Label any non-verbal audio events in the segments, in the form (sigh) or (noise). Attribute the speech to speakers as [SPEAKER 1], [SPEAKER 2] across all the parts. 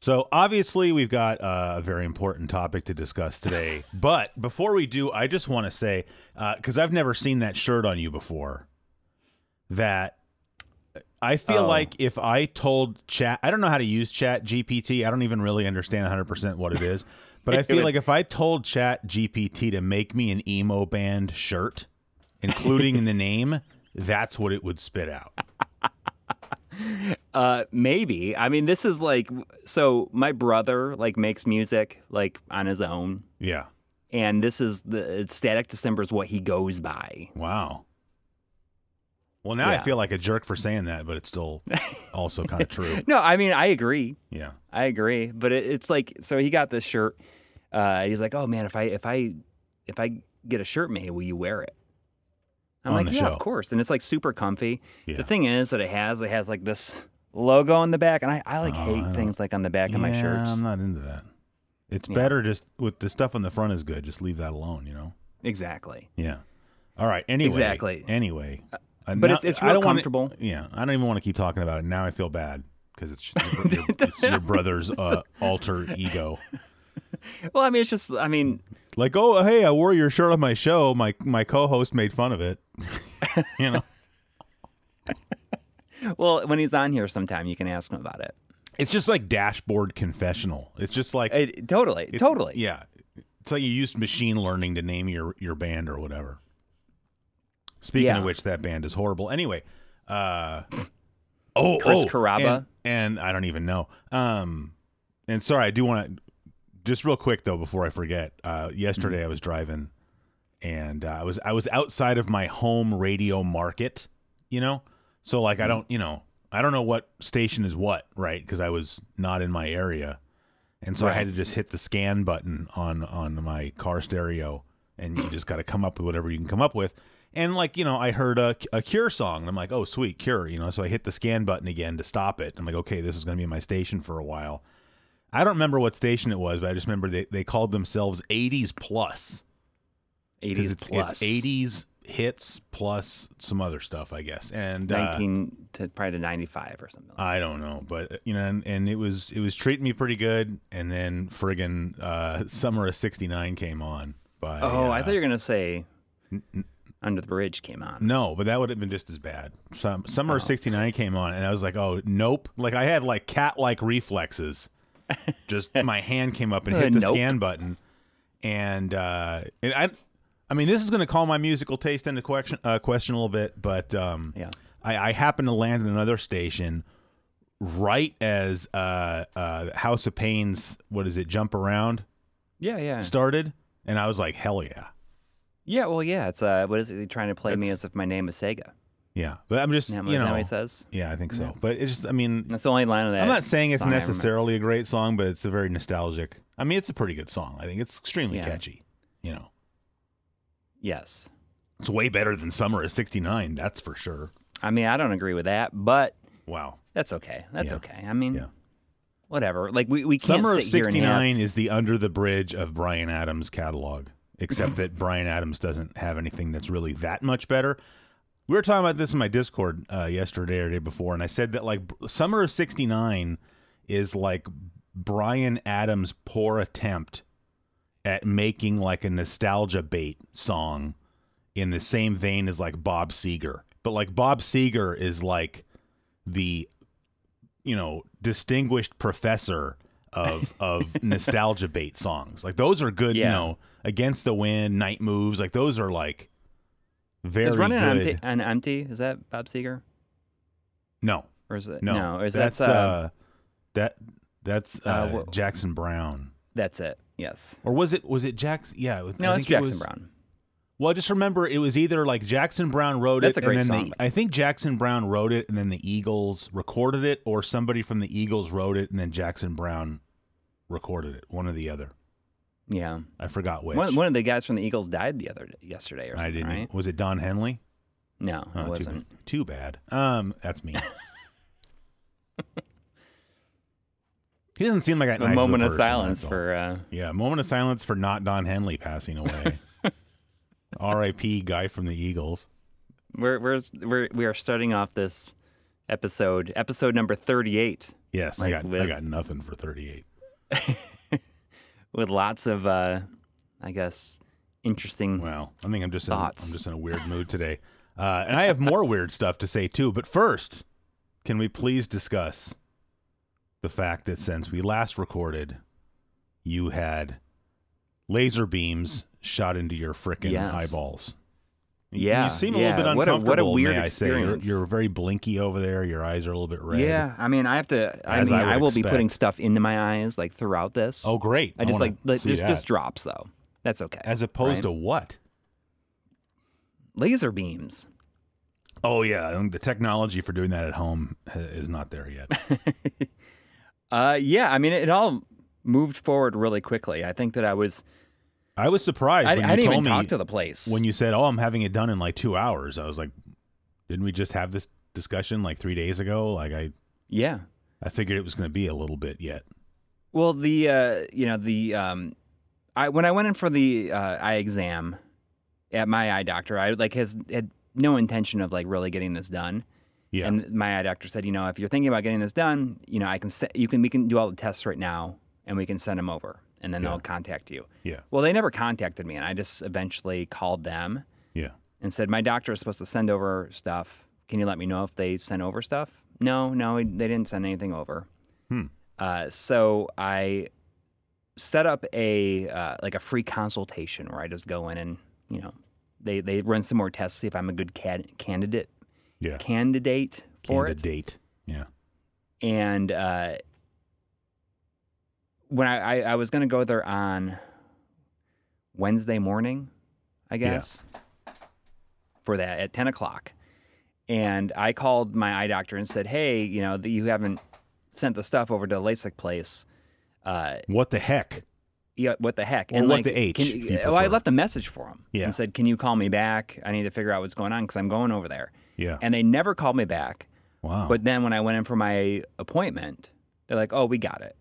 [SPEAKER 1] So obviously we've got uh, a very important topic to discuss today. but before we do, I just want to say because I've never seen that shirt on you before. That I feel
[SPEAKER 2] Oh.
[SPEAKER 1] like if I told Chat, I don't know how to use Chat GPT. I don't even really understand 100 percent what it is. But I
[SPEAKER 2] It
[SPEAKER 1] feel
[SPEAKER 2] would-
[SPEAKER 1] like if I told Chat GPT to make me an emo band shirt, including the name, that's what it would spit out.
[SPEAKER 2] Uh, maybe. I mean, this is like so. My brother like makes music like on his own,
[SPEAKER 1] Yeah.
[SPEAKER 2] and this is the it's Static December is what he goes by.
[SPEAKER 1] Wow. Well, now I
[SPEAKER 2] Yeah.
[SPEAKER 1] feel like a jerk for saying that, but it's
[SPEAKER 2] (laughs)
[SPEAKER 1] still also kind of true.
[SPEAKER 2] No, I mean I agree.
[SPEAKER 1] Yeah.
[SPEAKER 2] I agree. But it, it's like so he got this shirt. Uh, he's like, oh man, if I if I if I get a shirt made, will you wear it? I'm
[SPEAKER 1] On
[SPEAKER 2] like,
[SPEAKER 1] the
[SPEAKER 2] yeah,
[SPEAKER 1] show."
[SPEAKER 2] of course. And it's like super comfy.
[SPEAKER 1] Yeah.
[SPEAKER 2] The thing is that it has it has like this logo on the back, and I, I like
[SPEAKER 1] Oh, I
[SPEAKER 2] hate
[SPEAKER 1] don't-
[SPEAKER 2] things like on the back of my
[SPEAKER 1] Yeah,
[SPEAKER 2] shirts.
[SPEAKER 1] I'm not into that. It's
[SPEAKER 2] Yeah.
[SPEAKER 1] better just with the stuff on the front is good. Just leave that alone, you know?
[SPEAKER 2] Exactly.
[SPEAKER 1] Yeah. All right. Anyway.
[SPEAKER 2] Exactly.
[SPEAKER 1] Anyway. Uh,
[SPEAKER 2] but it's- it's
[SPEAKER 1] I
[SPEAKER 2] real
[SPEAKER 1] don't wanna-
[SPEAKER 2] comfortable.
[SPEAKER 1] yeah. I don't even want to keep talking about it. Now I feel bad because it's, your-
[SPEAKER 2] (laughs)
[SPEAKER 1] your- it's your brother's uh, alter ego.
[SPEAKER 2] Well, I mean, it's just I mean,
[SPEAKER 1] Like, oh, hey, I wore your shirt on my show. My, my co host made fun of it. (laughs) you know?
[SPEAKER 2] well, when he's on here sometime, you can ask him about it.
[SPEAKER 1] It's just like dashboard confessional. It's just like
[SPEAKER 2] It- totally,
[SPEAKER 1] it's-
[SPEAKER 2] totally.
[SPEAKER 1] Yeah. It's like you used machine learning to name your your band or whatever. Speaking
[SPEAKER 2] Yeah.
[SPEAKER 1] of which, that band is horrible. Anyway, uh Oh,
[SPEAKER 2] Chris
[SPEAKER 1] oh,
[SPEAKER 2] Carrabba?
[SPEAKER 1] and, and I don't even know. Um and sorry, I do want to just real quick though before I forget. Uh yesterday
[SPEAKER 2] Mm-hmm.
[SPEAKER 1] I was driving and uh, I was I was outside of my home radio market, you know? So like
[SPEAKER 2] Mm-hmm.
[SPEAKER 1] I don't, you know, I don't know what station is what, right? Cuz I was not in my area. And so I had to just hit the scan button on on my car stereo, and you just got to come up with whatever you can come up with. And like you know, I heard a, a Cure song, and I'm like, oh sweet Cure, you know. So I hit the scan button again to stop it. I'm like, okay, this is going to be my station for a while. I don't remember what station it was, but I just remember they, they called themselves 80s plus because
[SPEAKER 2] 80s
[SPEAKER 1] it's, it's
[SPEAKER 2] plus.
[SPEAKER 1] 80s hits plus some other stuff, I guess. And uh,
[SPEAKER 2] 19 to probably to 95 or something. Like that.
[SPEAKER 1] I don't know, but uh, you know, and, and it was it was treating me pretty good, and then friggin' uh, summer of '69 came on. By
[SPEAKER 2] Oh, I
[SPEAKER 1] uh,
[SPEAKER 2] thought you were gonna say Under the Bridge came on.
[SPEAKER 1] no, but that would have been just as bad. Some summer
[SPEAKER 2] Oh.
[SPEAKER 1] of '69 came on, and I was like, oh nope, like I had like cat like
[SPEAKER 2] (laughs)
[SPEAKER 1] reflexes. Just my hand came up and hit
[SPEAKER 2] Uh,
[SPEAKER 1] the
[SPEAKER 2] nope.
[SPEAKER 1] scan button, and uh, and I, I mean, this is gonna call my musical taste into question uh, question a little bit, but um,
[SPEAKER 2] Yeah.
[SPEAKER 1] I, I happened to land in another station right as uh, uh, House of Pain's what is it, Jump Around
[SPEAKER 2] Yeah, yeah.
[SPEAKER 1] started, and I was like, hell yeah,
[SPEAKER 2] Yeah, well, yeah. It's uh, what is it? They're trying to play me
[SPEAKER 1] That's-
[SPEAKER 2] as if my name is Sega.
[SPEAKER 1] yeah. But I'm just
[SPEAKER 2] Isn't that what-
[SPEAKER 1] you
[SPEAKER 2] isn't that
[SPEAKER 1] know,
[SPEAKER 2] what he says?
[SPEAKER 1] yeah, I think so. But it's just, I mean,
[SPEAKER 2] That's the only line of that.
[SPEAKER 1] I'm not saying it's
[SPEAKER 2] song I remember.
[SPEAKER 1] necessarily a great song, but it's a very nostalgic. I mean, it's a pretty good song. I think it's extremely
[SPEAKER 2] Yeah.
[SPEAKER 1] catchy. You know,
[SPEAKER 2] Yes.
[SPEAKER 1] it's way better than Summer of '69, that's for sure.
[SPEAKER 2] I mean, I don't agree with that, but
[SPEAKER 1] Wow.
[SPEAKER 2] that's okay. That's
[SPEAKER 1] Yeah.
[SPEAKER 2] okay. I mean,
[SPEAKER 1] Yeah.
[SPEAKER 2] whatever. Like we, we can't
[SPEAKER 1] Summer of
[SPEAKER 2] sit here and have-
[SPEAKER 1] '69 is the under the bridge of Brian Adams' catalog, except that Brian Adams doesn't have anything that's really that much better. We were talking about this in my Discord uh, yesterday or day before, and I said that like b- Summer of '69 is like Brian Adams' poor attempt at making like a nostalgia bait song in the same vein as like Bob Seger, but like Bob Seger is like the you know distinguished professor of
[SPEAKER 2] (laughs)
[SPEAKER 1] of nostalgia bait songs. Like those are good, you
[SPEAKER 2] Yeah.
[SPEAKER 1] know, against the wind, night moves. Like those are like very
[SPEAKER 2] Is running on
[SPEAKER 1] good.
[SPEAKER 2] empty, on empty? Is that Bob Seger?
[SPEAKER 1] no,
[SPEAKER 2] Or is it
[SPEAKER 1] no,
[SPEAKER 2] Or is
[SPEAKER 1] that's
[SPEAKER 2] that uh,
[SPEAKER 1] that that's uh,
[SPEAKER 2] uh, wha-
[SPEAKER 1] Jackson Brown,
[SPEAKER 2] that's it? Yes.
[SPEAKER 1] or was it was it Jackson? Yeah, it was-
[SPEAKER 2] No,
[SPEAKER 1] I
[SPEAKER 2] it's
[SPEAKER 1] think it
[SPEAKER 2] Jackson
[SPEAKER 1] was-
[SPEAKER 2] Brown.
[SPEAKER 1] Well, I just remember it was either like Jackson Brown wrote
[SPEAKER 2] That's
[SPEAKER 1] it,
[SPEAKER 2] a great
[SPEAKER 1] and then
[SPEAKER 2] song,
[SPEAKER 1] The,
[SPEAKER 2] though.
[SPEAKER 1] I think Jackson Brown wrote it, and then the Eagles recorded it, or somebody from the Eagles wrote it, and then Jackson Brown recorded it. One or the other.
[SPEAKER 2] Yeah.
[SPEAKER 1] I forgot which.
[SPEAKER 2] One, one of the guys from the Eagles died the other day, yesterday or
[SPEAKER 1] I
[SPEAKER 2] something,
[SPEAKER 1] didn't.
[SPEAKER 2] right?
[SPEAKER 1] Was it Don Henley?
[SPEAKER 2] No,
[SPEAKER 1] Oh,
[SPEAKER 2] it
[SPEAKER 1] too
[SPEAKER 2] wasn't.
[SPEAKER 1] bad. Too bad. Um, that's me. he doesn't seem like that
[SPEAKER 2] A
[SPEAKER 1] nice
[SPEAKER 2] moment
[SPEAKER 1] a
[SPEAKER 2] of
[SPEAKER 1] person,
[SPEAKER 2] silence
[SPEAKER 1] that's all.
[SPEAKER 2] for uh,
[SPEAKER 1] Yeah, a moment of silence for not Don Henley passing
[SPEAKER 2] (laughs)
[SPEAKER 1] away. R.I.P. guy from the Eagles.
[SPEAKER 2] we're, we're we're we are starting off this episode, episode number thirty-eight
[SPEAKER 1] Yes, I
[SPEAKER 2] Like
[SPEAKER 1] got I
[SPEAKER 2] with-
[SPEAKER 1] got nothing for 38.
[SPEAKER 2] with lots of, uh, I guess, interesting.
[SPEAKER 1] Wow. I think I'm just in, I'm
[SPEAKER 2] Mm. Thoughts.
[SPEAKER 1] just in a weird mood today. Uh, and I have
[SPEAKER 2] (laughs)
[SPEAKER 1] more weird stuff to say too, but first, can we please discuss the fact that since we last recorded, you had laser beams shot into your frickin'
[SPEAKER 2] Yes.
[SPEAKER 1] eyeballs. You-
[SPEAKER 2] Yeah,
[SPEAKER 1] You seem a
[SPEAKER 2] yeah.
[SPEAKER 1] little bit
[SPEAKER 2] What a-
[SPEAKER 1] uncomfortable.
[SPEAKER 2] what a weird
[SPEAKER 1] may I say. You're-
[SPEAKER 2] experience.
[SPEAKER 1] You're, very blinky over there. Your eyes are a little bit red.
[SPEAKER 2] Yeah, I mean, I have to. I
[SPEAKER 1] As
[SPEAKER 2] mean,
[SPEAKER 1] I would
[SPEAKER 2] I, will be
[SPEAKER 1] expect.
[SPEAKER 2] putting stuff into my eyes like throughout this.
[SPEAKER 1] Oh, great.
[SPEAKER 2] I just
[SPEAKER 1] wanna
[SPEAKER 2] like like,
[SPEAKER 1] see
[SPEAKER 2] just
[SPEAKER 1] that.
[SPEAKER 2] just drops though. That's okay.
[SPEAKER 1] as opposed
[SPEAKER 2] right?
[SPEAKER 1] to what?
[SPEAKER 2] laser beams.
[SPEAKER 1] Oh yeah, I think the technology for doing that at home ha- is not there
[SPEAKER 2] (laughs)
[SPEAKER 1] yet.
[SPEAKER 2] Uh, yeah, I mean, it, it all moved forward really quickly. I think that I was.
[SPEAKER 1] I was surprised
[SPEAKER 2] I, I
[SPEAKER 1] when
[SPEAKER 2] didn't
[SPEAKER 1] you told
[SPEAKER 2] even
[SPEAKER 1] me
[SPEAKER 2] talk to the place.
[SPEAKER 1] when you said, "Oh, I'm having it done in like two hours." I was like, "Didn't we just have this discussion like three days ago?" Like I,
[SPEAKER 2] yeah.
[SPEAKER 1] I figured it was going to be a little bit yet.
[SPEAKER 2] Well, the uh, you know the um, I when I went in for the uh, eye exam at my eye doctor, I like has had no intention of like really getting this done.
[SPEAKER 1] Yeah.
[SPEAKER 2] And my eye doctor said, you know, if you're thinking about getting this done, you know, I can se- you can we can do all the tests right now, and we can send them over, and then
[SPEAKER 1] Yeah.
[SPEAKER 2] they'll contact you.
[SPEAKER 1] Yeah.
[SPEAKER 2] Well, they never contacted me, and I just eventually called them
[SPEAKER 1] Yeah.
[SPEAKER 2] and said, my doctor is supposed to send over stuff. Can you let me know if they sent over stuff? No, no, they didn't send anything over.
[SPEAKER 1] Hmm.
[SPEAKER 2] Uh, so I set up a uh, like a free consultation where I just go in and you know they they run some more tests, see if I'm a good cad- candidate
[SPEAKER 1] Yeah.
[SPEAKER 2] candidate for it
[SPEAKER 1] Candidate. Yeah.
[SPEAKER 2] and uh, when I, I, I was going to go there on Wednesday morning, I
[SPEAKER 1] Yeah.
[SPEAKER 2] guess, for that at 10 o'clock. And I called my eye doctor and said, hey, you know, that you haven't sent the stuff over to the LASIK place. Uh,
[SPEAKER 1] What the heck?
[SPEAKER 2] yeah, what the heck?
[SPEAKER 1] Or
[SPEAKER 2] and
[SPEAKER 1] what
[SPEAKER 2] like,
[SPEAKER 1] the H,
[SPEAKER 2] can-
[SPEAKER 1] if you
[SPEAKER 2] well, I
[SPEAKER 1] prefer.
[SPEAKER 2] left a message for him
[SPEAKER 1] Yeah.
[SPEAKER 2] and said, can you call me back? I need to figure out what's going on because I'm going over there.
[SPEAKER 1] Yeah.
[SPEAKER 2] And they never called me back.
[SPEAKER 1] wow.
[SPEAKER 2] But then when I went in for my appointment, they're like, "Oh, we got it."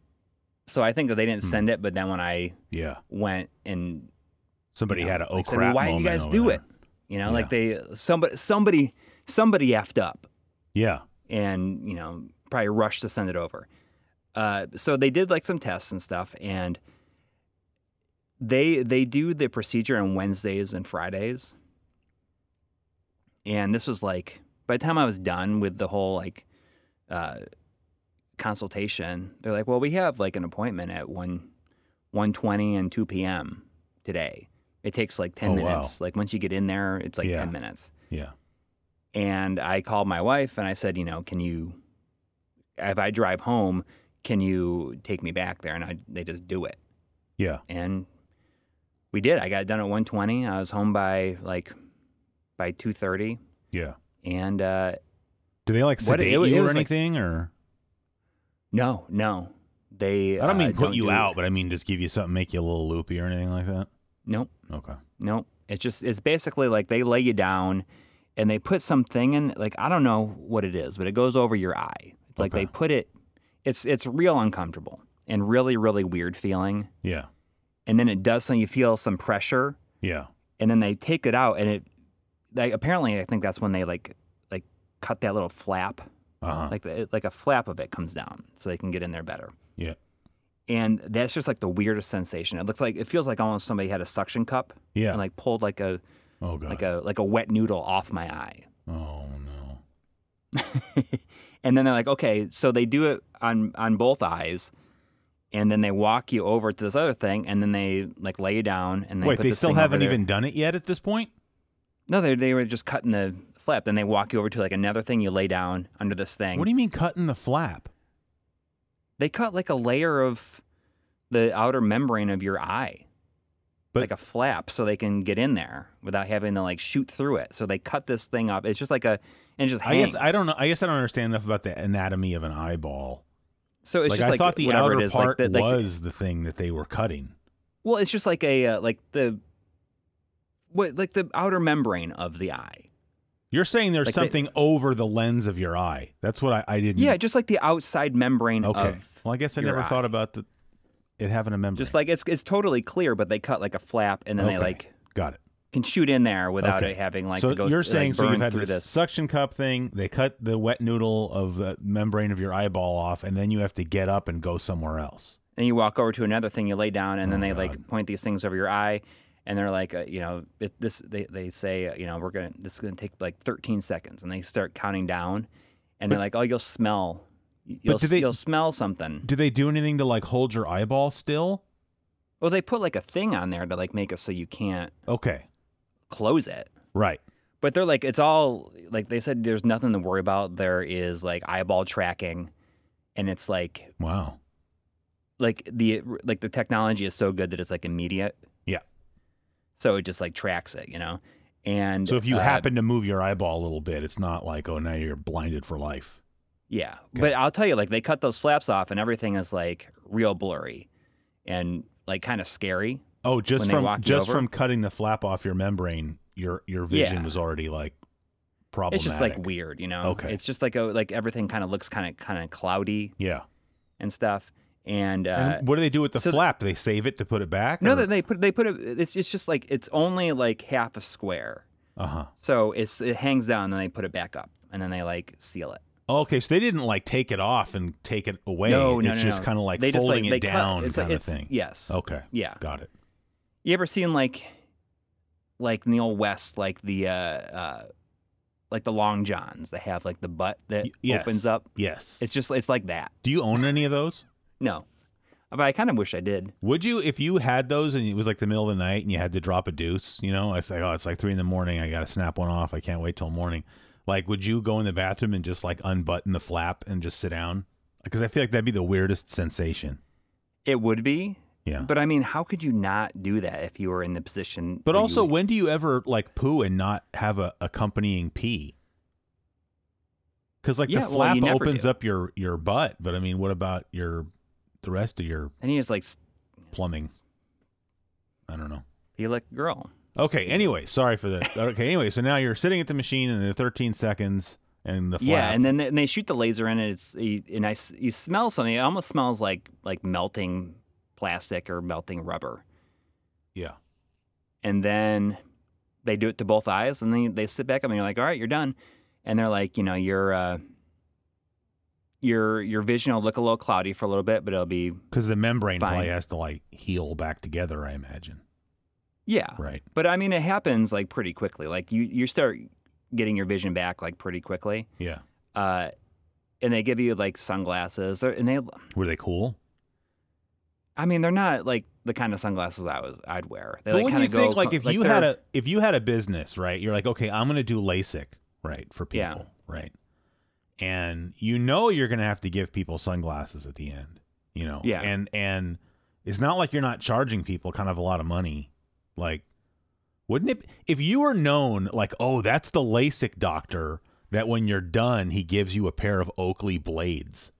[SPEAKER 2] So I think that they didn't send
[SPEAKER 1] Hmm.
[SPEAKER 2] it, but then when I
[SPEAKER 1] yeah.
[SPEAKER 2] went and
[SPEAKER 1] Somebody
[SPEAKER 2] you know,
[SPEAKER 1] had a oh
[SPEAKER 2] like, said,
[SPEAKER 1] crap.
[SPEAKER 2] "Why did you
[SPEAKER 1] moment
[SPEAKER 2] guys
[SPEAKER 1] over
[SPEAKER 2] do
[SPEAKER 1] there.
[SPEAKER 2] it?" You know, like they somebody somebody somebody effed up
[SPEAKER 1] Yeah.
[SPEAKER 2] and you know probably rushed to send it over. Uh, so they did like some tests and stuff, and they they do the procedure on Wednesdays and Fridays. And this was like by the time I was done with the whole like uh, consultation, they're like, "Well, we have like an appointment at one one twenty and two p.m. today. It takes like ten
[SPEAKER 1] Oh, wow.
[SPEAKER 2] minutes. Like once you get in there, it's like
[SPEAKER 1] Yeah.
[SPEAKER 2] ten minutes."
[SPEAKER 1] Yeah.
[SPEAKER 2] and I called my wife and I said, you know, can you, if I drive home, can you take me back there? And I, they just do it.
[SPEAKER 1] Yeah.
[SPEAKER 2] And we did. I got done at 1:20. I was home by like by 2:30,
[SPEAKER 1] Yeah.
[SPEAKER 2] and uh,
[SPEAKER 1] Do they like
[SPEAKER 2] What-
[SPEAKER 1] sedate
[SPEAKER 2] it wa- it
[SPEAKER 1] you or
[SPEAKER 2] was like-
[SPEAKER 1] anything? or
[SPEAKER 2] no, no, they.
[SPEAKER 1] I don't mean
[SPEAKER 2] uh,
[SPEAKER 1] put you
[SPEAKER 2] do-
[SPEAKER 1] out, but I mean just give you something, make you a little loopy or anything like that.
[SPEAKER 2] Nope,
[SPEAKER 1] Okay.
[SPEAKER 2] nope. It's just it's basically like they lay you down, and they put something in. Like I don't know what it is, but it goes over your eye. It's like
[SPEAKER 1] Okay.
[SPEAKER 2] they put it. It's it's real uncomfortable and really really weird feeling.
[SPEAKER 1] Yeah.
[SPEAKER 2] and then it does something. You feel some pressure,
[SPEAKER 1] Yeah.
[SPEAKER 2] and then they take it out, and it. Like, apparently, I think that's when they like like cut that little flap,
[SPEAKER 1] Uh huh.
[SPEAKER 2] like the, like a flap of it comes down, so they can get in there better.
[SPEAKER 1] Yeah.
[SPEAKER 2] And that's just like the weirdest sensation. It looks like it feels like almost somebody had a suction cup
[SPEAKER 1] Yeah.
[SPEAKER 2] and like pulled like a
[SPEAKER 1] oh god.
[SPEAKER 2] like a like a wet noodle off my eye.
[SPEAKER 1] oh no.
[SPEAKER 2] and then they're like, okay, so they do it on on both eyes, and then they walk you over to this other thing, and then they like lay you down, and they
[SPEAKER 1] Wait,
[SPEAKER 2] put
[SPEAKER 1] they
[SPEAKER 2] this
[SPEAKER 1] still
[SPEAKER 2] thing over
[SPEAKER 1] haven't
[SPEAKER 2] there.
[SPEAKER 1] even done it yet at this point?
[SPEAKER 2] No, they they were just cutting the flap. Then they walk you over to like another thing. You lay down under this thing.
[SPEAKER 1] What do you mean cutting the flap?
[SPEAKER 2] they cut like a layer of the outer membrane of your eye,
[SPEAKER 1] But-
[SPEAKER 2] like a flap, so they can get in there without having to like shoot through it. So they cut this thing up. It's just like a and it just
[SPEAKER 1] I guess
[SPEAKER 2] hangs.
[SPEAKER 1] I don't know. I guess I don't understand enough about the anatomy of an eyeball.
[SPEAKER 2] So it's
[SPEAKER 1] like
[SPEAKER 2] just
[SPEAKER 1] I
[SPEAKER 2] like
[SPEAKER 1] thought the
[SPEAKER 2] whatever
[SPEAKER 1] outer
[SPEAKER 2] it is,
[SPEAKER 1] part
[SPEAKER 2] like, the, like
[SPEAKER 1] was the thing that they were cutting.
[SPEAKER 2] well, it's just like a uh, like the what like the outer membrane of the eye.
[SPEAKER 1] You're saying there's
[SPEAKER 2] Like they-
[SPEAKER 1] something over the lens of your eye. That's what I, I didn't.
[SPEAKER 2] Yeah, just like the outside membrane
[SPEAKER 1] Mm-hmm. Okay.
[SPEAKER 2] of
[SPEAKER 1] Well, I guess I
[SPEAKER 2] your
[SPEAKER 1] never
[SPEAKER 2] eye.
[SPEAKER 1] thought about the, it having a membrane.
[SPEAKER 2] Just like it's it's totally clear, but they cut like a flap and then they
[SPEAKER 1] Okay.
[SPEAKER 2] like
[SPEAKER 1] Got it.
[SPEAKER 2] can shoot in there without
[SPEAKER 1] Okay.
[SPEAKER 2] it having like
[SPEAKER 1] so
[SPEAKER 2] to go
[SPEAKER 1] you're
[SPEAKER 2] th-
[SPEAKER 1] saying
[SPEAKER 2] like,
[SPEAKER 1] so
[SPEAKER 2] burn
[SPEAKER 1] you've had
[SPEAKER 2] through
[SPEAKER 1] this, suction cup thing. They cut the wet noodle of the membrane of your eyeball off, and then you have to get up and go somewhere else.
[SPEAKER 2] and you walk over to another thing you lay down and then
[SPEAKER 1] Oh,
[SPEAKER 2] they
[SPEAKER 1] God.
[SPEAKER 2] like point these things over your eye and they're like uh, you know it, this they, they say uh, you know we're gonna this is gonna take like 13 seconds and they start counting down and they're like oh you'll smell you'll,
[SPEAKER 1] do they-
[SPEAKER 2] you'll smell something
[SPEAKER 1] Do they do anything to like hold your eyeball still?
[SPEAKER 2] well they put like a thing on there to like make it so you can't
[SPEAKER 1] Okay,
[SPEAKER 2] close it
[SPEAKER 1] right.
[SPEAKER 2] but they're like it's all like they said there's nothing to worry about there is like eyeball tracking and it's like
[SPEAKER 1] Wow.
[SPEAKER 2] like the like the technology is so good that it's like immediate.
[SPEAKER 1] Yeah.
[SPEAKER 2] So it just like tracks it, you know. And
[SPEAKER 1] So if you
[SPEAKER 2] uh,
[SPEAKER 1] happen to move your eyeball a little bit, it's not like oh now you're blinded for life.
[SPEAKER 2] yeah,
[SPEAKER 1] Okay.
[SPEAKER 2] but I'll tell you, like they cut those flaps off, and everything is like real blurry, and like kind of scary.
[SPEAKER 1] Oh, just
[SPEAKER 2] When they
[SPEAKER 1] from
[SPEAKER 2] walk you
[SPEAKER 1] just
[SPEAKER 2] over?
[SPEAKER 1] from cutting the flap off your membrane, your your vision
[SPEAKER 2] Yeah.
[SPEAKER 1] was already like problematic.
[SPEAKER 2] It's just like weird, you know.
[SPEAKER 1] Okay.
[SPEAKER 2] It's just like a like everything kind of looks kind of kind of cloudy
[SPEAKER 1] yeah.
[SPEAKER 2] and stuff. And, uh,
[SPEAKER 1] and what do they do with the
[SPEAKER 2] so-
[SPEAKER 1] flap? They save it to put it back.
[SPEAKER 2] (laughs) no,
[SPEAKER 1] or-
[SPEAKER 2] that they put they put a, it's it's just like it's only like half a square,
[SPEAKER 1] uh-huh.
[SPEAKER 2] so it's it hangs down, and then they put it back up, and then they like seal it.
[SPEAKER 1] Oh, Okay, so they didn't like take it off and take it away.
[SPEAKER 2] No, no,
[SPEAKER 1] it's
[SPEAKER 2] no,
[SPEAKER 1] just
[SPEAKER 2] no.
[SPEAKER 1] kind of like
[SPEAKER 2] They just,
[SPEAKER 1] folding
[SPEAKER 2] like, they
[SPEAKER 1] it
[SPEAKER 2] cut-
[SPEAKER 1] down
[SPEAKER 2] it's like-
[SPEAKER 1] kind of
[SPEAKER 2] it's-
[SPEAKER 1] thing. Oh.
[SPEAKER 2] Yes.
[SPEAKER 1] Okay,
[SPEAKER 2] Yeah.
[SPEAKER 1] got it.
[SPEAKER 2] You ever seen like, like in the old West, like the, uh, uh, like the long johns that have like the butt that
[SPEAKER 1] Y- yes.
[SPEAKER 2] opens up?
[SPEAKER 1] Yes.
[SPEAKER 2] It's just it's like that.
[SPEAKER 1] do you own any of those?
[SPEAKER 2] No, but I kind of wish I did.
[SPEAKER 1] Would you if you had those and it was like the middle of the night and you had to drop a deuce? You know, I say, oh, it's like three in the morning. I got to snap one off. I can't wait till morning. Like, would you go in the bathroom and just like unbutton the flap and just sit down? Because I feel like that'd be the weirdest sensation.
[SPEAKER 2] It would be.
[SPEAKER 1] Yeah.
[SPEAKER 2] But I mean, how could you not do that if you were in the position?
[SPEAKER 1] But
[SPEAKER 2] where you
[SPEAKER 1] also,
[SPEAKER 2] would-
[SPEAKER 1] when do you ever like poo and not have a accompanying pee? Because like
[SPEAKER 2] Yeah,
[SPEAKER 1] the
[SPEAKER 2] well, you
[SPEAKER 1] flap
[SPEAKER 2] never
[SPEAKER 1] opens
[SPEAKER 2] do.
[SPEAKER 1] up your your butt, but I mean, what about your the rest of your
[SPEAKER 2] and you just like s-
[SPEAKER 1] plumbing? I don't know.
[SPEAKER 2] be like a girl.
[SPEAKER 1] Okay. Anyway, sorry for the.
[SPEAKER 2] (laughs)
[SPEAKER 1] Okay. Anyway, so now you're sitting at the machine in the 13 seconds and the flap.
[SPEAKER 2] Yeah, and then they, and they shoot the laser in, and it's you- and I s- you smell something. It almost smells like like melting plastic or melting rubber.
[SPEAKER 1] yeah.
[SPEAKER 2] and then they do it to both eyes, and then they sit back up, and you're like, "All right, you're done," and they're like, "You know, your uh, your your vision will look a little cloudy for a little bit, but it'll be
[SPEAKER 1] Because the membrane
[SPEAKER 2] Fine.
[SPEAKER 1] probably has to like heal back together. I imagine.
[SPEAKER 2] yeah."
[SPEAKER 1] Right.
[SPEAKER 2] But I mean, it happens like pretty quickly. Like you you start getting your vision back like pretty quickly,
[SPEAKER 1] Yeah.
[SPEAKER 2] uh, and they give you like sunglasses, They're- and they
[SPEAKER 1] Were they cool?
[SPEAKER 2] I mean, they're not like the kind of sunglasses I was I'd wear. They
[SPEAKER 1] But
[SPEAKER 2] like
[SPEAKER 1] what
[SPEAKER 2] kind
[SPEAKER 1] do
[SPEAKER 2] of
[SPEAKER 1] you
[SPEAKER 2] go
[SPEAKER 1] think? Like if you
[SPEAKER 2] they're-
[SPEAKER 1] had a if you had a business, right? You're like, okay, I'm gonna do LASIK, right, for people,
[SPEAKER 2] Yeah.
[SPEAKER 1] right? And you know you're gonna have to give people sunglasses at the end, you know.
[SPEAKER 2] Yeah.
[SPEAKER 1] And and it's not like you're not charging people kind of a lot of money, like. Wouldn't it if you were known like, oh, that's the LASIK doctor that when you're done, he gives you a pair of Oakley
[SPEAKER 2] (laughs)
[SPEAKER 1] blades.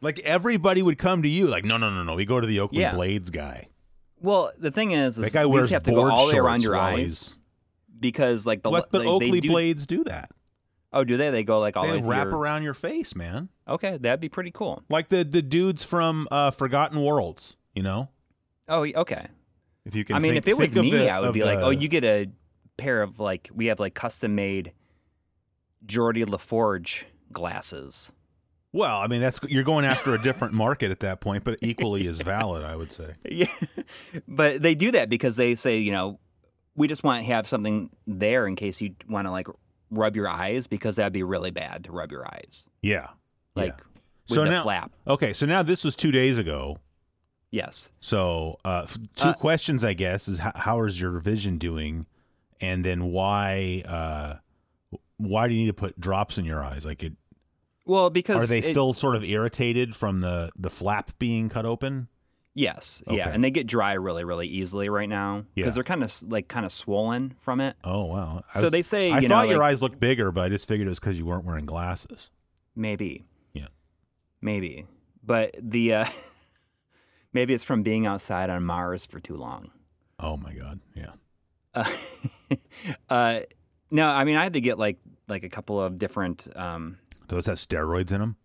[SPEAKER 1] like everybody would come to you, like, no, no, no, no. We go to the Oakley
[SPEAKER 2] Yeah.
[SPEAKER 1] blades guy.
[SPEAKER 2] well, the thing is, is
[SPEAKER 1] That guy wears
[SPEAKER 2] these have to go
[SPEAKER 1] board
[SPEAKER 2] all the way
[SPEAKER 1] shorts
[SPEAKER 2] around your
[SPEAKER 1] while
[SPEAKER 2] eyes.
[SPEAKER 1] he's-
[SPEAKER 2] because like the
[SPEAKER 1] What, but
[SPEAKER 2] like,
[SPEAKER 1] Oakley
[SPEAKER 2] they do,
[SPEAKER 1] blades do that.
[SPEAKER 2] Oh, do they? They go like all the
[SPEAKER 1] they
[SPEAKER 2] way through
[SPEAKER 1] wrap
[SPEAKER 2] your-
[SPEAKER 1] around your face, man.
[SPEAKER 2] Okay, that'd be pretty cool.
[SPEAKER 1] Like the the dudes from uh, Forgotten Worlds. You know,
[SPEAKER 2] Oh, y- okay.
[SPEAKER 1] if you can.
[SPEAKER 2] I mean,
[SPEAKER 1] think-
[SPEAKER 2] if it was
[SPEAKER 1] think of
[SPEAKER 2] me,
[SPEAKER 1] the-
[SPEAKER 2] I would
[SPEAKER 1] of
[SPEAKER 2] be like,
[SPEAKER 1] the-
[SPEAKER 2] oh, you get a pair of like we have like custom made Geordie LaForge glasses.
[SPEAKER 1] Well, I mean, that's you're going after a different market at that point, but equally as valid, I would say.
[SPEAKER 2] Yeah, but they do that because they say you know we just want to have something there in case you want to like rub your eyes because that'd be really bad to rub your eyes
[SPEAKER 1] Yeah.
[SPEAKER 2] (laughs)
[SPEAKER 1] Yeah.
[SPEAKER 2] like with
[SPEAKER 1] So
[SPEAKER 2] the
[SPEAKER 1] now-
[SPEAKER 2] flap.
[SPEAKER 1] Okay, so now this was two days ago.
[SPEAKER 2] Yes.
[SPEAKER 1] So, uh, f- two
[SPEAKER 2] Uh,
[SPEAKER 1] questions, I guess, is how, how is your vision doing, and then why uh, why do you need to put drops in your eyes? Like, it,
[SPEAKER 2] Well, because
[SPEAKER 1] Are they
[SPEAKER 2] it-
[SPEAKER 1] still sort of irritated from the the flap being cut open?
[SPEAKER 2] Yes, yeah,
[SPEAKER 1] Okay.
[SPEAKER 2] and they get dry really, really easily right now because
[SPEAKER 1] Yeah.
[SPEAKER 2] they're kind of like kind of swollen from it.
[SPEAKER 1] Oh wow! I
[SPEAKER 2] so
[SPEAKER 1] was-
[SPEAKER 2] they say,
[SPEAKER 1] I
[SPEAKER 2] you
[SPEAKER 1] thought
[SPEAKER 2] know,
[SPEAKER 1] your
[SPEAKER 2] like,
[SPEAKER 1] eyes looked bigger, but I just figured it was because you weren't wearing glasses.
[SPEAKER 2] maybe,
[SPEAKER 1] Yeah.
[SPEAKER 2] maybe, but the uh, (laughs) maybe it's from being outside on Mars for too long.
[SPEAKER 1] Oh my god! Yeah.
[SPEAKER 2] Uh, (laughs) uh, no, I mean I had to get like like a couple of different. Um,
[SPEAKER 1] Those have steroids in them.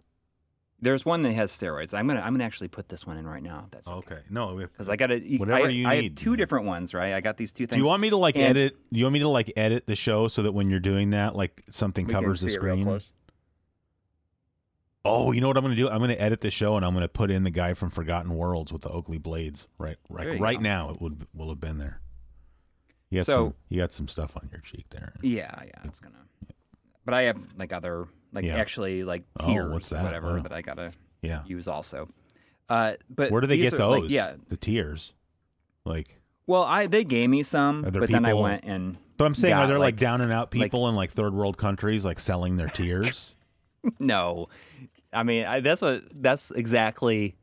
[SPEAKER 2] There's one that has steroids. I'm gonna I'm gonna actually put this one in right now. if That's okay.
[SPEAKER 1] Okay. No. we-
[SPEAKER 2] Because I got to
[SPEAKER 1] Whatever
[SPEAKER 2] I,
[SPEAKER 1] you
[SPEAKER 2] I
[SPEAKER 1] need.
[SPEAKER 2] have two different ones, right? I got these two things.
[SPEAKER 1] Do you want me to like
[SPEAKER 2] And-
[SPEAKER 1] edit? You want me to like edit the show so that when you're doing that, like something
[SPEAKER 2] We can
[SPEAKER 1] covers the
[SPEAKER 2] see it real
[SPEAKER 1] screen?
[SPEAKER 2] close.
[SPEAKER 1] Oh, you know what I'm going to do? I'm going to edit the show and I'm going to put in the guy from Forgotten Worlds with the Oakley blades. Right,
[SPEAKER 2] There
[SPEAKER 1] right,
[SPEAKER 2] you
[SPEAKER 1] right
[SPEAKER 2] go.
[SPEAKER 1] now it would will have been there. You got
[SPEAKER 2] So-
[SPEAKER 1] some, you got some stuff on your cheek there.
[SPEAKER 2] Yeah, yeah, it's gonna. But I have like other like
[SPEAKER 1] Yeah.
[SPEAKER 2] actually like
[SPEAKER 1] Oh,
[SPEAKER 2] tiers,
[SPEAKER 1] what's that?
[SPEAKER 2] whatever
[SPEAKER 1] Wow.
[SPEAKER 2] that I gotta
[SPEAKER 1] Yeah.
[SPEAKER 2] use also. Uh, but
[SPEAKER 1] Where do they
[SPEAKER 2] these
[SPEAKER 1] get
[SPEAKER 2] are,
[SPEAKER 1] those?
[SPEAKER 2] like, yeah.
[SPEAKER 1] The tears. Like,
[SPEAKER 2] Well, I they gave me some,
[SPEAKER 1] Are
[SPEAKER 2] but
[SPEAKER 1] there
[SPEAKER 2] then I
[SPEAKER 1] people-
[SPEAKER 2] went and
[SPEAKER 1] but I'm saying, are
[SPEAKER 2] got,
[SPEAKER 1] there like,
[SPEAKER 2] like-
[SPEAKER 1] down and out
[SPEAKER 2] like-
[SPEAKER 1] people in like third world countries like selling their
[SPEAKER 2] (laughs)
[SPEAKER 1] tears?
[SPEAKER 2] no. I mean, I, that's what that's exactly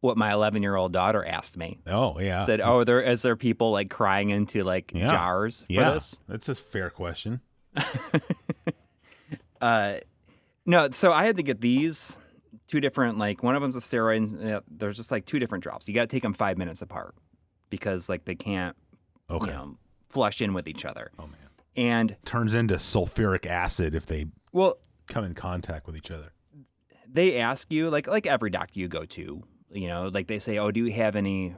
[SPEAKER 2] what my 11 year old daughter asked me.
[SPEAKER 1] oh yeah.
[SPEAKER 2] Said, "Oh, there is there people like crying into like
[SPEAKER 1] Yeah.
[SPEAKER 2] jars for
[SPEAKER 1] yeah.
[SPEAKER 2] this?"
[SPEAKER 1] That's a fair question.
[SPEAKER 2] uh no so i had to get these two different like one of them's a steroid and uh, there's just like two different drops you got to take them five minutes apart because like they can't
[SPEAKER 1] Okay.
[SPEAKER 2] you know flush in with each other
[SPEAKER 1] Oh man.
[SPEAKER 2] and
[SPEAKER 1] Turns into sulfuric acid if they
[SPEAKER 2] well
[SPEAKER 1] come in contact with each other.
[SPEAKER 2] they ask you like like every doctor you go to you know like they say oh do you have any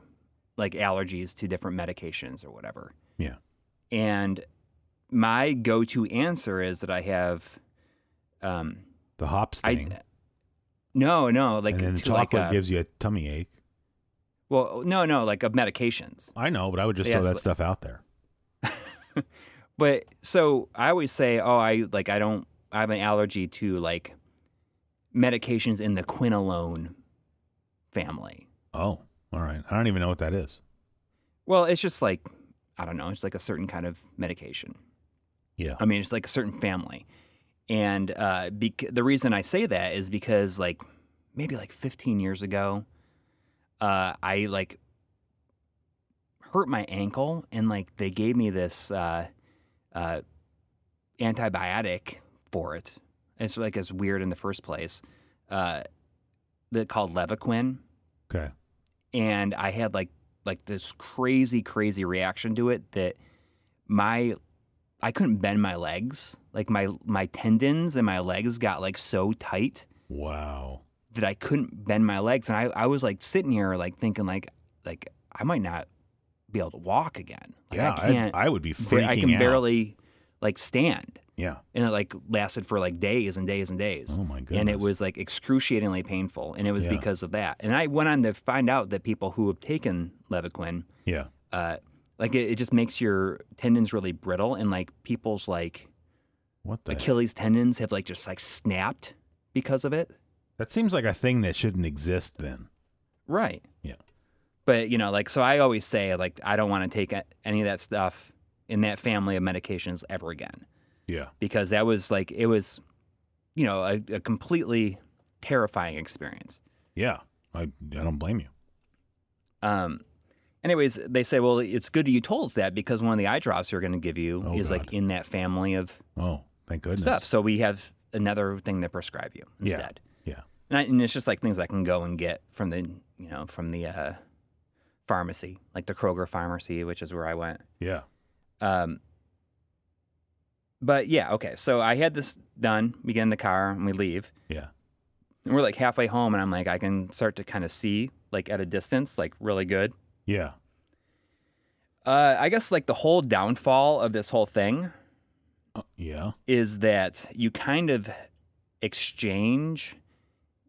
[SPEAKER 2] like allergies to different medications or whatever
[SPEAKER 1] Yeah.
[SPEAKER 2] and my go-to answer is that i have um
[SPEAKER 1] The hops
[SPEAKER 2] I-
[SPEAKER 1] thing.
[SPEAKER 2] no no like
[SPEAKER 1] and then the
[SPEAKER 2] to, like,
[SPEAKER 1] chocolate
[SPEAKER 2] uh,
[SPEAKER 1] gives you a tummy ache.
[SPEAKER 2] well no no like of medications
[SPEAKER 1] I know, but I would just
[SPEAKER 2] Yeah,
[SPEAKER 1] throw
[SPEAKER 2] it's
[SPEAKER 1] that
[SPEAKER 2] like-
[SPEAKER 1] stuff out there.
[SPEAKER 2] But so I always say, oh, I like I don't I have an allergy to like medications in the quinolone family.
[SPEAKER 1] Oh, all right. I don't even know what that is.
[SPEAKER 2] Well, it's just like I don't know, it's like a certain kind of medication.
[SPEAKER 1] Yeah.
[SPEAKER 2] I mean, it's like a certain family. And uh, bec- the reason I say that is because, like, maybe like 15 years ago, uh, I like hurt my ankle, and like they gave me this uh, uh, antibiotic for it. It's like it's weird in the first place. Uh, that called Levaquin,
[SPEAKER 1] Okay.
[SPEAKER 2] and I had like like this crazy crazy reaction to it that my I couldn't bend my legs. Like my my tendons and my legs got like so tight
[SPEAKER 1] Wow.
[SPEAKER 2] that I couldn't bend my legs and I, I was like sitting here like thinking like like I might not be able to walk again. Like,
[SPEAKER 1] yeah,
[SPEAKER 2] I can't
[SPEAKER 1] I, would be
[SPEAKER 2] ba-
[SPEAKER 1] freaking
[SPEAKER 2] I can
[SPEAKER 1] out.
[SPEAKER 2] barely like stand.
[SPEAKER 1] Yeah.
[SPEAKER 2] And it like lasted for like days and days and days.
[SPEAKER 1] Oh my goodness.
[SPEAKER 2] And it was like excruciatingly painful and it was
[SPEAKER 1] Yeah.
[SPEAKER 2] because of that. And I went on to find out that people who have taken Levaquin
[SPEAKER 1] Yeah.
[SPEAKER 2] uh, like it, it just makes your tendons really brittle and like people's like
[SPEAKER 1] What the? heck?
[SPEAKER 2] Achilles tendons have like just like snapped because of it.
[SPEAKER 1] That seems like a thing that shouldn't exist. Then.
[SPEAKER 2] Right.
[SPEAKER 1] Yeah.
[SPEAKER 2] But you know, like so I always say like I don't want to take a- any of that stuff in that family of medications ever again
[SPEAKER 1] Yeah.
[SPEAKER 2] because that was like it was you know a, a completely terrifying experience.
[SPEAKER 1] Yeah. I I don't blame you.
[SPEAKER 2] Um anyways, they say well it's good that you told us that because one of the eye drops you're going to give you
[SPEAKER 1] Oh,
[SPEAKER 2] is
[SPEAKER 1] God.
[SPEAKER 2] like in that family of
[SPEAKER 1] Oh, thank goodness.
[SPEAKER 2] stuff. So we have another thing to prescribe you
[SPEAKER 1] Yeah.
[SPEAKER 2] instead.
[SPEAKER 1] Yeah.
[SPEAKER 2] And, I, and it's just like things I can go and get from the you know from the uh, pharmacy, like the Kroger pharmacy, which is where I went.
[SPEAKER 1] Yeah.
[SPEAKER 2] Um, but yeah, okay. So I had this done. We get in the car and we leave.
[SPEAKER 1] Yeah.
[SPEAKER 2] And we're like halfway home, and I'm like, I can start to kind of see like at a distance, like really good.
[SPEAKER 1] Yeah.
[SPEAKER 2] Uh, I guess like the whole downfall of this whole thing
[SPEAKER 1] Uh, yeah.
[SPEAKER 2] is that you kind of exchange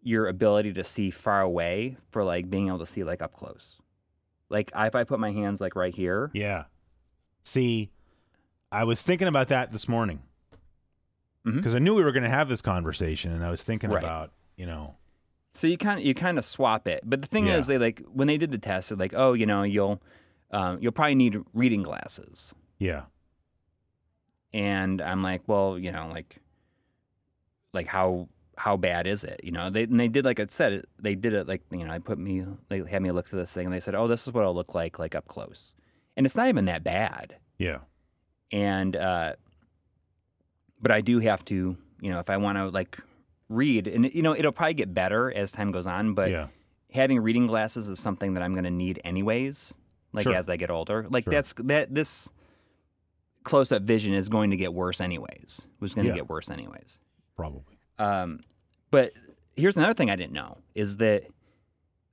[SPEAKER 2] your ability to see far away for like being able to see like up close. Like if I put my hands like right here,
[SPEAKER 1] Yeah. See, I was thinking about that this morning
[SPEAKER 2] Mhm.
[SPEAKER 1] because I knew we were going to have this conversation, and I was thinking
[SPEAKER 2] Right.
[SPEAKER 1] about you know
[SPEAKER 2] so you kind of you kind of swap it. But the thing
[SPEAKER 1] Yeah.
[SPEAKER 2] is, they like when they did the test, they're like, oh, you know, you'll um, you'll probably need reading glasses.
[SPEAKER 1] yeah
[SPEAKER 2] And I'm like, well, you know, like like how how bad is it? You know, they and they did like it said they did it like you know, I put me they had me look through this thing and they said, oh, this is what it'll look like like up close, and it's not even that bad.
[SPEAKER 1] yeah
[SPEAKER 2] and uh, but I do have to, you know, if I want to like read, and you know, it'll probably get better as time goes on. But
[SPEAKER 1] yeah
[SPEAKER 2] having reading glasses is something that I'm going to need anyways, like
[SPEAKER 1] Sure.
[SPEAKER 2] as I get older. Like
[SPEAKER 1] Sure.
[SPEAKER 2] that's that this close up vision is going to get worse anyways. Was going to
[SPEAKER 1] Yeah.
[SPEAKER 2] get worse anyways.
[SPEAKER 1] probably
[SPEAKER 2] Um, but here's another thing I didn't know is that,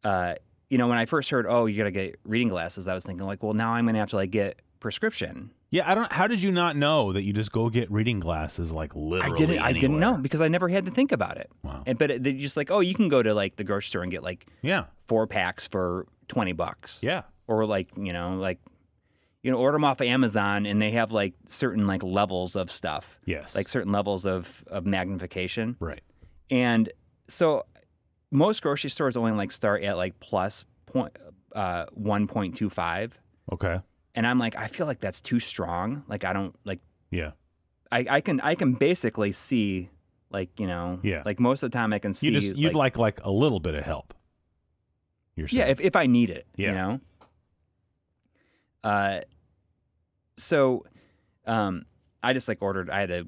[SPEAKER 2] uh, you know, when I first heard, oh, you gotta get reading glasses, I was thinking like, well, now I'm gonna have to like get prescription.
[SPEAKER 1] Yeah, I don't. How did you not know that you just go get reading glasses like literally?
[SPEAKER 2] I didn't. I didn't
[SPEAKER 1] anywhere?
[SPEAKER 2] know because I never had to think about it.
[SPEAKER 1] Wow.
[SPEAKER 2] And but it, they're just like, oh, you can go to like the grocery store and get like
[SPEAKER 1] Yeah,
[SPEAKER 2] four packs for twenty bucks.
[SPEAKER 1] yeah,
[SPEAKER 2] Or like you know like, you know, order them off of Amazon and they have like certain like levels of stuff,
[SPEAKER 1] yes.
[SPEAKER 2] like certain levels of of magnification.
[SPEAKER 1] right.
[SPEAKER 2] And so most grocery stores only like start at like plus point uh, one point two five,
[SPEAKER 1] Okay.
[SPEAKER 2] and I'm like, I feel like that's too strong. Like I don't like
[SPEAKER 1] Yeah.
[SPEAKER 2] I, I can I can basically see like you know
[SPEAKER 1] Yeah.
[SPEAKER 2] like most of the time I can see
[SPEAKER 1] You just you'd like, like a little bit of help. Yourself.
[SPEAKER 2] yeah if if I need it
[SPEAKER 1] Yeah.
[SPEAKER 2] you know. Uh, so, um, I just like ordered. I had to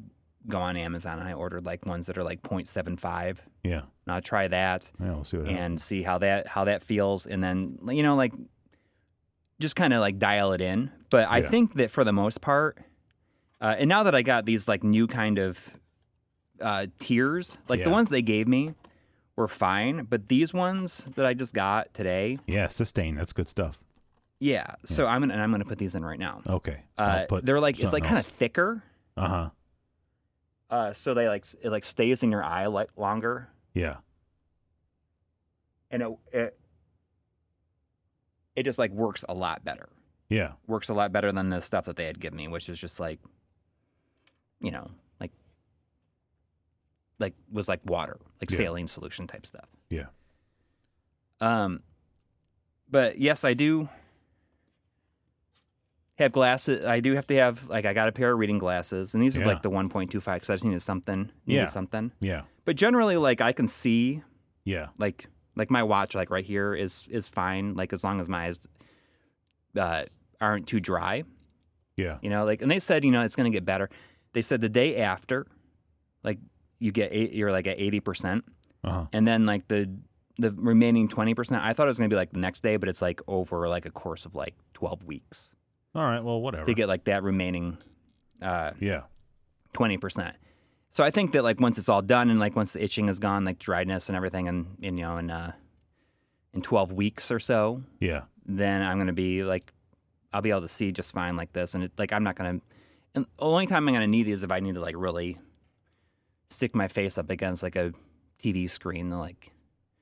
[SPEAKER 2] go on Amazon and I ordered like ones that are like 0.75,
[SPEAKER 1] yeah.
[SPEAKER 2] and I'll try that.
[SPEAKER 1] Yeah. We'll see what happens.
[SPEAKER 2] and see how that how that feels and then you know like just kind of like dial it in but i
[SPEAKER 1] Yeah.
[SPEAKER 2] think that for the most part uh, and now that i got these like new kind of uh, tiers like the
[SPEAKER 1] Yeah.
[SPEAKER 2] ones they gave me were fine but these ones that i just got today
[SPEAKER 1] Yeah. Sustain. That's good stuff.
[SPEAKER 2] yeah, so i'm gonna and i'm gonna put these in right now
[SPEAKER 1] Okay.
[SPEAKER 2] uh, they're like it's like kind of thicker
[SPEAKER 1] Uh huh.
[SPEAKER 2] uh, so they like s- it like stays in your eye like longer
[SPEAKER 1] Yeah.
[SPEAKER 2] and it, it it just like works a lot better
[SPEAKER 1] Yeah.
[SPEAKER 2] works a lot better than the stuff that they had given me, which is just like, you know, like, like was like water, like
[SPEAKER 1] Yeah.
[SPEAKER 2] saline solution type stuff.
[SPEAKER 1] Yeah.
[SPEAKER 2] Um, but yes, I do have glasses. I do have to have like I got a pair of reading glasses, and these
[SPEAKER 1] Yeah.
[SPEAKER 2] are like the one point two five because I just needed something, needed
[SPEAKER 1] Yeah.
[SPEAKER 2] something.
[SPEAKER 1] Yeah.
[SPEAKER 2] But generally, like I can see
[SPEAKER 1] Yeah.
[SPEAKER 2] like like my watch like right here is is fine like as long as my eyes uh, aren't too dry
[SPEAKER 1] Yeah.
[SPEAKER 2] you know like and they said you know it's going to get better they said the day after like you get eight, you're like at 80%
[SPEAKER 1] Uh huh.
[SPEAKER 2] and then like the the remaining 20% i thought it was going to be like the next day but it's like over like a course of like 12 weeks
[SPEAKER 1] All right. Well, whatever.
[SPEAKER 2] to get like that remaining uh,
[SPEAKER 1] yeah.
[SPEAKER 2] 20%. So I think that like once it's all done and like once the itching is gone, like dryness and everything, and, and you know, in uh, in twelve weeks or so,
[SPEAKER 1] Yeah.
[SPEAKER 2] then I'm gonna be like, I'll be able to see just fine like this, and it, like I'm not gonna. And the only time I'm gonna need these is if I need to like really stick my face up against like a TV screen to like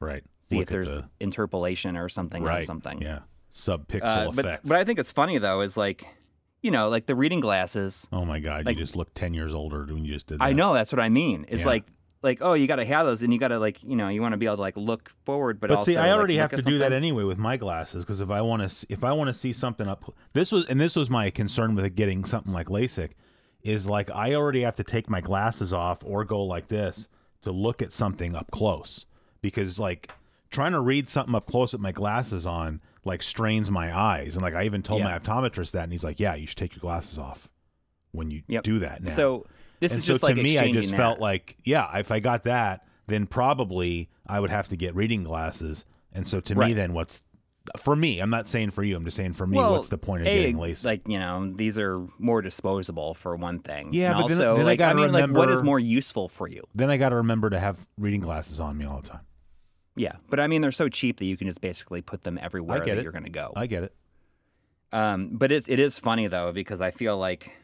[SPEAKER 1] Right.
[SPEAKER 2] see
[SPEAKER 1] Look
[SPEAKER 2] if
[SPEAKER 1] at
[SPEAKER 2] there's
[SPEAKER 1] the,
[SPEAKER 2] interpolation or something on
[SPEAKER 1] right.
[SPEAKER 2] something.
[SPEAKER 1] Yeah. Sub pixel
[SPEAKER 2] Uh, but
[SPEAKER 1] effects.
[SPEAKER 2] but I think it's funny though is like, you know, like the reading glasses.
[SPEAKER 1] oh my god,
[SPEAKER 2] like-
[SPEAKER 1] you just look ten years older when you just did. That.
[SPEAKER 2] I know that's what I mean. It's
[SPEAKER 1] Yeah.
[SPEAKER 2] like like oh, you got to have those, and you got to like you know you want to be able to like look forward, but,
[SPEAKER 1] But
[SPEAKER 2] also
[SPEAKER 1] see, I
[SPEAKER 2] like,
[SPEAKER 1] already
[SPEAKER 2] look
[SPEAKER 1] have to
[SPEAKER 2] at
[SPEAKER 1] do that
[SPEAKER 2] something.
[SPEAKER 1] anyway with my glasses because if I want to, if I want to see something up, this was and this was my concern with getting something like LASIK, is like I already have to take my glasses off or go like this to look at something up close because like trying to read something up close with my glasses on like strains my eyes and like I even told
[SPEAKER 2] Yeah.
[SPEAKER 1] my optometrist that and he's like, yeah, you should take your glasses off when you
[SPEAKER 2] Yep.
[SPEAKER 1] do that. Now.
[SPEAKER 2] So this
[SPEAKER 1] and
[SPEAKER 2] is
[SPEAKER 1] so
[SPEAKER 2] just
[SPEAKER 1] to
[SPEAKER 2] like
[SPEAKER 1] me, I
[SPEAKER 2] exchanging
[SPEAKER 1] just
[SPEAKER 2] that.
[SPEAKER 1] felt like, yeah, if I got that, then probably I would have to get reading glasses. And so to me,
[SPEAKER 2] Right.
[SPEAKER 1] then what's for me? I'm not saying for you. I'm just saying for me,
[SPEAKER 2] well,
[SPEAKER 1] what's the point of
[SPEAKER 2] A,
[SPEAKER 1] getting LASIK?
[SPEAKER 2] Like you know these are more disposable for one thing.
[SPEAKER 1] Yeah,
[SPEAKER 2] and
[SPEAKER 1] but then-
[SPEAKER 2] also
[SPEAKER 1] then I
[SPEAKER 2] like
[SPEAKER 1] gotta
[SPEAKER 2] mean like what is
[SPEAKER 1] remember-
[SPEAKER 2] more useful for you?
[SPEAKER 1] then I got to remember to have reading glasses on me all the time.
[SPEAKER 2] Yeah, but I mean they're so cheap that you can just basically put them everywhere
[SPEAKER 1] get
[SPEAKER 2] that
[SPEAKER 1] it.
[SPEAKER 2] you're gonna go.
[SPEAKER 1] I get it.
[SPEAKER 2] um, but it's it is funny though because I feel like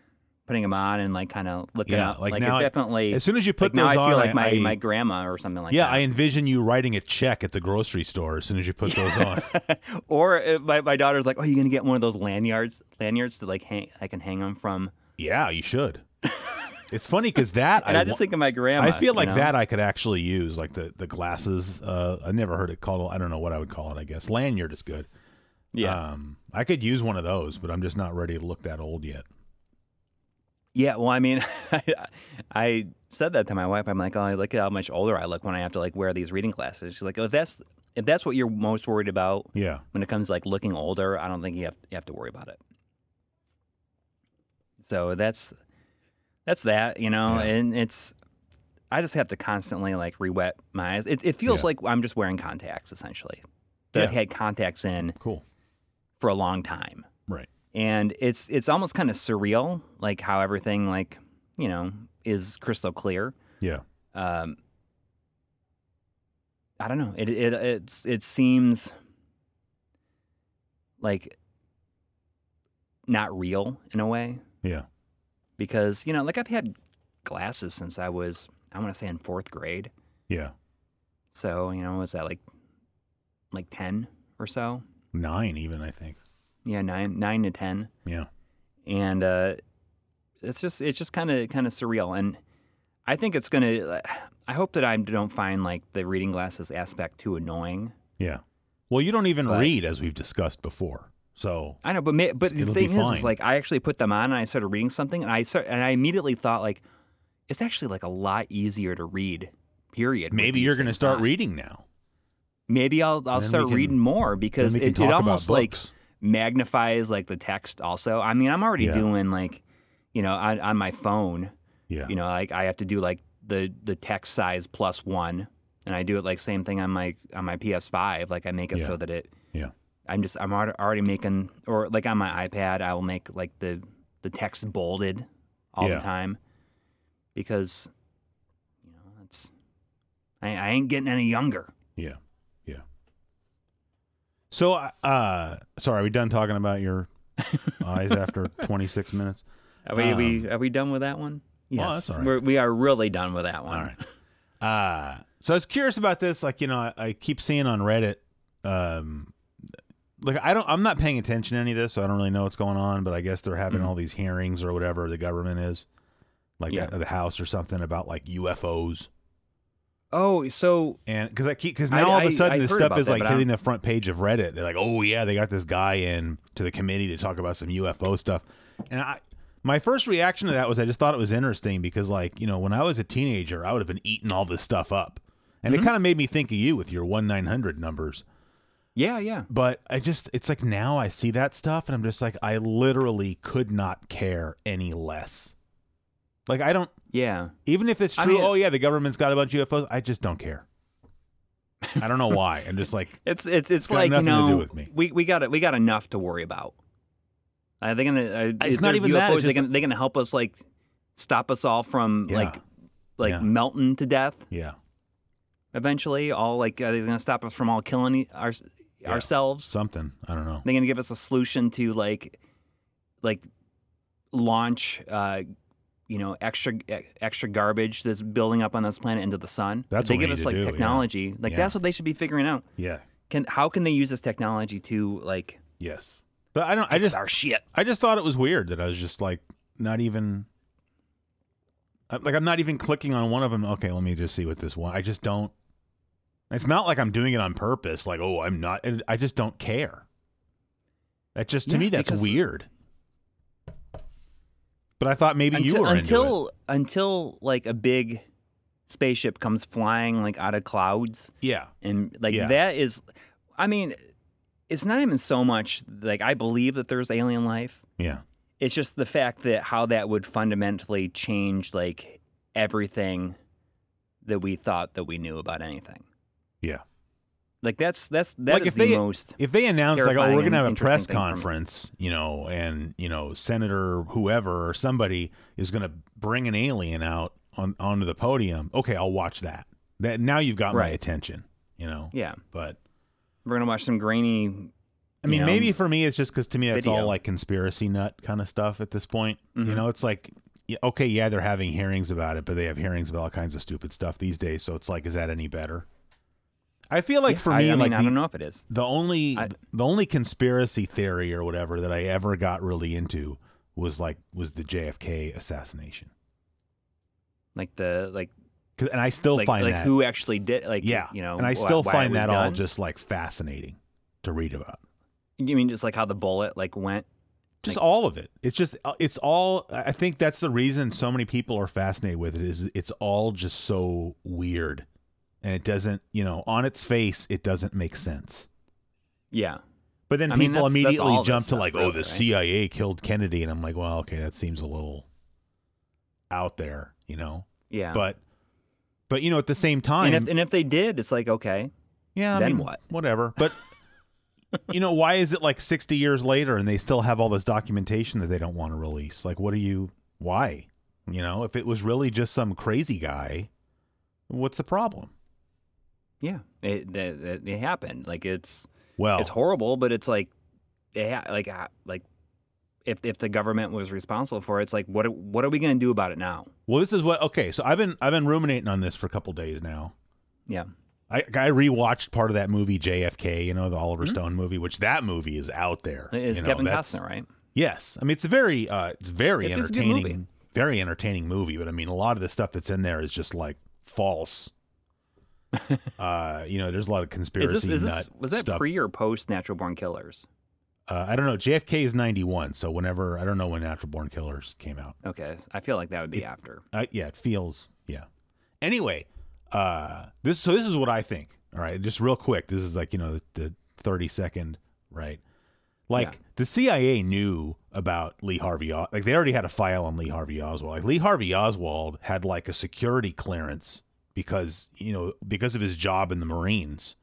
[SPEAKER 2] putting them on and like kind of looking
[SPEAKER 1] Yeah,
[SPEAKER 2] up
[SPEAKER 1] like
[SPEAKER 2] like,
[SPEAKER 1] now I-
[SPEAKER 2] it definitely
[SPEAKER 1] As soon as you
[SPEAKER 2] like
[SPEAKER 1] put
[SPEAKER 2] now
[SPEAKER 1] those
[SPEAKER 2] I feel
[SPEAKER 1] on,
[SPEAKER 2] like my
[SPEAKER 1] I-
[SPEAKER 2] my grandma or something like
[SPEAKER 1] yeah,
[SPEAKER 2] that.
[SPEAKER 1] I envision you writing a check at the grocery store as soon as you put those
[SPEAKER 2] (laughs)
[SPEAKER 1] on.
[SPEAKER 2] Or uh, my, my daughter's like, "Oh, you gonna get one of those lanyards? Lanyards to like hang? I can hang them from."
[SPEAKER 1] yeah, you should. It's funny because that
[SPEAKER 2] And I,
[SPEAKER 1] I,
[SPEAKER 2] just
[SPEAKER 1] wa-
[SPEAKER 2] think of my grandma.
[SPEAKER 1] I feel
[SPEAKER 2] you
[SPEAKER 1] like
[SPEAKER 2] know?
[SPEAKER 1] that I could actually use, like the the glasses. Uh, I never heard it called. I don't know what I would call it. I guess lanyard is good.
[SPEAKER 2] Yeah,
[SPEAKER 1] Um, I could use one of those, but I'm just not ready to look that old yet.
[SPEAKER 2] yeah. Well, I mean, (laughs) I, I said that to my wife. I'm like, "Oh, look at how much older I look when I have to like wear these reading glasses." She's like, "Oh, if that's if that's what you're most worried about
[SPEAKER 1] Yeah.
[SPEAKER 2] when it comes to like looking older, I don't think you have you have to worry about it." So that's that's that, you know,
[SPEAKER 1] Yeah.
[SPEAKER 2] and it's. I just have to constantly like re-wet my eyes. It, it feels
[SPEAKER 1] Yeah.
[SPEAKER 2] like I'm just wearing contacts essentially. That I've
[SPEAKER 1] Yeah.
[SPEAKER 2] had contacts in
[SPEAKER 1] Cool.
[SPEAKER 2] for a long time,
[SPEAKER 1] Right.
[SPEAKER 2] and it's it's almost kind of surreal, like how everything like you know is crystal clear.
[SPEAKER 1] Yeah.
[SPEAKER 2] Um, I don't know. It it it's it seems like not real in a way
[SPEAKER 1] Yeah.
[SPEAKER 2] because you know, like I've had glasses since I was I want to say in fourth grade.
[SPEAKER 1] Yeah.
[SPEAKER 2] So you know, was that like like ten or so?
[SPEAKER 1] Nine, even, I think.
[SPEAKER 2] Yeah, nine nine to ten.
[SPEAKER 1] Yeah.
[SPEAKER 2] and uh, it's just it's just kind of kind of surreal. And I think it's gonna. I hope that I don't find like the reading glasses aspect too annoying.
[SPEAKER 1] Yeah. Well, you don't even
[SPEAKER 2] But-
[SPEAKER 1] read, as we've discussed before. So,
[SPEAKER 2] I know, but ma- but the
[SPEAKER 1] It'll be
[SPEAKER 2] thing is,
[SPEAKER 1] fine.
[SPEAKER 2] is, like I actually put them on and I started reading something, and I start, and I immediately thought like it's actually like a lot easier to read. Period. with
[SPEAKER 1] maybe
[SPEAKER 2] these
[SPEAKER 1] you're going to
[SPEAKER 2] things
[SPEAKER 1] start
[SPEAKER 2] on.
[SPEAKER 1] reading now.
[SPEAKER 2] Maybe I'll
[SPEAKER 1] then
[SPEAKER 2] I'll
[SPEAKER 1] we
[SPEAKER 2] start
[SPEAKER 1] can-
[SPEAKER 2] reading more
[SPEAKER 1] Then
[SPEAKER 2] because
[SPEAKER 1] we can
[SPEAKER 2] it,
[SPEAKER 1] talk
[SPEAKER 2] it
[SPEAKER 1] about
[SPEAKER 2] almost like
[SPEAKER 1] books.
[SPEAKER 2] magnifies like the text. Also, I mean, I'm already
[SPEAKER 1] Yeah.
[SPEAKER 2] doing like you know on, on my phone.
[SPEAKER 1] Yeah.
[SPEAKER 2] you know like i have to do like the the text size plus one and i do it like same thing on my on my ps5 like i make it
[SPEAKER 1] Yeah.
[SPEAKER 2] so that it
[SPEAKER 1] Yeah.
[SPEAKER 2] i'm just i'm alre- already making or like on my ipad i will make like the the text bolded all
[SPEAKER 1] Yeah.
[SPEAKER 2] the time because you know that's I, I ain't getting any younger
[SPEAKER 1] Yeah. Yeah. So, uh, sorry, are we done talking about
[SPEAKER 2] (laughs)
[SPEAKER 1] your eyes after 26 minutes?
[SPEAKER 2] are we, we are we done with that one
[SPEAKER 1] Um,
[SPEAKER 2] yes
[SPEAKER 1] Oh, that's all right.
[SPEAKER 2] We're, we are really done with that one
[SPEAKER 1] All right. (laughs) Uh, so I was curious about this. Like, you know, I, I keep seeing on Reddit, um, like I don't, I'm not paying attention to any of this, so I don't really know what's going on. But I guess they're having all these hearings or whatever the government is, like
[SPEAKER 2] Yeah.
[SPEAKER 1] at the House or something about like UFOs.
[SPEAKER 2] oh so
[SPEAKER 1] And because I keep because
[SPEAKER 2] I-
[SPEAKER 1] now all of
[SPEAKER 2] I-
[SPEAKER 1] a sudden
[SPEAKER 2] I've
[SPEAKER 1] this
[SPEAKER 2] heard
[SPEAKER 1] stuff
[SPEAKER 2] about
[SPEAKER 1] is
[SPEAKER 2] that,
[SPEAKER 1] like
[SPEAKER 2] but I
[SPEAKER 1] hitting the front page of Reddit. They're like, oh yeah, they got this guy in to the committee to talk about some UFO stuff. And I, my first reaction to that was I just thought it was interesting because like you know when I was a teenager I would have been eating all this stuff up, and
[SPEAKER 2] Mm-hmm.
[SPEAKER 1] it kind of made me think of you with your one nine hundred numbers.
[SPEAKER 2] yeah yeah
[SPEAKER 1] But I just it's like now I see that stuff and I'm just like I literally could not care any less. Like I don't
[SPEAKER 2] yeah
[SPEAKER 1] even if it's
[SPEAKER 2] I
[SPEAKER 1] true,
[SPEAKER 2] mean-
[SPEAKER 1] oh yeah, the government's got a bunch of UFOs. I just don't care. I don't know why. I'm just like,
[SPEAKER 2] It's it's it's
[SPEAKER 1] got
[SPEAKER 2] like you
[SPEAKER 1] nothing to do
[SPEAKER 2] know
[SPEAKER 1] with me.
[SPEAKER 2] we we got it we got enough to worry about. Are they gonna? Uh,
[SPEAKER 1] It's not even
[SPEAKER 2] UFOs,
[SPEAKER 1] that, it's
[SPEAKER 2] they
[SPEAKER 1] just-
[SPEAKER 2] gonna, they gonna help us like stop us all from
[SPEAKER 1] Yeah.
[SPEAKER 2] like like
[SPEAKER 1] Yeah.
[SPEAKER 2] melting to death
[SPEAKER 1] yeah,
[SPEAKER 2] eventually. All like are they gonna stop us from all killing e- our, ourselves? Are
[SPEAKER 1] something. I don't know.
[SPEAKER 2] they gonna give us a solution to like like launch uh you know extra e- extra garbage that's building up on this planet into the sun?
[SPEAKER 1] That's
[SPEAKER 2] they
[SPEAKER 1] what we
[SPEAKER 2] give
[SPEAKER 1] need
[SPEAKER 2] us
[SPEAKER 1] to
[SPEAKER 2] like
[SPEAKER 1] do, yeah.
[SPEAKER 2] technology. Like
[SPEAKER 1] Yeah.
[SPEAKER 2] that's what they should be figuring out.
[SPEAKER 1] Yeah,
[SPEAKER 2] Can how can they use this technology to like
[SPEAKER 1] yes. But I don't. I just,
[SPEAKER 2] our shit.
[SPEAKER 1] I just thought it was weird that I was just like not even, I- like I'm not even clicking on one of them. Okay, let me just see what this one. I just don't. It's not like I'm doing it on purpose. Like, oh, I'm not. and I just don't care. That just to
[SPEAKER 2] Yeah,
[SPEAKER 1] me, that's
[SPEAKER 2] because-
[SPEAKER 1] weird. But I thought maybe you were into it.
[SPEAKER 2] until until like a big spaceship comes flying like out of clouds
[SPEAKER 1] Yeah,
[SPEAKER 2] and like
[SPEAKER 1] Yeah.
[SPEAKER 2] that is I mean it's not even so much like I believe that there's alien life.
[SPEAKER 1] yeah,
[SPEAKER 2] It's just the fact that how that would fundamentally change like everything that we thought that we knew about anything.
[SPEAKER 1] yeah.
[SPEAKER 2] Like that's that's that is
[SPEAKER 1] Like, if
[SPEAKER 2] the
[SPEAKER 1] they-
[SPEAKER 2] most
[SPEAKER 1] if they announce like oh
[SPEAKER 2] terrifying
[SPEAKER 1] we're gonna
[SPEAKER 2] and
[SPEAKER 1] have a press
[SPEAKER 2] interesting thing for me.
[SPEAKER 1] conference you know and you know senator whoever or somebody is gonna bring an alien out on onto the podium okay i'll watch that that now you've got my
[SPEAKER 2] Right.
[SPEAKER 1] attention you know
[SPEAKER 2] yeah.
[SPEAKER 1] but
[SPEAKER 2] We're gonna watch some grainy
[SPEAKER 1] i mean
[SPEAKER 2] you know,
[SPEAKER 1] maybe for me it's just because to me that's all
[SPEAKER 2] um, video.
[SPEAKER 1] like conspiracy nut kind of stuff at this point you
[SPEAKER 2] Mhm.
[SPEAKER 1] know it's like y- okay yeah they're having hearings about it but they have hearings about all kinds of stupid stuff these days so it's like is that any better i feel like
[SPEAKER 2] yeah,
[SPEAKER 1] for
[SPEAKER 2] I-
[SPEAKER 1] me
[SPEAKER 2] I, mean,
[SPEAKER 1] like
[SPEAKER 2] I
[SPEAKER 1] the-
[SPEAKER 2] don't know if it is.
[SPEAKER 1] the only
[SPEAKER 2] I-
[SPEAKER 1] the only conspiracy theory or whatever that I ever got really into was like was the JFK assassination.
[SPEAKER 2] Like the like
[SPEAKER 1] 'Cause- And I still
[SPEAKER 2] like,
[SPEAKER 1] find
[SPEAKER 2] like
[SPEAKER 1] that
[SPEAKER 2] who actually did like
[SPEAKER 1] yeah,
[SPEAKER 2] you know
[SPEAKER 1] and I
[SPEAKER 2] wh-
[SPEAKER 1] still
[SPEAKER 2] why it
[SPEAKER 1] find
[SPEAKER 2] was
[SPEAKER 1] that all
[SPEAKER 2] done?
[SPEAKER 1] just like fascinating to read about.
[SPEAKER 2] you mean just like how the bullet like went
[SPEAKER 1] Just
[SPEAKER 2] Like-
[SPEAKER 1] all of it. It's just uh, it's all. I think that's the reason so many people are fascinated with it is it's all just so weird, and it doesn't you know on its face it doesn't make sense.
[SPEAKER 2] yeah
[SPEAKER 1] But then
[SPEAKER 2] I mean,
[SPEAKER 1] people
[SPEAKER 2] that's- that's
[SPEAKER 1] immediately
[SPEAKER 2] all this
[SPEAKER 1] jump to
[SPEAKER 2] stuff,
[SPEAKER 1] like, oh,
[SPEAKER 2] really,
[SPEAKER 1] the
[SPEAKER 2] right?
[SPEAKER 1] CIA killed Kennedy, and I'm like, well, okay, that seems a little out there, you know.
[SPEAKER 2] yeah
[SPEAKER 1] But, but you know, at the same time,
[SPEAKER 2] and if, and if they did it's like okay
[SPEAKER 1] yeah, I
[SPEAKER 2] then
[SPEAKER 1] mean,
[SPEAKER 2] what? (laughs)
[SPEAKER 1] Whatever. But you know, why is it like 60 years later and they still have all this documentation that they don't want to release? Like, what are you? Why? You know, if it was really just some crazy guy, what's the problem?
[SPEAKER 2] Yeah, it, it, it happened. Like it's
[SPEAKER 1] Well,
[SPEAKER 2] it's horrible, but it's like, yeah, like uh, like if if the government was responsible for it, it's like what are- what are we gonna do about it now?
[SPEAKER 1] well, this is what. Okay, so I've been I've been ruminating on this for a couple days now.
[SPEAKER 2] Yeah,
[SPEAKER 1] I I rewatched part of that movie JFK, you know, the Oliver Stone movie, which that movie is out there.
[SPEAKER 2] it's
[SPEAKER 1] you know,
[SPEAKER 2] Hmm? Kevin
[SPEAKER 1] that's-
[SPEAKER 2] Costner, right?
[SPEAKER 1] Yes, I mean it's a very uh, it's very
[SPEAKER 2] It is a good
[SPEAKER 1] entertaining,
[SPEAKER 2] movie.
[SPEAKER 1] very entertaining movie. But I mean, a lot of the stuff that's in there is just like
[SPEAKER 2] (laughs)
[SPEAKER 1] false. uh, you know, there's a lot of
[SPEAKER 2] Is
[SPEAKER 1] conspiracy.
[SPEAKER 2] this is this
[SPEAKER 1] nut
[SPEAKER 2] was that
[SPEAKER 1] stuff.
[SPEAKER 2] pre or post Natural Born Killers?
[SPEAKER 1] Uh, I don't know. JFK is 91, so whenever I don't know when Natural Born Killers came out.
[SPEAKER 2] Okay, I feel like that would be after.
[SPEAKER 1] Uh, yeah, it feels yeah. Anyway, uh, this so this is what I think. All right, just real quick. This is like you know the, the thirty second right. Like
[SPEAKER 2] Yeah.
[SPEAKER 1] the CIA knew about Lee Harvey. Os- Like they already had a file on Lee Harvey Oswald. Like Lee Harvey Oswald had like a security clearance because you know because of his job in the Marines.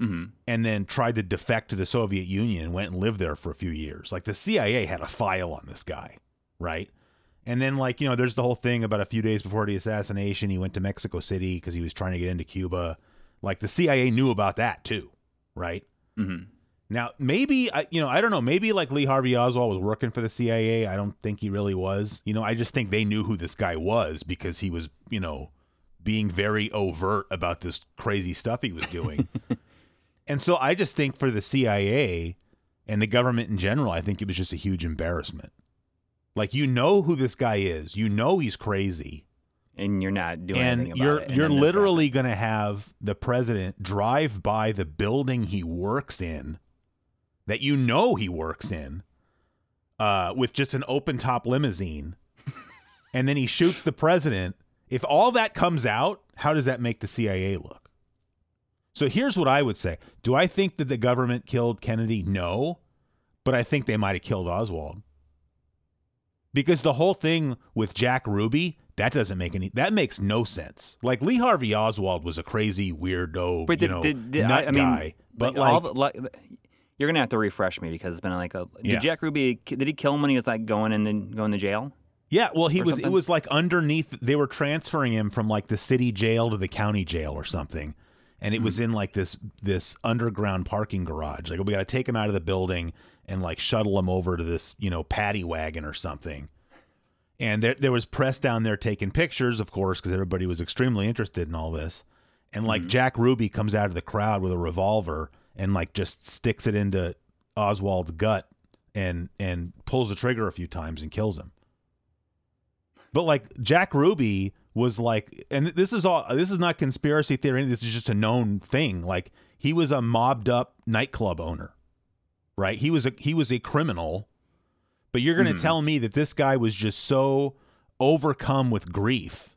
[SPEAKER 2] Mhm.
[SPEAKER 1] And then tried to defect to the Soviet Union and went and lived there for a few years. Like the CIA had a file on this guy, right? And then, like, you know, there's the whole thing about a few days before the assassination, he went to Mexico City because he was trying to get into Cuba. Like, the CIA knew about that too, right?
[SPEAKER 2] hmm
[SPEAKER 1] Now, maybe, I, you know, I don't know. Maybe like Lee Harvey Oswald was working for the CIA. I don't think he really was. You know, I just think they knew who this guy was because he was, you know, being very overt about this crazy stuff he was doing. and so I just think for the CIA and the government in general, I think it was just a huge embarrassment. Like, you know who this guy is, you know he's crazy
[SPEAKER 2] And you're not doing
[SPEAKER 1] and
[SPEAKER 2] anything about
[SPEAKER 1] you're
[SPEAKER 2] it.
[SPEAKER 1] you're
[SPEAKER 2] then this
[SPEAKER 1] literally going to have the president drive by the building he works in that you know he works in uh, with just an open top limousine and then he shoots the president if all that comes out how does that make the cia look so here's what i would say do i think that the government killed kennedy no but i think they might have killed oswald because the whole thing with Jack Ruby that doesn't make any that makes no sense. Like Lee Harvey Oswald was a crazy weirdo,
[SPEAKER 2] But
[SPEAKER 1] you
[SPEAKER 2] did-
[SPEAKER 1] know,
[SPEAKER 2] did- did- I-
[SPEAKER 1] nut
[SPEAKER 2] I mean,
[SPEAKER 1] guy. But like,
[SPEAKER 2] all the, like, you're gonna have to refresh me because it's been like a. Did
[SPEAKER 1] Yeah.
[SPEAKER 2] Jack Ruby? Did he kill him when he was like going and then going to jail?
[SPEAKER 1] yeah, well, he
[SPEAKER 2] or
[SPEAKER 1] was it
[SPEAKER 2] something?
[SPEAKER 1] was like underneath. They were transferring him from like the city jail to the county jail or something, and it
[SPEAKER 2] Hmm.
[SPEAKER 1] was in like this this underground parking garage. Like we got to take him out of the building and like shuttle him over to this you know paddy wagon or something. And there, there was press down there taking pictures, of course, because everybody was extremely interested in all this. And
[SPEAKER 2] Hmm.
[SPEAKER 1] like Jack Ruby comes out of the crowd with a revolver and like just sticks it into Oswald's gut and and pulls the trigger a few times and kills him. But like Jack Ruby was like, and this is all this is not conspiracy theory. This is just a known thing. Like he was a mobbed up nightclub owner, right? He was a he was a criminal. But you're going to tell me that this guy was just so overcome with grief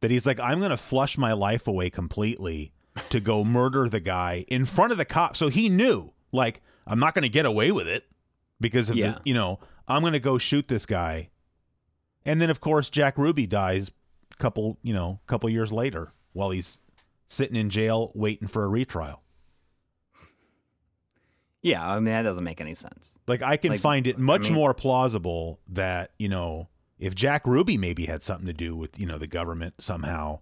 [SPEAKER 1] that he's like, I'm going to flush my life away completely to go murder the guy in front of the cops. So he knew, like, I'm not going to get away with it because of
[SPEAKER 2] Yeah.
[SPEAKER 1] the, you know, I'm going to go shoot this guy. And then, of course, Jack Ruby dies a couple, you know, couple years later while he's sitting in jail waiting for a retrial.
[SPEAKER 2] Yeah, I mean that doesn't make any sense.
[SPEAKER 1] Like I can
[SPEAKER 2] Like,
[SPEAKER 1] find it much
[SPEAKER 2] I mean-
[SPEAKER 1] more plausible that you know if Jack Ruby maybe had something to do with you know the government somehow,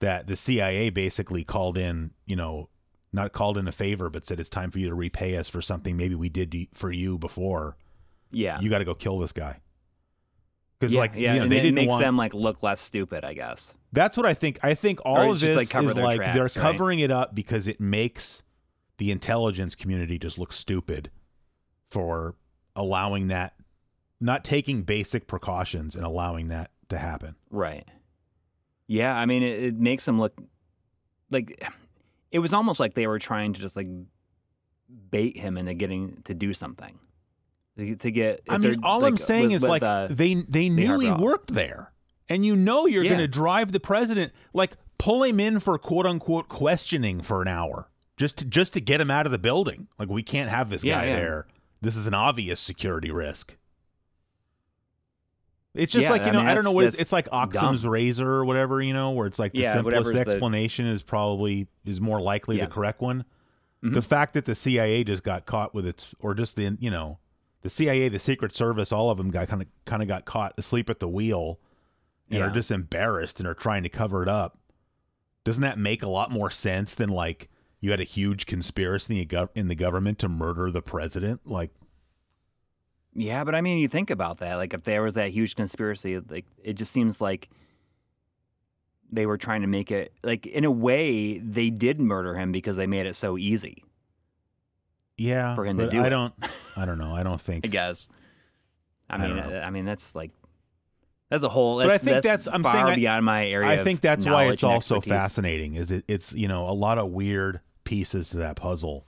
[SPEAKER 1] that the CIA basically called in you know not called in a favor but said it's time for you to repay us for something maybe we did to- for you before.
[SPEAKER 2] Yeah,
[SPEAKER 1] You got to go kill this guy. Because
[SPEAKER 2] yeah,
[SPEAKER 1] like
[SPEAKER 2] yeah,
[SPEAKER 1] you know
[SPEAKER 2] and
[SPEAKER 1] they
[SPEAKER 2] it
[SPEAKER 1] didn't
[SPEAKER 2] makes
[SPEAKER 1] want.
[SPEAKER 2] them like look less stupid, I guess.
[SPEAKER 1] That's what I think. I think all
[SPEAKER 2] Or
[SPEAKER 1] of
[SPEAKER 2] it's just,
[SPEAKER 1] this
[SPEAKER 2] like, cover
[SPEAKER 1] is
[SPEAKER 2] their
[SPEAKER 1] like
[SPEAKER 2] tracks,
[SPEAKER 1] they're
[SPEAKER 2] right?
[SPEAKER 1] covering it up because it makes the intelligence community just look stupid for allowing that, not taking basic precautions and allowing that to happen.
[SPEAKER 2] Right. Yeah, I mean, it, it makes them look like it was almost like they were trying to just like bait him into getting to do something. To get, to get
[SPEAKER 1] I
[SPEAKER 2] if
[SPEAKER 1] mean,
[SPEAKER 2] they're,
[SPEAKER 1] all I'm
[SPEAKER 2] like,
[SPEAKER 1] saying
[SPEAKER 2] with-
[SPEAKER 1] is
[SPEAKER 2] with,
[SPEAKER 1] like
[SPEAKER 2] uh,
[SPEAKER 1] they they knew
[SPEAKER 2] Harbor
[SPEAKER 1] he
[SPEAKER 2] Hall.
[SPEAKER 1] worked there, and you know you're
[SPEAKER 2] Yeah.
[SPEAKER 1] going to drive the president like pull him in for quote unquote questioning for an hour just to, just to get him out of the building. Like we can't have this
[SPEAKER 2] Yeah,
[SPEAKER 1] guy
[SPEAKER 2] yeah.
[SPEAKER 1] there. This is an obvious security risk. It's just
[SPEAKER 2] Yeah,
[SPEAKER 1] like you
[SPEAKER 2] I
[SPEAKER 1] know I,
[SPEAKER 2] mean,
[SPEAKER 1] don't know
[SPEAKER 2] that's-
[SPEAKER 1] what it's,
[SPEAKER 2] that's
[SPEAKER 1] it's like Oxum's razor or whatever you know where it's like the
[SPEAKER 2] Yeah,
[SPEAKER 1] simplest
[SPEAKER 2] whatever's the-
[SPEAKER 1] explanation is probably is more likely
[SPEAKER 2] Yeah.
[SPEAKER 1] the correct one.
[SPEAKER 2] Mhm.
[SPEAKER 1] The fact that the CIA just got caught with its or just the you know the CIA, the Secret Service, all of them got kind of kind of got caught asleep at the wheel and
[SPEAKER 2] yeah.
[SPEAKER 1] are just embarrassed and are trying to cover it up. Doesn't that make a lot more sense than like you had a huge conspiracy in the gov- in the government to murder the president? Like,
[SPEAKER 2] Yeah, but I mean, you think about that. Like, if there was that huge conspiracy, like, it just seems like they were trying to make it, like, in a way, they did murder him because they made it so easy,
[SPEAKER 1] yeah,
[SPEAKER 2] For him to
[SPEAKER 1] but
[SPEAKER 2] do
[SPEAKER 1] I
[SPEAKER 2] it. (laughs)
[SPEAKER 1] don't, I don't know. I don't
[SPEAKER 2] I
[SPEAKER 1] think.
[SPEAKER 2] guess. I
[SPEAKER 1] I
[SPEAKER 2] mean,
[SPEAKER 1] don't know.
[SPEAKER 2] I, I mean, that's like, that's a whole,
[SPEAKER 1] But
[SPEAKER 2] that's,
[SPEAKER 1] I think
[SPEAKER 2] that's,
[SPEAKER 1] that's- I'm
[SPEAKER 2] far
[SPEAKER 1] saying I-
[SPEAKER 2] beyond my area.
[SPEAKER 1] I
[SPEAKER 2] of
[SPEAKER 1] think that's why
[SPEAKER 2] knowledge
[SPEAKER 1] it's
[SPEAKER 2] and
[SPEAKER 1] also
[SPEAKER 2] expertise.
[SPEAKER 1] fascinating. Is it, it's you know a lot of weird pieces to that puzzle,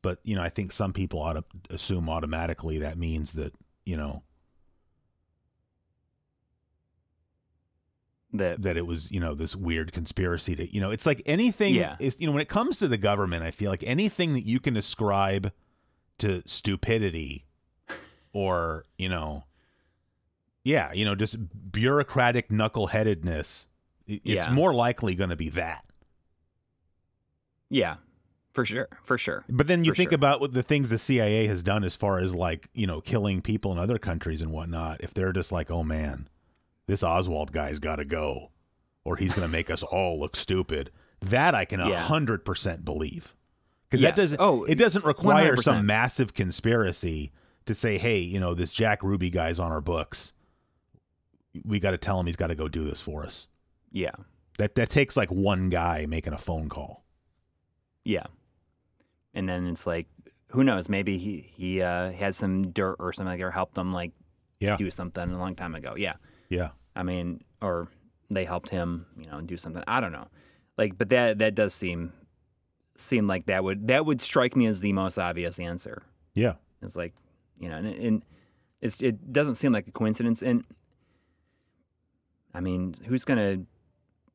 [SPEAKER 1] but you know I think some people ought to assume automatically that means that you know
[SPEAKER 2] That,
[SPEAKER 1] that it was you know this weird conspiracy to you know it's like anything
[SPEAKER 2] Yeah.
[SPEAKER 1] is you know when it comes to the government i feel like anything that you can ascribe to stupidity or you know yeah you know just bureaucratic knuckleheadedness i- it's
[SPEAKER 2] Yeah.
[SPEAKER 1] more likely going to be that
[SPEAKER 2] yeah, for sure, for sure.
[SPEAKER 1] but then you
[SPEAKER 2] For
[SPEAKER 1] think
[SPEAKER 2] sure.
[SPEAKER 1] about what the things the cia has done as far as like you know killing people in other countries and whatnot if they're just like oh man this oswald guy's got to go or he's going to make us all look stupid that i can a
[SPEAKER 2] Yeah.
[SPEAKER 1] 100% believe because
[SPEAKER 2] Yes.
[SPEAKER 1] that doesn't
[SPEAKER 2] Oh,
[SPEAKER 1] it doesn't require some
[SPEAKER 2] 100%.
[SPEAKER 1] massive conspiracy to say hey you know this jack ruby guy's on our books we got to tell him he's got to go do this for us
[SPEAKER 2] Yeah.
[SPEAKER 1] that that takes like one guy making a phone call
[SPEAKER 2] Yeah. And then it's like, who knows? Maybe he he uh, had some dirt or something like, or helped them like
[SPEAKER 1] Yeah.
[SPEAKER 2] do something a long time ago. Yeah.
[SPEAKER 1] yeah
[SPEAKER 2] I mean, or they helped him, you know, do something. I don't know. Like, but that that does seem seem like that would that would strike me as the most obvious answer.
[SPEAKER 1] yeah
[SPEAKER 2] It's like, you know, and, and it's it doesn't seem like a coincidence. And I mean, who's gonna?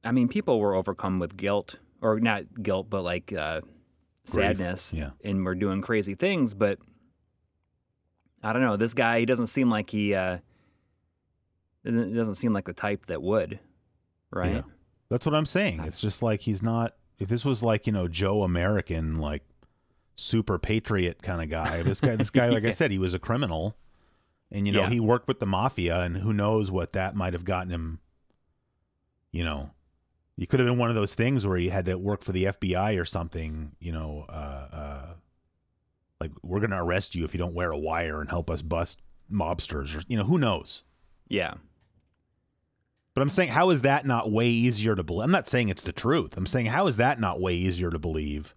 [SPEAKER 2] I mean, people were overcome with guilt, or not guilt, but like uh, sadness,
[SPEAKER 1] yeah.
[SPEAKER 2] and were doing crazy things. But I don't know. This guy, he doesn't seem like he. Uh, doesn't doesn't seem like the type that would, right?
[SPEAKER 1] Yeah. That's what I'm saying. It's just like he's not. If this was like you know Joe American, like super patriot kind of guy, this guy, this guy, like I said, he was a criminal, and you know
[SPEAKER 2] Yeah.
[SPEAKER 1] he worked with the mafia, and who knows what that might have gotten him. You know, he could have been one of those things where he had to work for the FBI or something. You know, uh, uh, like we're gonna arrest you if you don't wear a wire and help us bust mobsters, or you know, who knows.
[SPEAKER 2] yeah.
[SPEAKER 1] But I'm saying, how is that not way easier to believe? I'm not saying it's the truth. I'm saying, how is that not way easier to believe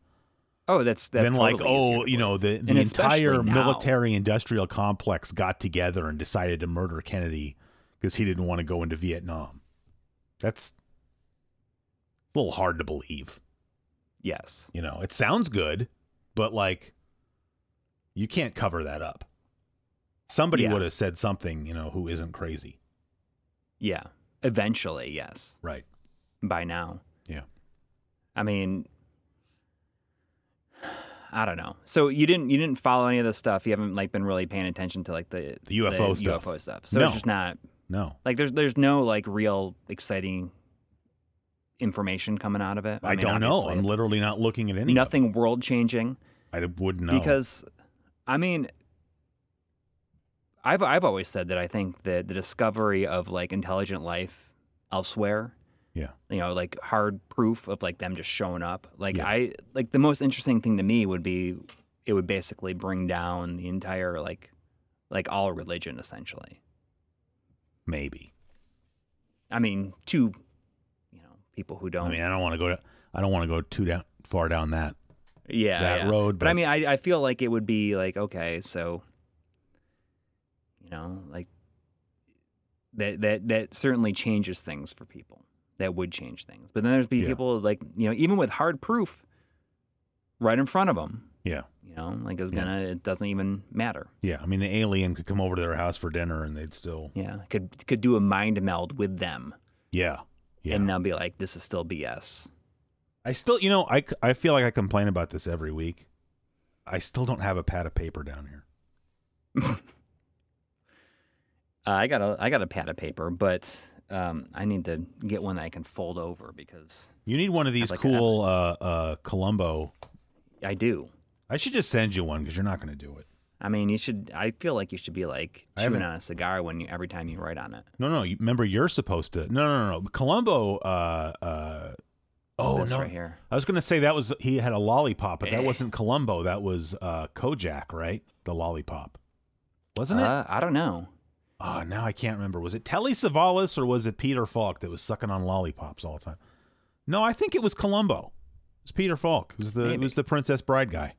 [SPEAKER 2] Oh, that's that's
[SPEAKER 1] than like,
[SPEAKER 2] totally easier
[SPEAKER 1] oh,
[SPEAKER 2] to
[SPEAKER 1] you
[SPEAKER 2] believe.
[SPEAKER 1] know, the,
[SPEAKER 2] And
[SPEAKER 1] the
[SPEAKER 2] especially
[SPEAKER 1] entire
[SPEAKER 2] now.
[SPEAKER 1] military-industrial complex got together and decided to murder Kennedy because he didn't want to go into Vietnam. That's a little hard to believe.
[SPEAKER 2] yes.
[SPEAKER 1] You know, it sounds good, but like, you can't cover that up. Somebody
[SPEAKER 2] Yeah.
[SPEAKER 1] would have said something, you know, who isn't crazy,
[SPEAKER 2] Yeah. Eventually, yes.
[SPEAKER 1] right?
[SPEAKER 2] By now.
[SPEAKER 1] Yeah.
[SPEAKER 2] I mean I don't know. So you didn't you didn't follow any of this stuff. You haven't like been really paying attention to like the
[SPEAKER 1] The UFO stuff.
[SPEAKER 2] UFO stuff. So
[SPEAKER 1] No.
[SPEAKER 2] it's just not
[SPEAKER 1] No,
[SPEAKER 2] like there's there's no like real exciting information coming out of it.
[SPEAKER 1] I,
[SPEAKER 2] mean,
[SPEAKER 1] don't know.
[SPEAKER 2] obviously,
[SPEAKER 1] I'm literally not looking at any. of it.
[SPEAKER 2] nothing world changing.
[SPEAKER 1] I wouldn't know.
[SPEAKER 2] Because, I mean, I've I've always said that I think that the discovery of like intelligent life elsewhere,
[SPEAKER 1] Yeah.
[SPEAKER 2] you know, like hard proof of like them just showing up. Like
[SPEAKER 1] Yeah.
[SPEAKER 2] I like the most interesting thing to me would be it would basically bring down the entire like like all religion essentially.
[SPEAKER 1] maybe.
[SPEAKER 2] I mean, to you know people who don't.
[SPEAKER 1] I mean, I don't want to go. To, I don't want to go too down, far down that.
[SPEAKER 2] yeah,
[SPEAKER 1] that
[SPEAKER 2] yeah.
[SPEAKER 1] road,
[SPEAKER 2] But,
[SPEAKER 1] but-
[SPEAKER 2] I mean, I, I feel like it would be like okay, so you know, like that that that certainly changes things for people. That would change things. But then there's be
[SPEAKER 1] Yeah.
[SPEAKER 2] people like you know, even with hard proof right in front of them,
[SPEAKER 1] Yeah,
[SPEAKER 2] you know, like it's
[SPEAKER 1] Yeah.
[SPEAKER 2] gonna it doesn't even matter.
[SPEAKER 1] yeah. I mean, the alien could come over to their house for dinner, and they'd still.
[SPEAKER 2] Yeah, could could do a mind meld with them,
[SPEAKER 1] Yeah, yeah.
[SPEAKER 2] and they'll be like, this is still BS.
[SPEAKER 1] I still, you know, I c- I feel like I complain about this every week. I still don't have a pad of paper down here.
[SPEAKER 2] Uh, I got a I got a pad of paper, but um, I need to get one that I can fold over because
[SPEAKER 1] You need one of these
[SPEAKER 2] I'd like to have
[SPEAKER 1] cool uh, uh, Columbo.
[SPEAKER 2] I do.
[SPEAKER 1] I should just send you one because you're not going to do it.
[SPEAKER 2] I mean, you should. I feel like you should be like
[SPEAKER 1] I
[SPEAKER 2] chewing
[SPEAKER 1] haven't-
[SPEAKER 2] on a cigar when you every time you write on it.
[SPEAKER 1] No, no. You, remember, you're supposed to. No, no, no, no. Columbo uh, uh, Oh
[SPEAKER 2] this
[SPEAKER 1] no!
[SPEAKER 2] right here.
[SPEAKER 1] I was gonna say that was he had a lollipop, but that
[SPEAKER 2] Eh.
[SPEAKER 1] wasn't Columbo. That was uh, Kojak, right? The lollipop, wasn't it?
[SPEAKER 2] Uh, I don't know.
[SPEAKER 1] Oh, now I can't remember. Was it Telly Savalas or was it Peter Falk that was sucking on lollipops all the time? No, I think it was Columbo. It was Peter Falk. It was the it
[SPEAKER 2] Maybe.
[SPEAKER 1] was the Princess Bride guy.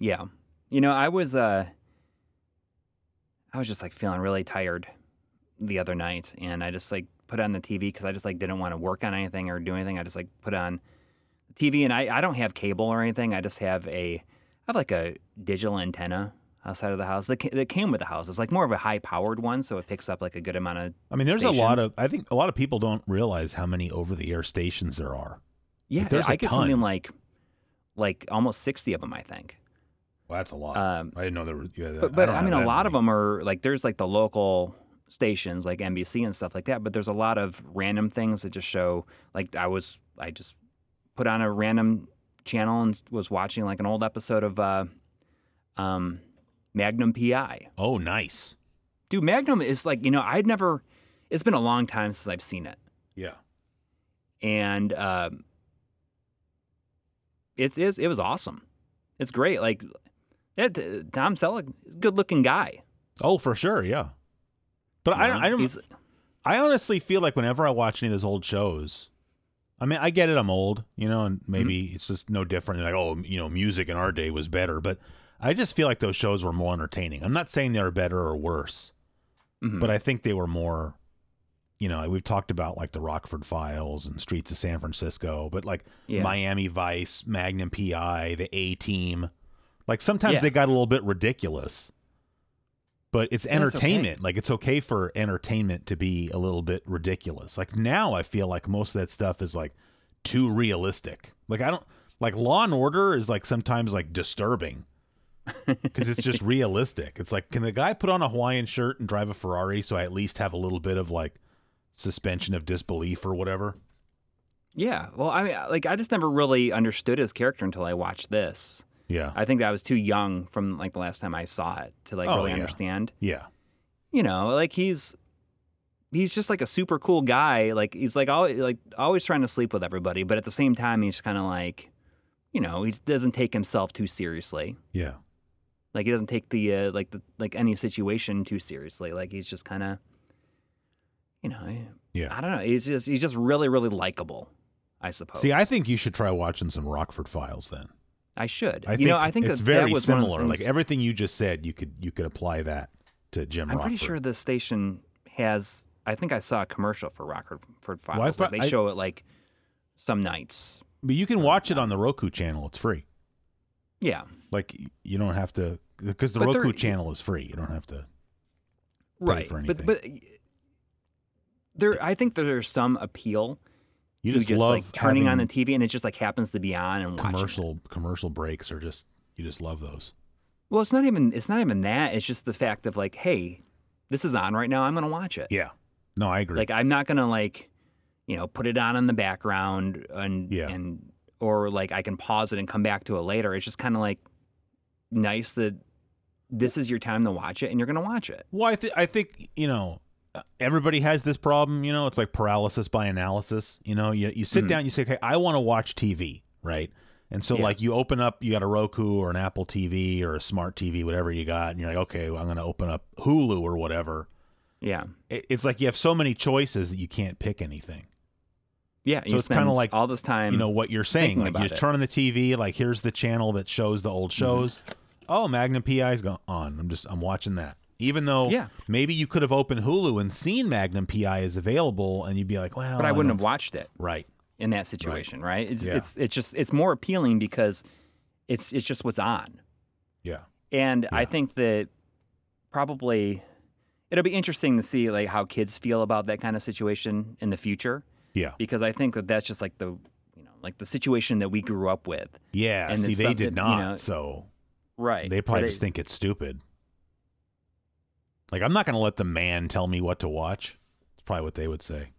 [SPEAKER 2] Yeah. You know, I was uh I was just like feeling really tired the other night and I just like put on the TV cuz I just like didn't want to work on anything or do anything. I just like put on the TV and I I don't have cable or anything. I just have a I have like a digital antenna outside of the house that, ca- that came with the house. It's like more of a high powered one so it picks up like a good amount of
[SPEAKER 1] I mean, there's a lot
[SPEAKER 2] Stations.
[SPEAKER 1] of I think a lot of people don't realize how many over the air stations there are.
[SPEAKER 2] Yeah,
[SPEAKER 1] there's
[SPEAKER 2] I
[SPEAKER 1] a
[SPEAKER 2] get
[SPEAKER 1] ton.
[SPEAKER 2] something like like almost 60 of them, I think.
[SPEAKER 1] Well, that's a lot.
[SPEAKER 2] Um
[SPEAKER 1] I didn't know there were. Yeah, Oh, that-
[SPEAKER 2] But,
[SPEAKER 1] I
[SPEAKER 2] but
[SPEAKER 1] don't
[SPEAKER 2] I,
[SPEAKER 1] have
[SPEAKER 2] mean,
[SPEAKER 1] that
[SPEAKER 2] a lot of
[SPEAKER 1] many.
[SPEAKER 2] them are like there's like the local stations like NBC and stuff like that. But there's a lot of random things that just show. Like I was, I just put on a random channel and was watching like an old episode of uh, um, Magnum PI.
[SPEAKER 1] Oh, nice.
[SPEAKER 2] Dude, Magnum is like you know I'd never. It's been a long time since I've seen it,
[SPEAKER 1] Yeah.
[SPEAKER 2] and um it's is it was awesome. It's great. Like that Tom Selleck, is a good looking guy.
[SPEAKER 1] Oh, for sure. Yeah. But
[SPEAKER 2] you
[SPEAKER 1] I
[SPEAKER 2] know?
[SPEAKER 1] don't. I don't.
[SPEAKER 2] He's-
[SPEAKER 1] I honestly feel like whenever I watch any of those old shows, I mean, I get it, I'm old, you know, and
[SPEAKER 2] Mm-hmm.
[SPEAKER 1] maybe it's just no different. Like, oh, you know, music in our day was better, but I just feel like those shows were more entertaining. I'm not saying they were better or worse,
[SPEAKER 2] Mhm.
[SPEAKER 1] but I think they were more, you know, we've talked about like the Rockford Files and Streets of San Francisco, but like
[SPEAKER 2] Yeah.
[SPEAKER 1] Miami Vice, Magnum PI, the A Team. Like sometimes
[SPEAKER 2] Yeah.
[SPEAKER 1] they got a little bit ridiculous but it's
[SPEAKER 2] That's okay.
[SPEAKER 1] entertainment. Like it's okay for entertainment to be a little bit ridiculous. Like now I feel like most of that stuff is like too realistic. Like I don't like Law and Order is like sometimes like
[SPEAKER 2] (laughs)
[SPEAKER 1] disturbing because it's just realistic. It's like can the guy put on a Hawaiian shirt and drive a Ferrari so I at least have a little bit of like suspension of disbelief or whatever.
[SPEAKER 2] Yeah. Well, I mean, uh, like, I just never really understood his character until I watched this.
[SPEAKER 1] Yeah.
[SPEAKER 2] I think that I was too young from like the last time I saw it to like
[SPEAKER 1] Oh,
[SPEAKER 2] really
[SPEAKER 1] yeah.
[SPEAKER 2] understand.
[SPEAKER 1] Yeah.
[SPEAKER 2] You know, like he's he's just like a super cool guy. Like he's like always like always trying to sleep with everybody, but at the same time he's kind of like, you know, he doesn't take himself too seriously.
[SPEAKER 1] Yeah.
[SPEAKER 2] Like he doesn't take the uh, like the like any situation too seriously. Like he's just kind of, you know,
[SPEAKER 1] Yeah.
[SPEAKER 2] I don't know. He's just he's just really really likable. I suppose.
[SPEAKER 1] See, I think you should try watching some Rockford Files then.
[SPEAKER 2] I should.
[SPEAKER 1] I
[SPEAKER 2] you
[SPEAKER 1] think
[SPEAKER 2] know, I think
[SPEAKER 1] it's
[SPEAKER 2] that,
[SPEAKER 1] very
[SPEAKER 2] that was one of the
[SPEAKER 1] similar. Like
[SPEAKER 2] things-
[SPEAKER 1] everything you just said, you could you could apply that to Jim.
[SPEAKER 2] I'm pretty
[SPEAKER 1] Rockford.
[SPEAKER 2] sure the station has. I think I saw a commercial for Rockford Files.
[SPEAKER 1] Well, I
[SPEAKER 2] Like,
[SPEAKER 1] thought-
[SPEAKER 2] they
[SPEAKER 1] I-
[SPEAKER 2] show it like some nights.
[SPEAKER 1] But you can watch it on the Roku channel. It's free.
[SPEAKER 2] Yeah,
[SPEAKER 1] Like you don't have to because the
[SPEAKER 2] But
[SPEAKER 1] Roku
[SPEAKER 2] there-
[SPEAKER 1] channel is free. You don't have to.
[SPEAKER 2] right.
[SPEAKER 1] for
[SPEAKER 2] But but there, I think there's some appeal
[SPEAKER 1] You
[SPEAKER 2] to
[SPEAKER 1] just,
[SPEAKER 2] just,
[SPEAKER 1] love
[SPEAKER 2] like turning on the
[SPEAKER 1] having
[SPEAKER 2] TV and it just like happens to be on and watching. it.
[SPEAKER 1] commercial commercial breaks or just you just love those.
[SPEAKER 2] Well, it's not even it's not even that. It's just the fact of like, hey, this is on right now. I'm gonna watch it.
[SPEAKER 1] Yeah. No, I agree.
[SPEAKER 2] Like I'm not gonna like, you know, put it on in the background and
[SPEAKER 1] Yeah.
[SPEAKER 2] and or like I can pause it and come back to it later. It's just kind of like nice that this is your time to watch it and you're gonna watch it.
[SPEAKER 1] well, I think I think you know everybody has this problem. You know, it's like paralysis by analysis. You know, you you sit
[SPEAKER 2] Mhm.
[SPEAKER 1] down, you say, okay, I want to watch TV, right? And so
[SPEAKER 2] Yeah.
[SPEAKER 1] like you open up, you got a Roku or an Apple TV or a smart TV, whatever you got, and you're like, okay, well, I'm going to open up Hulu or whatever.
[SPEAKER 2] Yeah,
[SPEAKER 1] It- It's like you have so many choices that you can't pick anything.
[SPEAKER 2] yeah.
[SPEAKER 1] So
[SPEAKER 2] you
[SPEAKER 1] it's kinda
[SPEAKER 2] spend
[SPEAKER 1] like,
[SPEAKER 2] all this time.
[SPEAKER 1] you know what you're saying.
[SPEAKER 2] thinking
[SPEAKER 1] Like you
[SPEAKER 2] about
[SPEAKER 1] just
[SPEAKER 2] it. Mm-hmm.
[SPEAKER 1] turn on the TV, like here's the channel that shows the old shows. Oh, Magnum PI's gone on. I'm just I'm watching that. Even though
[SPEAKER 2] Yeah.
[SPEAKER 1] maybe you could have opened Hulu and seen Magnum PI is available, and you'd be like, well,
[SPEAKER 2] but I wouldn't have
[SPEAKER 1] don't-
[SPEAKER 2] watched it
[SPEAKER 1] uh, Right.
[SPEAKER 2] in that situation, right? It's,
[SPEAKER 1] Yeah.
[SPEAKER 2] it's it's just it's more appealing because it's it's just what's on.
[SPEAKER 1] Yeah.
[SPEAKER 2] And I
[SPEAKER 1] Yeah.
[SPEAKER 2] think that probably it'll be interesting to see like how kids feel about that kind of situation in the future
[SPEAKER 1] Yeah.
[SPEAKER 2] because I think that that's just like the you know like the situation that we grew up with.
[SPEAKER 1] Yeah.
[SPEAKER 2] And
[SPEAKER 1] See,
[SPEAKER 2] it's
[SPEAKER 1] they
[SPEAKER 2] something,
[SPEAKER 1] did
[SPEAKER 2] you
[SPEAKER 1] not.
[SPEAKER 2] know,
[SPEAKER 1] so
[SPEAKER 2] Right.
[SPEAKER 1] they probably just think it's stupid. Like I'm not gonna let the man tell me what to watch. It's probably what they would say.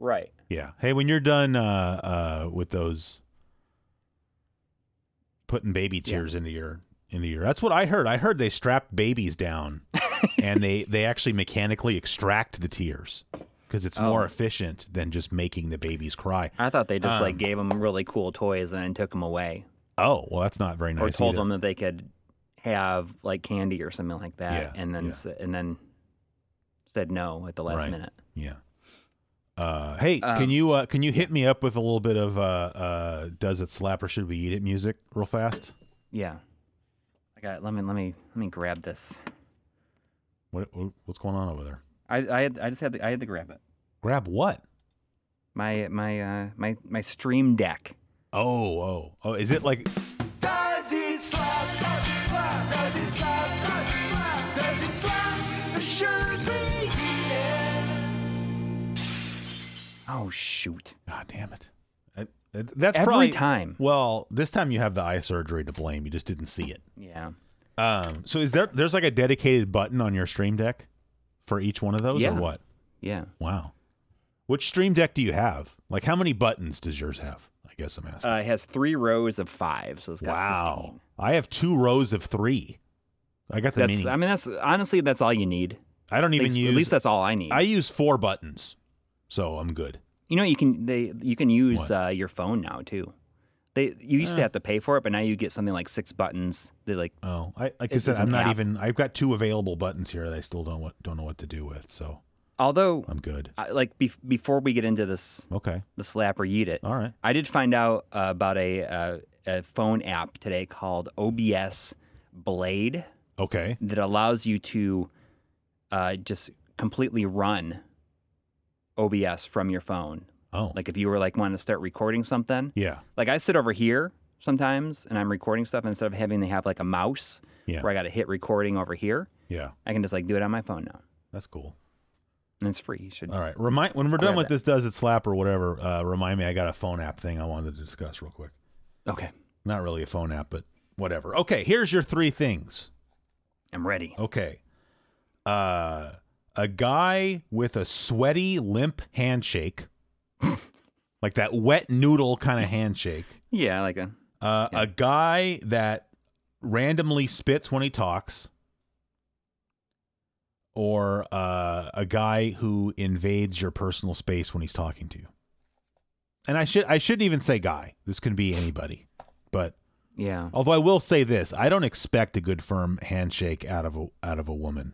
[SPEAKER 2] right.
[SPEAKER 1] Yeah. Hey, when you're done uh, uh, with those putting baby
[SPEAKER 2] Yeah.
[SPEAKER 1] tears into your into your, that's what I heard. I heard they
[SPEAKER 2] (laughs)
[SPEAKER 1] strap babies down and they they actually mechanically extract the tears because it's
[SPEAKER 2] Oh.
[SPEAKER 1] more efficient than just making the babies cry.
[SPEAKER 2] I thought they just
[SPEAKER 1] Um,
[SPEAKER 2] like gave them really cool toys and then took them away,
[SPEAKER 1] Oh, well, that's not very nice.
[SPEAKER 2] or told
[SPEAKER 1] either.
[SPEAKER 2] them that they could have like candy or something like that,
[SPEAKER 1] Yeah,
[SPEAKER 2] and then
[SPEAKER 1] yeah.
[SPEAKER 2] s- and then said no at the last
[SPEAKER 1] Right.
[SPEAKER 2] minute.
[SPEAKER 1] Yeah. Uh, hey, can
[SPEAKER 2] Um,
[SPEAKER 1] you uh, can you hit me up with a little bit of uh, uh, does it slap or should we eat it music real fast?
[SPEAKER 2] Yeah, I got. Let me let me let me grab this.
[SPEAKER 1] What what's going on over there?
[SPEAKER 2] I I, had, I just had to, I had to grab it.
[SPEAKER 1] Grab what?
[SPEAKER 2] My my uh, my my stream deck.
[SPEAKER 1] Oh oh oh! Is it like
[SPEAKER 3] Does it slap? Does it slap? Does it slap? Does it slap? Does it slap? Or should we eat it?
[SPEAKER 2] Oh shoot!
[SPEAKER 1] God damn it! Uh, uh, That's
[SPEAKER 2] Every
[SPEAKER 1] probably-
[SPEAKER 2] time.
[SPEAKER 1] Well, this time you have the eye surgery to blame. You just didn't see it.
[SPEAKER 2] Yeah.
[SPEAKER 1] Um, so is there there's like a dedicated button on your Stream Deck for each one of those,
[SPEAKER 2] Yeah.
[SPEAKER 1] or what?
[SPEAKER 2] Yeah.
[SPEAKER 1] Wow. Which Stream Deck do you have? Like, how many buttons does yours have? I guess I'm asking.
[SPEAKER 2] Uh, it has three rows of five, so it's got
[SPEAKER 1] wow.
[SPEAKER 2] 15.
[SPEAKER 1] I have two rows of three. I got the
[SPEAKER 2] That's
[SPEAKER 1] mini.
[SPEAKER 2] I mean that's honestly that's all you need.
[SPEAKER 1] I don't
[SPEAKER 2] At
[SPEAKER 1] even
[SPEAKER 2] least,
[SPEAKER 1] use.
[SPEAKER 2] at least that's all I need.
[SPEAKER 1] I use four buttons, so I'm good.
[SPEAKER 2] you know you can they you can use
[SPEAKER 1] What?
[SPEAKER 2] uh, your phone now too. They you used to have to pay for it, but now you get something like six buttons. They like
[SPEAKER 1] Oh, I like I
[SPEAKER 2] It's-
[SPEAKER 1] said,
[SPEAKER 2] it's
[SPEAKER 1] I'm
[SPEAKER 2] an
[SPEAKER 1] not
[SPEAKER 2] app.
[SPEAKER 1] even. I've got two available buttons here that I still don't what, don't know what to do with. So
[SPEAKER 2] although
[SPEAKER 1] I'm good.
[SPEAKER 2] I, like bef before we get into this
[SPEAKER 1] Okay.
[SPEAKER 2] the slap or yeet it.
[SPEAKER 1] All right.
[SPEAKER 2] I did find out uh, about a uh, a phone app today called OBS Blade.
[SPEAKER 1] Okay.
[SPEAKER 2] that allows you to uh, just completely run OBS from your phone.
[SPEAKER 1] Oh.
[SPEAKER 2] Like if you were like wanting to start recording something,
[SPEAKER 1] yeah.
[SPEAKER 2] like I sit over here sometimes and I'm recording stuff and instead of having to have like a mouse
[SPEAKER 1] Yeah.
[SPEAKER 2] where I got to hit recording over here.
[SPEAKER 1] Yeah.
[SPEAKER 2] I can just like do it on my phone now,
[SPEAKER 1] That's cool.
[SPEAKER 2] and it's free. You should
[SPEAKER 1] All right. Remind when we're done
[SPEAKER 2] Grab
[SPEAKER 1] with
[SPEAKER 2] that.
[SPEAKER 1] this does it slap or whatever. Uh, remind me, I got a phone app thing I wanted to discuss real quick.
[SPEAKER 2] okay.
[SPEAKER 1] Not really a phone app, but whatever. Okay. Here's your three things.
[SPEAKER 2] I'm ready.
[SPEAKER 1] Okay. Uh, a guy with a sweaty, limp handshake, (laughs) like that wet noodle kind of handshake.
[SPEAKER 2] Yeah, like a
[SPEAKER 1] Uh, A guy that randomly spits when he talks, or uh, a guy who invades your personal space when he's talking to you. And I should I shouldn't even say guy. This can be anybody, but
[SPEAKER 2] yeah.
[SPEAKER 1] Although I will say this, I don't expect a good firm handshake out of a out of a woman.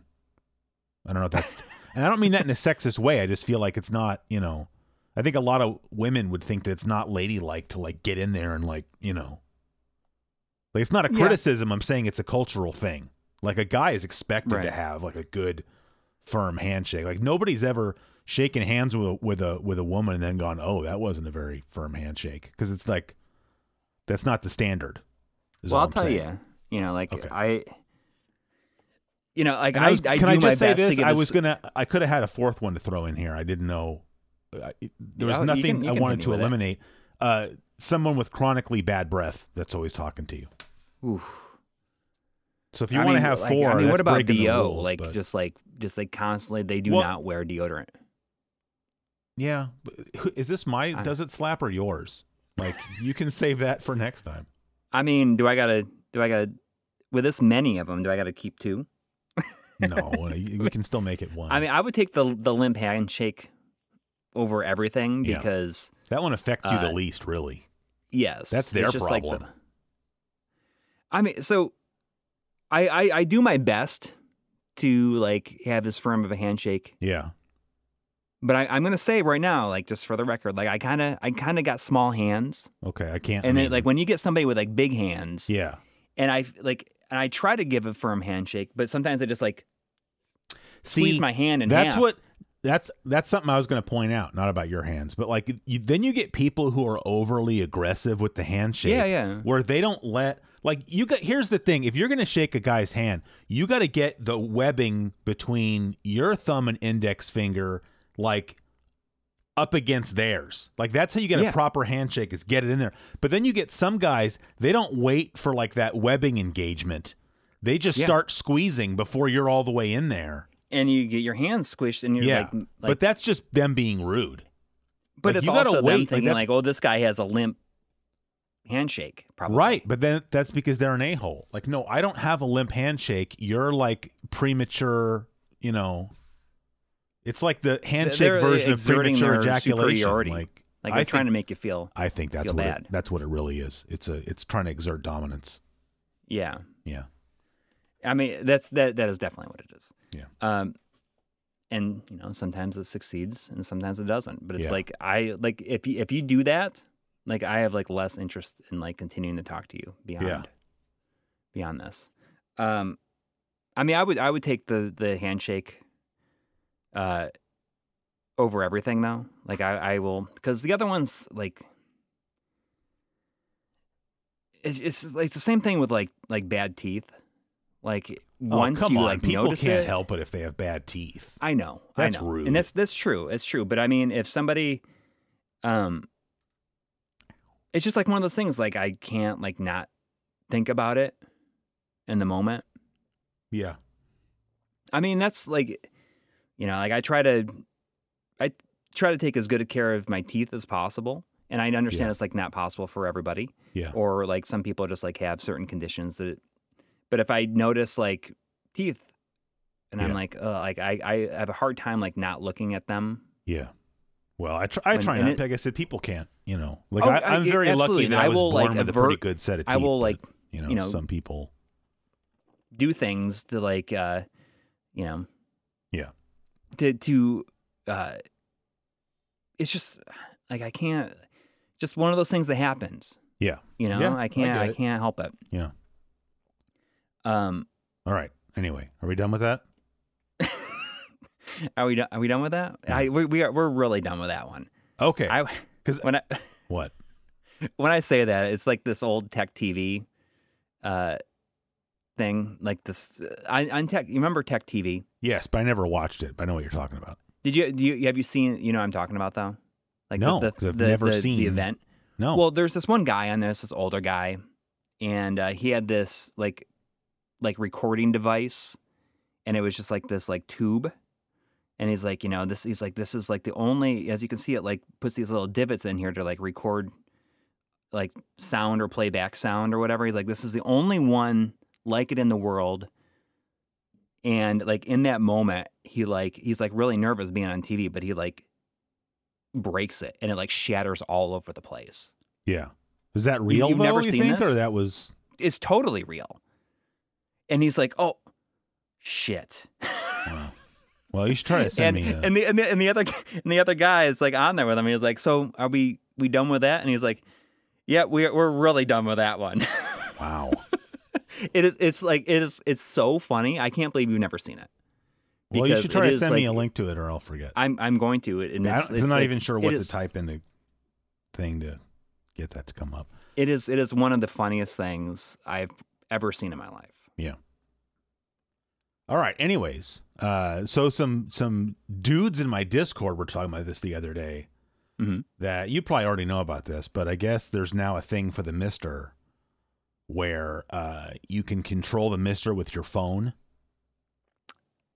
[SPEAKER 1] I don't know if
[SPEAKER 2] (laughs)
[SPEAKER 1] that's and I don't mean that in a sexist way. I just feel like it's not, you know, I think a lot of women would think that it's not ladylike to like get in there and like, you know. Like it's not a
[SPEAKER 2] Yeah.
[SPEAKER 1] criticism, I'm saying it's a cultural thing. Like a guy is expected to
[SPEAKER 2] Right.
[SPEAKER 1] have like a good firm handshake. Like nobody's ever shaken hands with a, with a with a woman and then gone, "Oh, that wasn't a very firm handshake." Cuz it's like that's not the standard. is
[SPEAKER 2] Well,
[SPEAKER 1] all
[SPEAKER 2] I'll
[SPEAKER 1] I'm
[SPEAKER 2] tell
[SPEAKER 1] saying.
[SPEAKER 2] you. You know, like
[SPEAKER 1] Okay.
[SPEAKER 2] I. You know, like
[SPEAKER 1] And I was,
[SPEAKER 2] I,
[SPEAKER 1] can I
[SPEAKER 2] do my
[SPEAKER 1] just say
[SPEAKER 2] best
[SPEAKER 1] this?
[SPEAKER 2] to give
[SPEAKER 1] I
[SPEAKER 2] a
[SPEAKER 1] was
[SPEAKER 2] s-
[SPEAKER 1] gonna. I could have had a fourth one to throw in here. I didn't know. I, it- there was
[SPEAKER 2] Oh, you
[SPEAKER 1] nothing
[SPEAKER 2] can- you
[SPEAKER 1] I
[SPEAKER 2] can
[SPEAKER 1] wanted
[SPEAKER 2] hit me
[SPEAKER 1] to
[SPEAKER 2] with it.
[SPEAKER 1] eliminate. Uh, someone with chronically bad breath that's always talking to you.
[SPEAKER 2] Oof.
[SPEAKER 1] So if you
[SPEAKER 2] I
[SPEAKER 1] want to
[SPEAKER 2] mean,
[SPEAKER 1] have
[SPEAKER 2] like,
[SPEAKER 1] four,
[SPEAKER 2] I mean,
[SPEAKER 1] that's
[SPEAKER 2] what about
[SPEAKER 1] breaking the
[SPEAKER 2] bo?
[SPEAKER 1] rules,
[SPEAKER 2] like
[SPEAKER 1] but-
[SPEAKER 2] just like just like constantly, they do
[SPEAKER 1] Well-
[SPEAKER 2] not wear deodorant.
[SPEAKER 1] yeah. But who- Is this my?
[SPEAKER 2] I-
[SPEAKER 1] does it slap or yours? Like you can save that for next time.
[SPEAKER 2] I mean, do I gotta do I gotta with this many of them? Do I gotta keep two? (laughs)
[SPEAKER 1] No, uh, we can still make it one.
[SPEAKER 2] I mean, I would take the the limp handshake over everything
[SPEAKER 1] Yeah.
[SPEAKER 2] because
[SPEAKER 1] that one affects you the
[SPEAKER 2] uh,
[SPEAKER 1] least, really.
[SPEAKER 2] yes,
[SPEAKER 1] That's
[SPEAKER 2] it's
[SPEAKER 1] their
[SPEAKER 2] just like the-
[SPEAKER 1] problem.
[SPEAKER 2] I mean, so I, I I do my best to like have as firm of a handshake,
[SPEAKER 1] Yeah.
[SPEAKER 2] but I, I'm gonna say right now, like just for the record, like I kind of I kind of got small hands,
[SPEAKER 1] Okay. I can't.
[SPEAKER 2] and
[SPEAKER 1] I
[SPEAKER 2] then
[SPEAKER 1] mean,
[SPEAKER 2] like when you get somebody with like big hands,
[SPEAKER 1] Yeah.
[SPEAKER 2] and I like and I try to give a firm handshake, but sometimes I just like
[SPEAKER 1] See,
[SPEAKER 2] squeeze my hand in
[SPEAKER 1] that's
[SPEAKER 2] half.
[SPEAKER 1] what that's that's something I was going to point out. Not about your hands, but like you, then you get people who are overly aggressive with the handshake.
[SPEAKER 2] Yeah, yeah.
[SPEAKER 1] Where they don't let like you got. Here's the thing: if you're going to shake a guy's hand, you got to get the webbing between your thumb and index finger, like up against theirs. Like that's how you get a
[SPEAKER 2] Yeah.
[SPEAKER 1] proper handshake is get it in there. But then you get some guys, they don't wait for like that webbing engagement. They just
[SPEAKER 2] Yeah.
[SPEAKER 1] start squeezing before you're all the way in there
[SPEAKER 2] and you get your hands squished, and you're
[SPEAKER 1] yeah,
[SPEAKER 2] like, like,
[SPEAKER 1] but that's just them being rude.
[SPEAKER 2] but
[SPEAKER 1] like,
[SPEAKER 2] it's
[SPEAKER 1] you gotta
[SPEAKER 2] also
[SPEAKER 1] wait,
[SPEAKER 2] them
[SPEAKER 1] like,
[SPEAKER 2] thinking
[SPEAKER 1] that's-
[SPEAKER 2] like, oh, this guy has a limp handshake, probably.
[SPEAKER 1] Right, but then that's because they're an a hole. Like, no, I don't have a limp handshake. You're like premature. You know, It's like the handshake
[SPEAKER 2] They're
[SPEAKER 1] version of
[SPEAKER 2] exerting
[SPEAKER 1] premature
[SPEAKER 2] their
[SPEAKER 1] ejaculation.
[SPEAKER 2] superiority.
[SPEAKER 1] Like,
[SPEAKER 2] Like
[SPEAKER 1] I
[SPEAKER 2] they're trying
[SPEAKER 1] think-
[SPEAKER 2] to make you feel.
[SPEAKER 1] I think that's
[SPEAKER 2] feel
[SPEAKER 1] what
[SPEAKER 2] bad.
[SPEAKER 1] it, that's what it really is. It's a it's trying to exert dominance.
[SPEAKER 2] Yeah.
[SPEAKER 1] Yeah.
[SPEAKER 2] I mean, that's that. That is definitely what it is.
[SPEAKER 1] Yeah.
[SPEAKER 2] Um, and you know, sometimes it succeeds and sometimes it doesn't. But it's
[SPEAKER 1] Yeah.
[SPEAKER 2] like I like if you, if you do that, like I have like less interest in like continuing to talk to you beyond beyond this. Um, I mean, I would I would take the the handshake. Uh, over everything though. Like I I will because the other ones like. It's, it's like it's the same thing with like like bad teeth, like
[SPEAKER 1] Oh,
[SPEAKER 2] once
[SPEAKER 1] come
[SPEAKER 2] you
[SPEAKER 1] on,
[SPEAKER 2] like
[SPEAKER 1] people
[SPEAKER 2] notice
[SPEAKER 1] can't
[SPEAKER 2] it,
[SPEAKER 1] help it if they have bad teeth.
[SPEAKER 2] I know.
[SPEAKER 1] That's
[SPEAKER 2] I know.
[SPEAKER 1] rude.
[SPEAKER 2] And that's that's true. It's true. But I mean, if somebody, um, it's just like one of those things. Like I can't like not think about it in the moment.
[SPEAKER 1] Yeah.
[SPEAKER 2] I mean, that's like, you know, like I try to, I try to take as good a care of my teeth as possible. And I understand
[SPEAKER 1] Yeah.
[SPEAKER 2] it's like not possible for everybody.
[SPEAKER 1] Yeah.
[SPEAKER 2] Or like some people just like have certain conditions that, it, but if I notice like teeth, and I'm
[SPEAKER 1] Yeah.
[SPEAKER 2] like, uh, like I, I have a hard time like not looking at them
[SPEAKER 1] Yeah. Well, I try, I
[SPEAKER 2] And-
[SPEAKER 1] try
[SPEAKER 2] and
[SPEAKER 1] not.
[SPEAKER 2] it-
[SPEAKER 1] to. like I said, people can't. You know, like
[SPEAKER 2] Oh, I-
[SPEAKER 1] I, I'm
[SPEAKER 2] it-
[SPEAKER 1] very
[SPEAKER 2] absolutely,
[SPEAKER 1] lucky
[SPEAKER 2] and
[SPEAKER 1] that
[SPEAKER 2] I
[SPEAKER 1] I was
[SPEAKER 2] will, like,
[SPEAKER 1] born with a
[SPEAKER 2] avert-
[SPEAKER 1] pretty good set of teeth.
[SPEAKER 2] I will,
[SPEAKER 1] but,
[SPEAKER 2] like,
[SPEAKER 1] you know,
[SPEAKER 2] you know,
[SPEAKER 1] some people.
[SPEAKER 2] do things to like uh you know
[SPEAKER 1] Yeah.
[SPEAKER 2] to to uh it's just like i can't just one of those things that happens
[SPEAKER 1] Yeah.
[SPEAKER 2] you know
[SPEAKER 1] Yeah, I
[SPEAKER 2] i can't
[SPEAKER 1] get
[SPEAKER 2] i,
[SPEAKER 1] it.
[SPEAKER 2] can't help it
[SPEAKER 1] Yeah.
[SPEAKER 2] um
[SPEAKER 1] All right. Anyway, are we done with that?
[SPEAKER 2] are we done are we done with that i we, we are we're really done with that one
[SPEAKER 1] Okay.
[SPEAKER 2] i
[SPEAKER 1] Because
[SPEAKER 2] when i
[SPEAKER 1] what?
[SPEAKER 2] when i say that it's like this old tech tv uh thing like this i on tech you remember tech tv
[SPEAKER 1] Yes, but I never watched it. But I know what you're talking about.
[SPEAKER 2] Did you do you have you seen you know what I'm talking about though? Like
[SPEAKER 1] No,
[SPEAKER 2] the,
[SPEAKER 1] 'cause
[SPEAKER 2] the,
[SPEAKER 1] I've
[SPEAKER 2] the-
[SPEAKER 1] never
[SPEAKER 2] the-
[SPEAKER 1] seen-
[SPEAKER 2] the event.
[SPEAKER 1] No.
[SPEAKER 2] Well, there's this one guy on this, this older guy, and uh, he had this like like recording device, and it was just like this like tube, and he's like you know this he's like this is like the only as you can see it like puts these little divots in here to like record like sound or playback sound or whatever. He's like this is the only one like it in the world. And like in that moment, he like he's like really nervous being on TV, but he like breaks it and it like shatters all over the place.
[SPEAKER 1] yeah. Is that real?
[SPEAKER 2] you've
[SPEAKER 1] though,
[SPEAKER 2] never
[SPEAKER 1] you
[SPEAKER 2] seen
[SPEAKER 1] think,
[SPEAKER 2] this?
[SPEAKER 1] or that was?
[SPEAKER 2] It's totally real. And he's like, "Oh, shit."
[SPEAKER 1] Wow. Well, you should try to
[SPEAKER 2] and,
[SPEAKER 1] send me. A,
[SPEAKER 2] and the and the and the other (laughs) and the other guy is like on there with him. He's like, "So are we we done with that?" And he's like, "Yeah, we're we're really done with that one." (laughs)
[SPEAKER 1] wow.
[SPEAKER 2] it is it's like it is it's so funny. I can't believe you've never seen it.
[SPEAKER 1] Well, you
[SPEAKER 2] Because
[SPEAKER 1] should
[SPEAKER 2] it
[SPEAKER 1] try to
[SPEAKER 2] is
[SPEAKER 1] send me a
[SPEAKER 2] like-
[SPEAKER 1] link to it, or I'll forget.
[SPEAKER 2] I'm I'm going to it, and
[SPEAKER 1] I
[SPEAKER 2] it's,
[SPEAKER 1] don't-
[SPEAKER 2] it's
[SPEAKER 1] I'm not
[SPEAKER 2] like-
[SPEAKER 1] even sure
[SPEAKER 2] it
[SPEAKER 1] what to
[SPEAKER 2] is-
[SPEAKER 1] type in the thing to get that to come up.
[SPEAKER 2] It is it is one of the funniest things I've ever seen in my life.
[SPEAKER 1] Yeah. All right. Anyways, uh, so some some dudes in my Discord were talking about this the other day.
[SPEAKER 2] Mhm.
[SPEAKER 1] That you probably already know about this, but I guess there's now a thing for the Mister, where uh, you can control the Mister with your phone.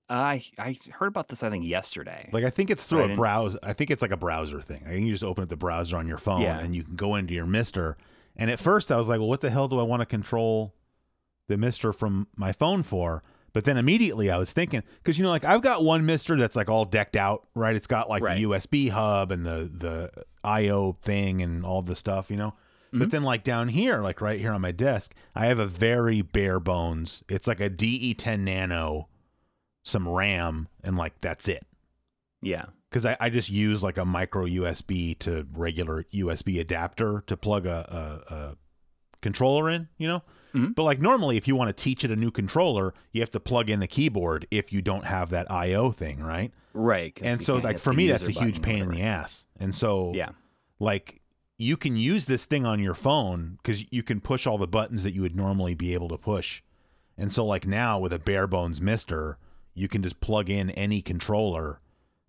[SPEAKER 2] I I heard about this I think yesterday.
[SPEAKER 1] Like I think it's through
[SPEAKER 2] Right,
[SPEAKER 1] a
[SPEAKER 2] and-
[SPEAKER 1] browser. I think it's like a browser thing. I think you just open up the browser on your phone
[SPEAKER 2] Yeah.
[SPEAKER 1] and you can go into your Mister. And at first I was like, well, what the hell do I want to control the Mister from my phone for? But then immediately I was thinking, because you know, like I've got one Mister that's like all decked out, right? It's got like
[SPEAKER 2] Right.
[SPEAKER 1] the USB hub and the the IO thing and all the stuff, you know.
[SPEAKER 2] Mm-hmm.
[SPEAKER 1] But then like down here, like right here on my desk, I have a very bare bones. It's like a DE10 Nano, some RAM, and like that's it
[SPEAKER 2] yeah.
[SPEAKER 1] because I, I just use like a micro USB to regular USB adapter to plug a, a, a controller in, you know?
[SPEAKER 2] Mhm.
[SPEAKER 1] But like normally, if you want to teach it a new controller, you have to plug in the keyboard if you don't have that IO thing, right?
[SPEAKER 2] Right. 'cause
[SPEAKER 1] And
[SPEAKER 2] you
[SPEAKER 1] so,
[SPEAKER 2] can't
[SPEAKER 1] like,
[SPEAKER 2] hit
[SPEAKER 1] for
[SPEAKER 2] the
[SPEAKER 1] me, that's a
[SPEAKER 2] user
[SPEAKER 1] huge
[SPEAKER 2] button or
[SPEAKER 1] pain in the
[SPEAKER 2] whatever.
[SPEAKER 1] ass. And so,
[SPEAKER 2] Yeah.
[SPEAKER 1] like, you can use this thing on your phone because you can push all the buttons that you would normally be able to push. And so, like, now with a bare bones mister, you can just plug in any controller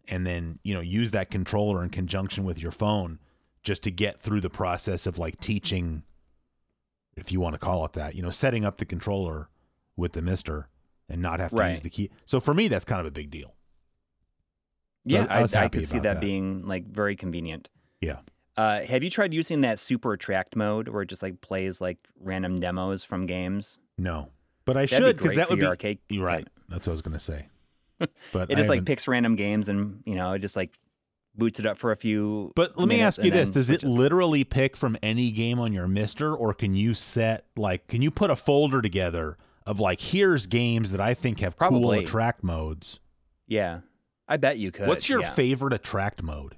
[SPEAKER 1] and then, you know, use that controller in conjunction with your phone just to get through the process of like teaching, if you want to call it that, you know, setting up the controller with the mister and not have to
[SPEAKER 2] Right.
[SPEAKER 1] use the key. So, for me, that's kind of a big deal. So
[SPEAKER 2] Yeah,
[SPEAKER 1] I
[SPEAKER 2] I,
[SPEAKER 1] was
[SPEAKER 2] I,
[SPEAKER 1] happy
[SPEAKER 2] could see
[SPEAKER 1] about
[SPEAKER 2] that,
[SPEAKER 1] that.
[SPEAKER 2] being like very convenient.
[SPEAKER 1] Yeah.
[SPEAKER 2] Uh, have you tried using that super attract mode where it just like plays like random demos from games?
[SPEAKER 1] No, but I
[SPEAKER 2] That'd
[SPEAKER 1] should
[SPEAKER 2] be great
[SPEAKER 1] because that
[SPEAKER 2] for
[SPEAKER 1] would
[SPEAKER 2] your
[SPEAKER 1] be
[SPEAKER 2] arcade.
[SPEAKER 1] You're right.
[SPEAKER 2] cabinet. (laughs)
[SPEAKER 1] That's what I was gonna say. But I
[SPEAKER 2] It just like
[SPEAKER 1] haven't-
[SPEAKER 2] picks random games and you know it just like boots it up for a few.
[SPEAKER 1] But let me
[SPEAKER 2] minutes
[SPEAKER 1] ask you
[SPEAKER 2] and
[SPEAKER 1] this:
[SPEAKER 2] then
[SPEAKER 1] Does it
[SPEAKER 2] switches.
[SPEAKER 1] literally pick from any game on your Mister, or can you set like can you put a folder together of like here's games that I think have cool
[SPEAKER 2] Probably.
[SPEAKER 1] attract modes?
[SPEAKER 2] Yeah, I bet you could.
[SPEAKER 1] What's your
[SPEAKER 2] yeah.
[SPEAKER 1] favorite attract mode?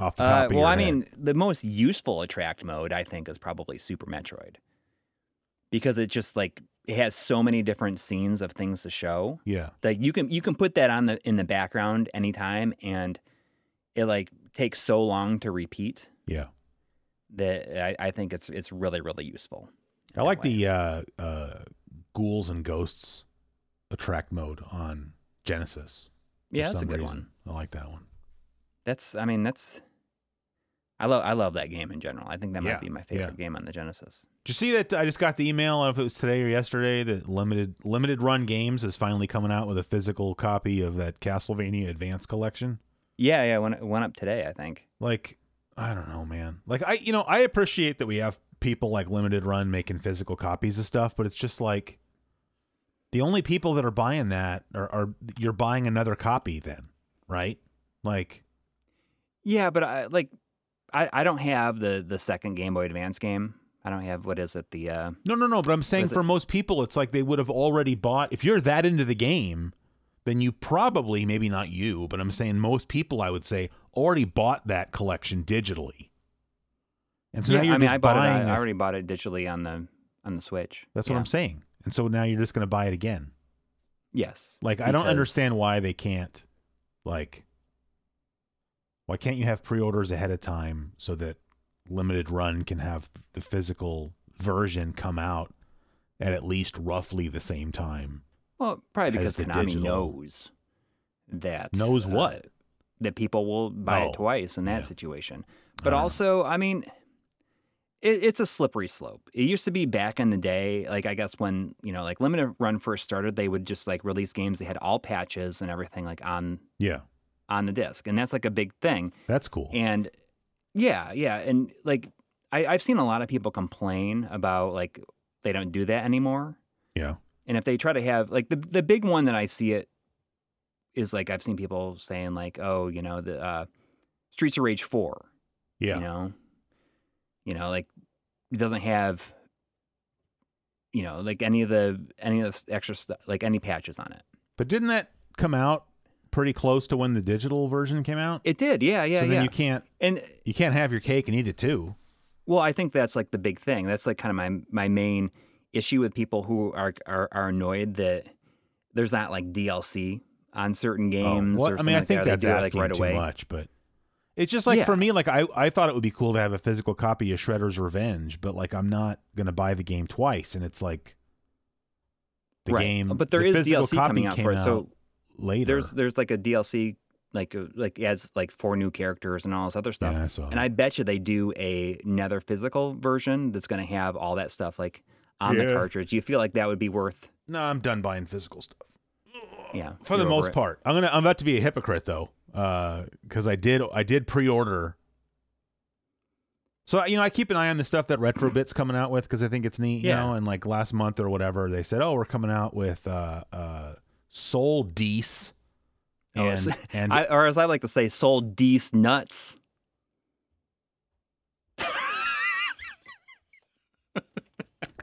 [SPEAKER 1] Off the top
[SPEAKER 2] Uh,
[SPEAKER 1] of
[SPEAKER 2] well,
[SPEAKER 1] your
[SPEAKER 2] I
[SPEAKER 1] head?
[SPEAKER 2] mean, the most useful attract mode I think is probably Super Metroid, because it just like it has so many different scenes of things to show.
[SPEAKER 1] yeah,
[SPEAKER 2] Like you can you can put that on the in the background anytime, and it like takes so long to repeat
[SPEAKER 1] yeah.
[SPEAKER 2] that I, I think it's it's really really useful.
[SPEAKER 1] I like the uh, uh, ghouls and ghosts attract mode on Genesis. for
[SPEAKER 2] yeah, that's a
[SPEAKER 1] some
[SPEAKER 2] good one.
[SPEAKER 1] reason. I like that one.
[SPEAKER 2] That's I mean that's I love I love that game in general. I think that
[SPEAKER 1] Yeah,
[SPEAKER 2] might be my favorite
[SPEAKER 1] yeah.
[SPEAKER 2] game on the Genesis.
[SPEAKER 1] Did you see that? I just got the email. I don't know if it was today or yesterday that limited limited run games is finally coming out with a physical copy of that Castlevania Advance Collection.
[SPEAKER 2] Yeah, yeah, went went up today, I think.
[SPEAKER 1] Like, I don't know, man. Like, I you know I appreciate that we have people like Limited Run making physical copies of stuff, but it's just like the only people that are buying that are, are you're buying another copy then, right? Like,
[SPEAKER 2] Yeah, but I like I, I don't have the the second Game Boy Advance game. I don't have what is it the uh
[SPEAKER 1] No, no, no. But I'm saying
[SPEAKER 2] Was it-
[SPEAKER 1] for most people, it's like they would have already bought. If you're that into the game, then you probably, maybe not you, but I'm saying most people, I would say, already bought that collection digitally. And so
[SPEAKER 2] yeah,
[SPEAKER 1] now you're
[SPEAKER 2] I mean
[SPEAKER 1] just
[SPEAKER 2] I bought it
[SPEAKER 1] buying.
[SPEAKER 2] I, I
[SPEAKER 1] this-
[SPEAKER 2] already bought it digitally on the on the Switch.
[SPEAKER 1] That's
[SPEAKER 2] yeah.
[SPEAKER 1] what I'm saying. And so now you're just going to buy it again.
[SPEAKER 2] Yes.
[SPEAKER 1] Like I don't
[SPEAKER 2] because-
[SPEAKER 1] understand why they can't. Like, why can't you have pre-orders ahead of time so that limited run can have the physical version come out at at least roughly the same time?
[SPEAKER 2] Well, probably
[SPEAKER 1] as
[SPEAKER 2] because
[SPEAKER 1] the
[SPEAKER 2] Konami
[SPEAKER 1] digital-
[SPEAKER 2] knows that
[SPEAKER 1] Knows
[SPEAKER 2] uh,
[SPEAKER 1] what?
[SPEAKER 2] that people will buy
[SPEAKER 1] Oh,
[SPEAKER 2] it twice in that
[SPEAKER 1] yeah.
[SPEAKER 2] situation.
[SPEAKER 1] don't
[SPEAKER 2] But
[SPEAKER 1] know.
[SPEAKER 2] also, I mean, it, it's a slippery slope. It used to be back in the day, like I guess when you know, like limited run first started, they would just like release games. They had all patches and everything like on
[SPEAKER 1] Yeah,
[SPEAKER 2] on the disc, and that's like a big thing.
[SPEAKER 1] that's cool.
[SPEAKER 2] And yeah, yeah, and like I, I've seen a lot of people complain about like they don't do that anymore.
[SPEAKER 1] yeah,
[SPEAKER 2] And if they try to have like the the big one that I see it is like I've seen people saying like, oh, you know, the uh, Streets of Rage four,
[SPEAKER 1] yeah,
[SPEAKER 2] you know, you know, like it doesn't have, you know, like any of the any of this extra stuff, like any patches on it.
[SPEAKER 1] But didn't that come out pretty close to when the digital version came out?
[SPEAKER 2] It did, yeah, yeah,
[SPEAKER 1] so then
[SPEAKER 2] yeah.
[SPEAKER 1] you can't
[SPEAKER 2] and
[SPEAKER 1] you can't have your cake and eat it too.
[SPEAKER 2] well, I think that's like the big thing. That's like kind of my my main issue with people who are are, are annoyed that there's not like DLC on certain games.
[SPEAKER 1] Oh, well,
[SPEAKER 2] or
[SPEAKER 1] I mean, I
[SPEAKER 2] something
[SPEAKER 1] think
[SPEAKER 2] like that.
[SPEAKER 1] that's
[SPEAKER 2] They do it,
[SPEAKER 1] asking
[SPEAKER 2] like right
[SPEAKER 1] too
[SPEAKER 2] away.
[SPEAKER 1] much, but it's just like
[SPEAKER 2] Yeah.
[SPEAKER 1] for me, like I, I thought it would be cool to have a physical copy of Shredder's Revenge, but like I'm not gonna buy the game twice, and it's like the
[SPEAKER 2] right.
[SPEAKER 1] game.
[SPEAKER 2] But there
[SPEAKER 1] the
[SPEAKER 2] is
[SPEAKER 1] physical
[SPEAKER 2] DLC
[SPEAKER 1] copy
[SPEAKER 2] coming out
[SPEAKER 1] came
[SPEAKER 2] for it, so
[SPEAKER 1] later.
[SPEAKER 2] there's there's like a DLC like uh, like adds like four new characters and all this other stuff.
[SPEAKER 1] yeah, I saw
[SPEAKER 2] And
[SPEAKER 1] that.
[SPEAKER 2] I bet you they do a another physical version that's going to have all that stuff like on
[SPEAKER 1] Yeah.
[SPEAKER 2] the cartridge. Do you feel like that would be worth?
[SPEAKER 1] no, I'm done buying physical stuff.
[SPEAKER 2] Yeah,
[SPEAKER 1] for the
[SPEAKER 2] you're over
[SPEAKER 1] most
[SPEAKER 2] it.
[SPEAKER 1] part. I'm gonna I'm about to be a hypocrite though, because I did I did pre-order. So you know, I keep an eye on the stuff that Retrobit's coming out with because I think it's neat, you
[SPEAKER 2] Yeah.
[SPEAKER 1] know. And like last month or whatever, they said, "Oh, we're coming out with uh, uh, Soul Deece,"
[SPEAKER 2] Oh,
[SPEAKER 1] and
[SPEAKER 2] it's-
[SPEAKER 1] and
[SPEAKER 2] (laughs) I, or as I like to say, soul deece nuts.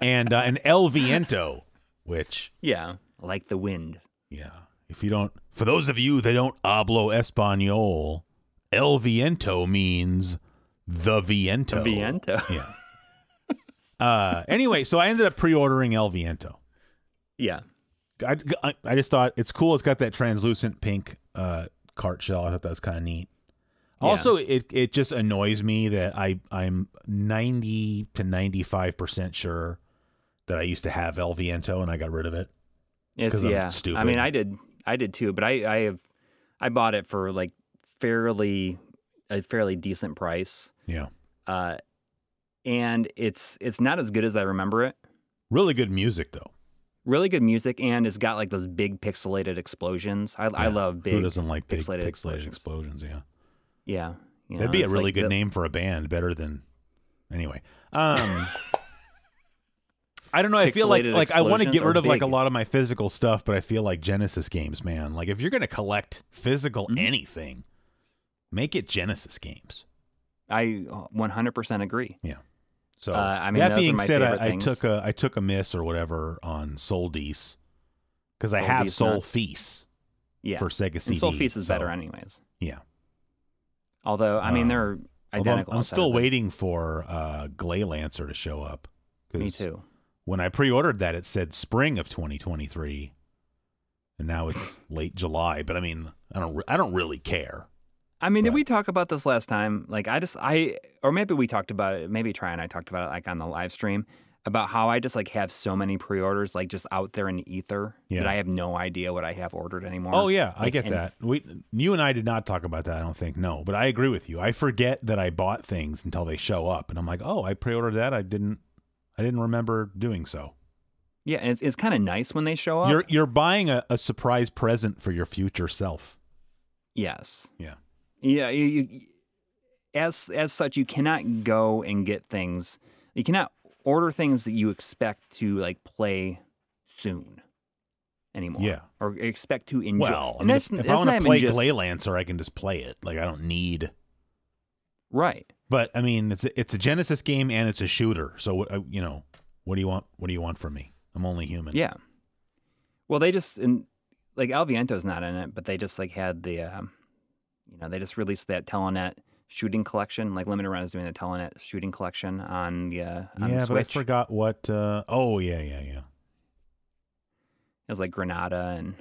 [SPEAKER 1] and uh, and El Viento, which
[SPEAKER 2] Yeah, like the wind.
[SPEAKER 1] yeah, if you don't, for those of you that don't hablo español, El Viento means the Viento.
[SPEAKER 2] Viento. (laughs)
[SPEAKER 1] Yeah. Uh, anyway, so I ended up pre-ordering El Viento.
[SPEAKER 2] yeah.
[SPEAKER 1] I, I, I just thought it's cool. It's got that translucent pink uh, cart shell. I thought that was kind of neat.
[SPEAKER 2] Yeah.
[SPEAKER 1] Also, it it just annoys me that I I'm ninety to ninety five percent sure that I used to have El Viento and I got rid of it.
[SPEAKER 2] It's
[SPEAKER 1] 'Cause I'm
[SPEAKER 2] yeah. I
[SPEAKER 1] stupid.
[SPEAKER 2] mean, I did, I did too, but I, I have, I bought it for like fairly, a fairly decent price,
[SPEAKER 1] Yeah,
[SPEAKER 2] uh, and it's it's not as good as I remember it.
[SPEAKER 1] really good music though.
[SPEAKER 2] Really good music, and it's got like those big pixelated explosions. I, I
[SPEAKER 1] Yeah.
[SPEAKER 2] love big.
[SPEAKER 1] Who doesn't like big
[SPEAKER 2] pixelated
[SPEAKER 1] pixelated, explosions?
[SPEAKER 2] explosions.
[SPEAKER 1] Yeah,
[SPEAKER 2] Yeah, you know,
[SPEAKER 1] that'd be a
[SPEAKER 2] it's
[SPEAKER 1] really
[SPEAKER 2] like
[SPEAKER 1] good
[SPEAKER 2] the-
[SPEAKER 1] name for a band. Better than anyway. Um, I don't know. I feel like
[SPEAKER 2] Pixelated
[SPEAKER 1] like I want to
[SPEAKER 2] explosions
[SPEAKER 1] get
[SPEAKER 2] are
[SPEAKER 1] rid of like a
[SPEAKER 2] big.
[SPEAKER 1] lot of my physical stuff, but I feel like Genesis games, man. Like if you're gonna collect physical
[SPEAKER 2] Mm-hmm.
[SPEAKER 1] anything, make it Genesis games.
[SPEAKER 2] I 100% agree.
[SPEAKER 1] So
[SPEAKER 2] Uh, I mean,
[SPEAKER 1] that
[SPEAKER 2] those are
[SPEAKER 1] being
[SPEAKER 2] my
[SPEAKER 1] said,
[SPEAKER 2] favorite
[SPEAKER 1] I, I
[SPEAKER 2] things.
[SPEAKER 1] took a I took a miss or whatever on Soul Dees because I
[SPEAKER 2] Soul
[SPEAKER 1] have
[SPEAKER 2] Dees
[SPEAKER 1] Soul
[SPEAKER 2] nuts.
[SPEAKER 1] Feast
[SPEAKER 2] Yeah.
[SPEAKER 1] for Sega CD.
[SPEAKER 2] and Soul Feast is
[SPEAKER 1] so,
[SPEAKER 2] better anyways.
[SPEAKER 1] Yeah.
[SPEAKER 2] Although, I mean,
[SPEAKER 1] Um,
[SPEAKER 2] they're
[SPEAKER 1] Although I'm-
[SPEAKER 2] identical.
[SPEAKER 1] I'm
[SPEAKER 2] outside
[SPEAKER 1] still
[SPEAKER 2] of the-
[SPEAKER 1] waiting for uh, Glaylancer to show up. 'cause
[SPEAKER 2] Me too.
[SPEAKER 1] When I pre-ordered that, it said spring of 2023, and now it's (laughs) late July. But I mean, I don't re- I don't really care.
[SPEAKER 2] I mean,
[SPEAKER 1] but-
[SPEAKER 2] did we talk about this last time? Like, I just, I, or maybe we talked about it. Maybe Try and I talked about it like on the live stream about how I just like have so many pre orders like just out there in the ether that
[SPEAKER 1] Yeah.
[SPEAKER 2] I have no idea what I have ordered anymore.
[SPEAKER 1] Oh yeah, I
[SPEAKER 2] Like,
[SPEAKER 1] get
[SPEAKER 2] and-
[SPEAKER 1] that. We you and I did not talk about that. I don't think no, but I agree with you. I forget that I bought things until they show up, and I'm like, oh, I pre-ordered that. I didn't. I didn't remember doing so.
[SPEAKER 2] Yeah. And it's, it's kind of nice when they show up.
[SPEAKER 1] You're you're buying a, a surprise present for your future self.
[SPEAKER 2] Yes.
[SPEAKER 1] Yeah.
[SPEAKER 2] Yeah. You, you, as as such, you cannot go and get things. You cannot order things that you expect to like play soon anymore.
[SPEAKER 1] Yeah.
[SPEAKER 2] Or expect to enjoy.
[SPEAKER 1] Well, I
[SPEAKER 2] And
[SPEAKER 1] mean,
[SPEAKER 2] that's,
[SPEAKER 1] if, if
[SPEAKER 2] that's
[SPEAKER 1] I want
[SPEAKER 2] not
[SPEAKER 1] to
[SPEAKER 2] even
[SPEAKER 1] play
[SPEAKER 2] just-
[SPEAKER 1] Glaylancer, I can just play it. Like I don't need.
[SPEAKER 2] right.
[SPEAKER 1] But I mean, it's a, it's a Genesis game and it's a shooter. So uh, you know, what do you want? What do you want from me? I'm only human.
[SPEAKER 2] Yeah. Well, they just and like Alviento's not in it, but they just like had the, um, you know, they just released that Telenet shooting collection. Like Limited Run is doing the Telenet shooting collection on the uh,
[SPEAKER 1] yeah,
[SPEAKER 2] on the
[SPEAKER 1] but I
[SPEAKER 2] Switch.
[SPEAKER 1] forgot what. Uh, oh yeah, yeah, yeah.
[SPEAKER 2] It was like Granada and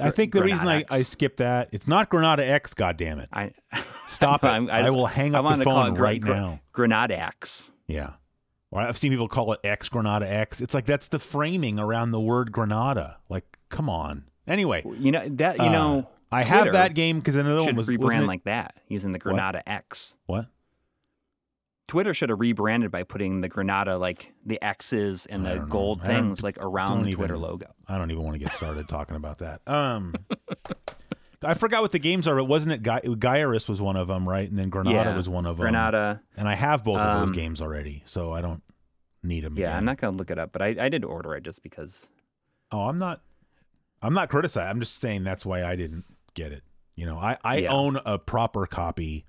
[SPEAKER 1] I think the reason I,
[SPEAKER 2] Granada
[SPEAKER 1] I
[SPEAKER 2] X.
[SPEAKER 1] skipped that it's not Granada X. God damn it!
[SPEAKER 2] I (laughs)
[SPEAKER 1] Stop it!
[SPEAKER 2] I'm- I
[SPEAKER 1] I,
[SPEAKER 2] just-
[SPEAKER 1] will hang
[SPEAKER 2] I
[SPEAKER 1] up
[SPEAKER 2] wanted
[SPEAKER 1] the
[SPEAKER 2] to call
[SPEAKER 1] phone
[SPEAKER 2] it Gra-
[SPEAKER 1] right
[SPEAKER 2] Gra-
[SPEAKER 1] now.
[SPEAKER 2] Granadax.
[SPEAKER 1] Yeah. Or I've seen people call it X Granada X. It's like that's the framing around the word Granada. Like, come on. Anyway,
[SPEAKER 2] You know that you
[SPEAKER 1] uh,
[SPEAKER 2] know
[SPEAKER 1] I have
[SPEAKER 2] Twitter
[SPEAKER 1] that game because another one
[SPEAKER 2] should
[SPEAKER 1] was wasn't
[SPEAKER 2] rebrand
[SPEAKER 1] it-
[SPEAKER 2] like that using the Granada X.
[SPEAKER 1] what?
[SPEAKER 2] Twitter should have rebranded by putting the Granada like the X's and
[SPEAKER 1] I
[SPEAKER 2] the
[SPEAKER 1] don't know.
[SPEAKER 2] gold
[SPEAKER 1] I don't-
[SPEAKER 2] things like around
[SPEAKER 1] don't
[SPEAKER 2] the
[SPEAKER 1] even-
[SPEAKER 2] Twitter logo.
[SPEAKER 1] I don't even want to get started talking about that. Um, (laughs) I forgot what the games are. It wasn't it. Gai- Gyrus was one of them, right? And then Granada
[SPEAKER 2] yeah,
[SPEAKER 1] was one of them.
[SPEAKER 2] Granada.
[SPEAKER 1] And I have both of
[SPEAKER 2] Um,
[SPEAKER 1] those games already, so I don't need them.
[SPEAKER 2] Yeah, I'm not gonna look it up, but I, I did order it just because.
[SPEAKER 1] Oh, I'm not. I'm not criticizing. I'm just saying that's why I didn't get it. You know, I I
[SPEAKER 2] Yeah.
[SPEAKER 1] own a proper copy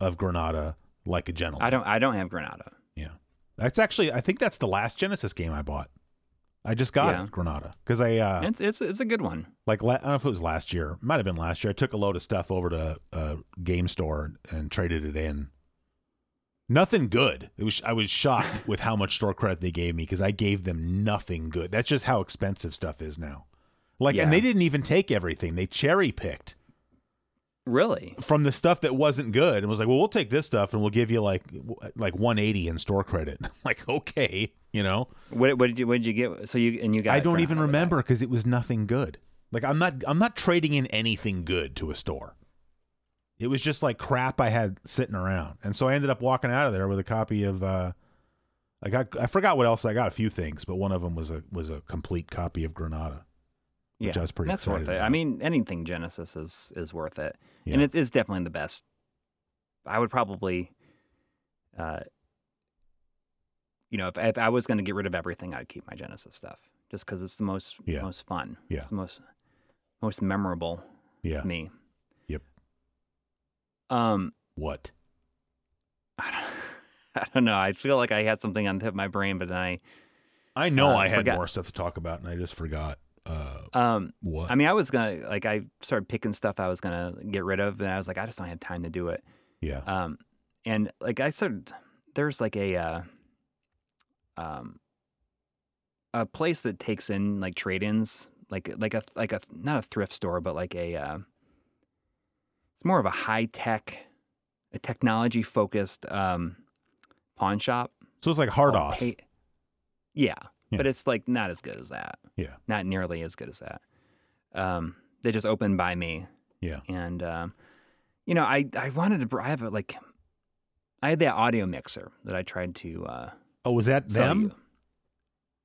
[SPEAKER 1] of Granada like a gentleman.
[SPEAKER 2] I don't I don't have Granada.
[SPEAKER 1] Yeah, that's actually. I think that's the last Genesis game I bought. I just got
[SPEAKER 2] Yeah.
[SPEAKER 1] it, Granada, because I uh,
[SPEAKER 2] It's it's it's a good one.
[SPEAKER 1] like la- I don't know if it was last year, It might have been last year. I took a load of stuff over to a game store and traded it in. Nothing good. It was I was shocked with how much store credit they gave me because I gave them nothing good. That's just how expensive stuff is now. Like,
[SPEAKER 2] Yeah.
[SPEAKER 1] and they didn't even take everything. They cherry picked
[SPEAKER 2] Really?
[SPEAKER 1] from the stuff that wasn't good and was like, well, we'll take this stuff and we'll give you like w- like 180 in store credit. (laughs) like, okay, you know.
[SPEAKER 2] What what did you what did you get? So you and you got
[SPEAKER 1] I don't
[SPEAKER 2] Granada
[SPEAKER 1] even
[SPEAKER 2] with that.
[SPEAKER 1] remember because it was nothing good. Like I'm not I'm not trading in anything good to a store. It was just like crap I had sitting around, and so I ended up walking out of there with a copy of. Uh, I got I forgot what else I got. A few things, but one of them was a was a complete copy of Granada.
[SPEAKER 2] yeah,
[SPEAKER 1] which I was pretty
[SPEAKER 2] That's
[SPEAKER 1] excited
[SPEAKER 2] worth it. I
[SPEAKER 1] about.
[SPEAKER 2] mean, anything Genesis is is worth it,
[SPEAKER 1] Yeah.
[SPEAKER 2] and it is definitely the best. I would probably, uh, you know, if, if I was going to get rid of everything, I'd keep my Genesis stuff just because it's the most
[SPEAKER 1] Yeah.
[SPEAKER 2] most fun.
[SPEAKER 1] Yeah.
[SPEAKER 2] it's the most most memorable
[SPEAKER 1] Yeah.
[SPEAKER 2] to me.
[SPEAKER 1] Yep.
[SPEAKER 2] Um,
[SPEAKER 1] What?
[SPEAKER 2] I don't (laughs) know. I feel like I had something on the tip of my brain, but then I,
[SPEAKER 1] I know
[SPEAKER 2] Uh,
[SPEAKER 1] I had
[SPEAKER 2] forgot-
[SPEAKER 1] more stuff to talk about, and I just forgot. Uh,
[SPEAKER 2] um,
[SPEAKER 1] what?
[SPEAKER 2] I mean, I was gonna like I started picking stuff I was gonna get rid of, and I was like, I just don't have time to do it.
[SPEAKER 1] yeah.
[SPEAKER 2] Um, and like I started, there's like a, uh, um, a place that takes in like trade-ins, like like a like a not a thrift store, but like a, uh, it's more of a high tech, a technology focused um, pawn shop.
[SPEAKER 1] so it's like hard
[SPEAKER 2] called
[SPEAKER 1] off.
[SPEAKER 2] Pay- yeah,
[SPEAKER 1] Yeah.
[SPEAKER 2] but it's like not as good as that.
[SPEAKER 1] Yeah.
[SPEAKER 2] not nearly as good as that. Um, they just opened by me,
[SPEAKER 1] Yeah.
[SPEAKER 2] and um, you know, I I wanted to. br- I have a, like, I had that audio mixer that I tried to uh,
[SPEAKER 1] Oh, was that
[SPEAKER 2] sell
[SPEAKER 1] them?
[SPEAKER 2] you.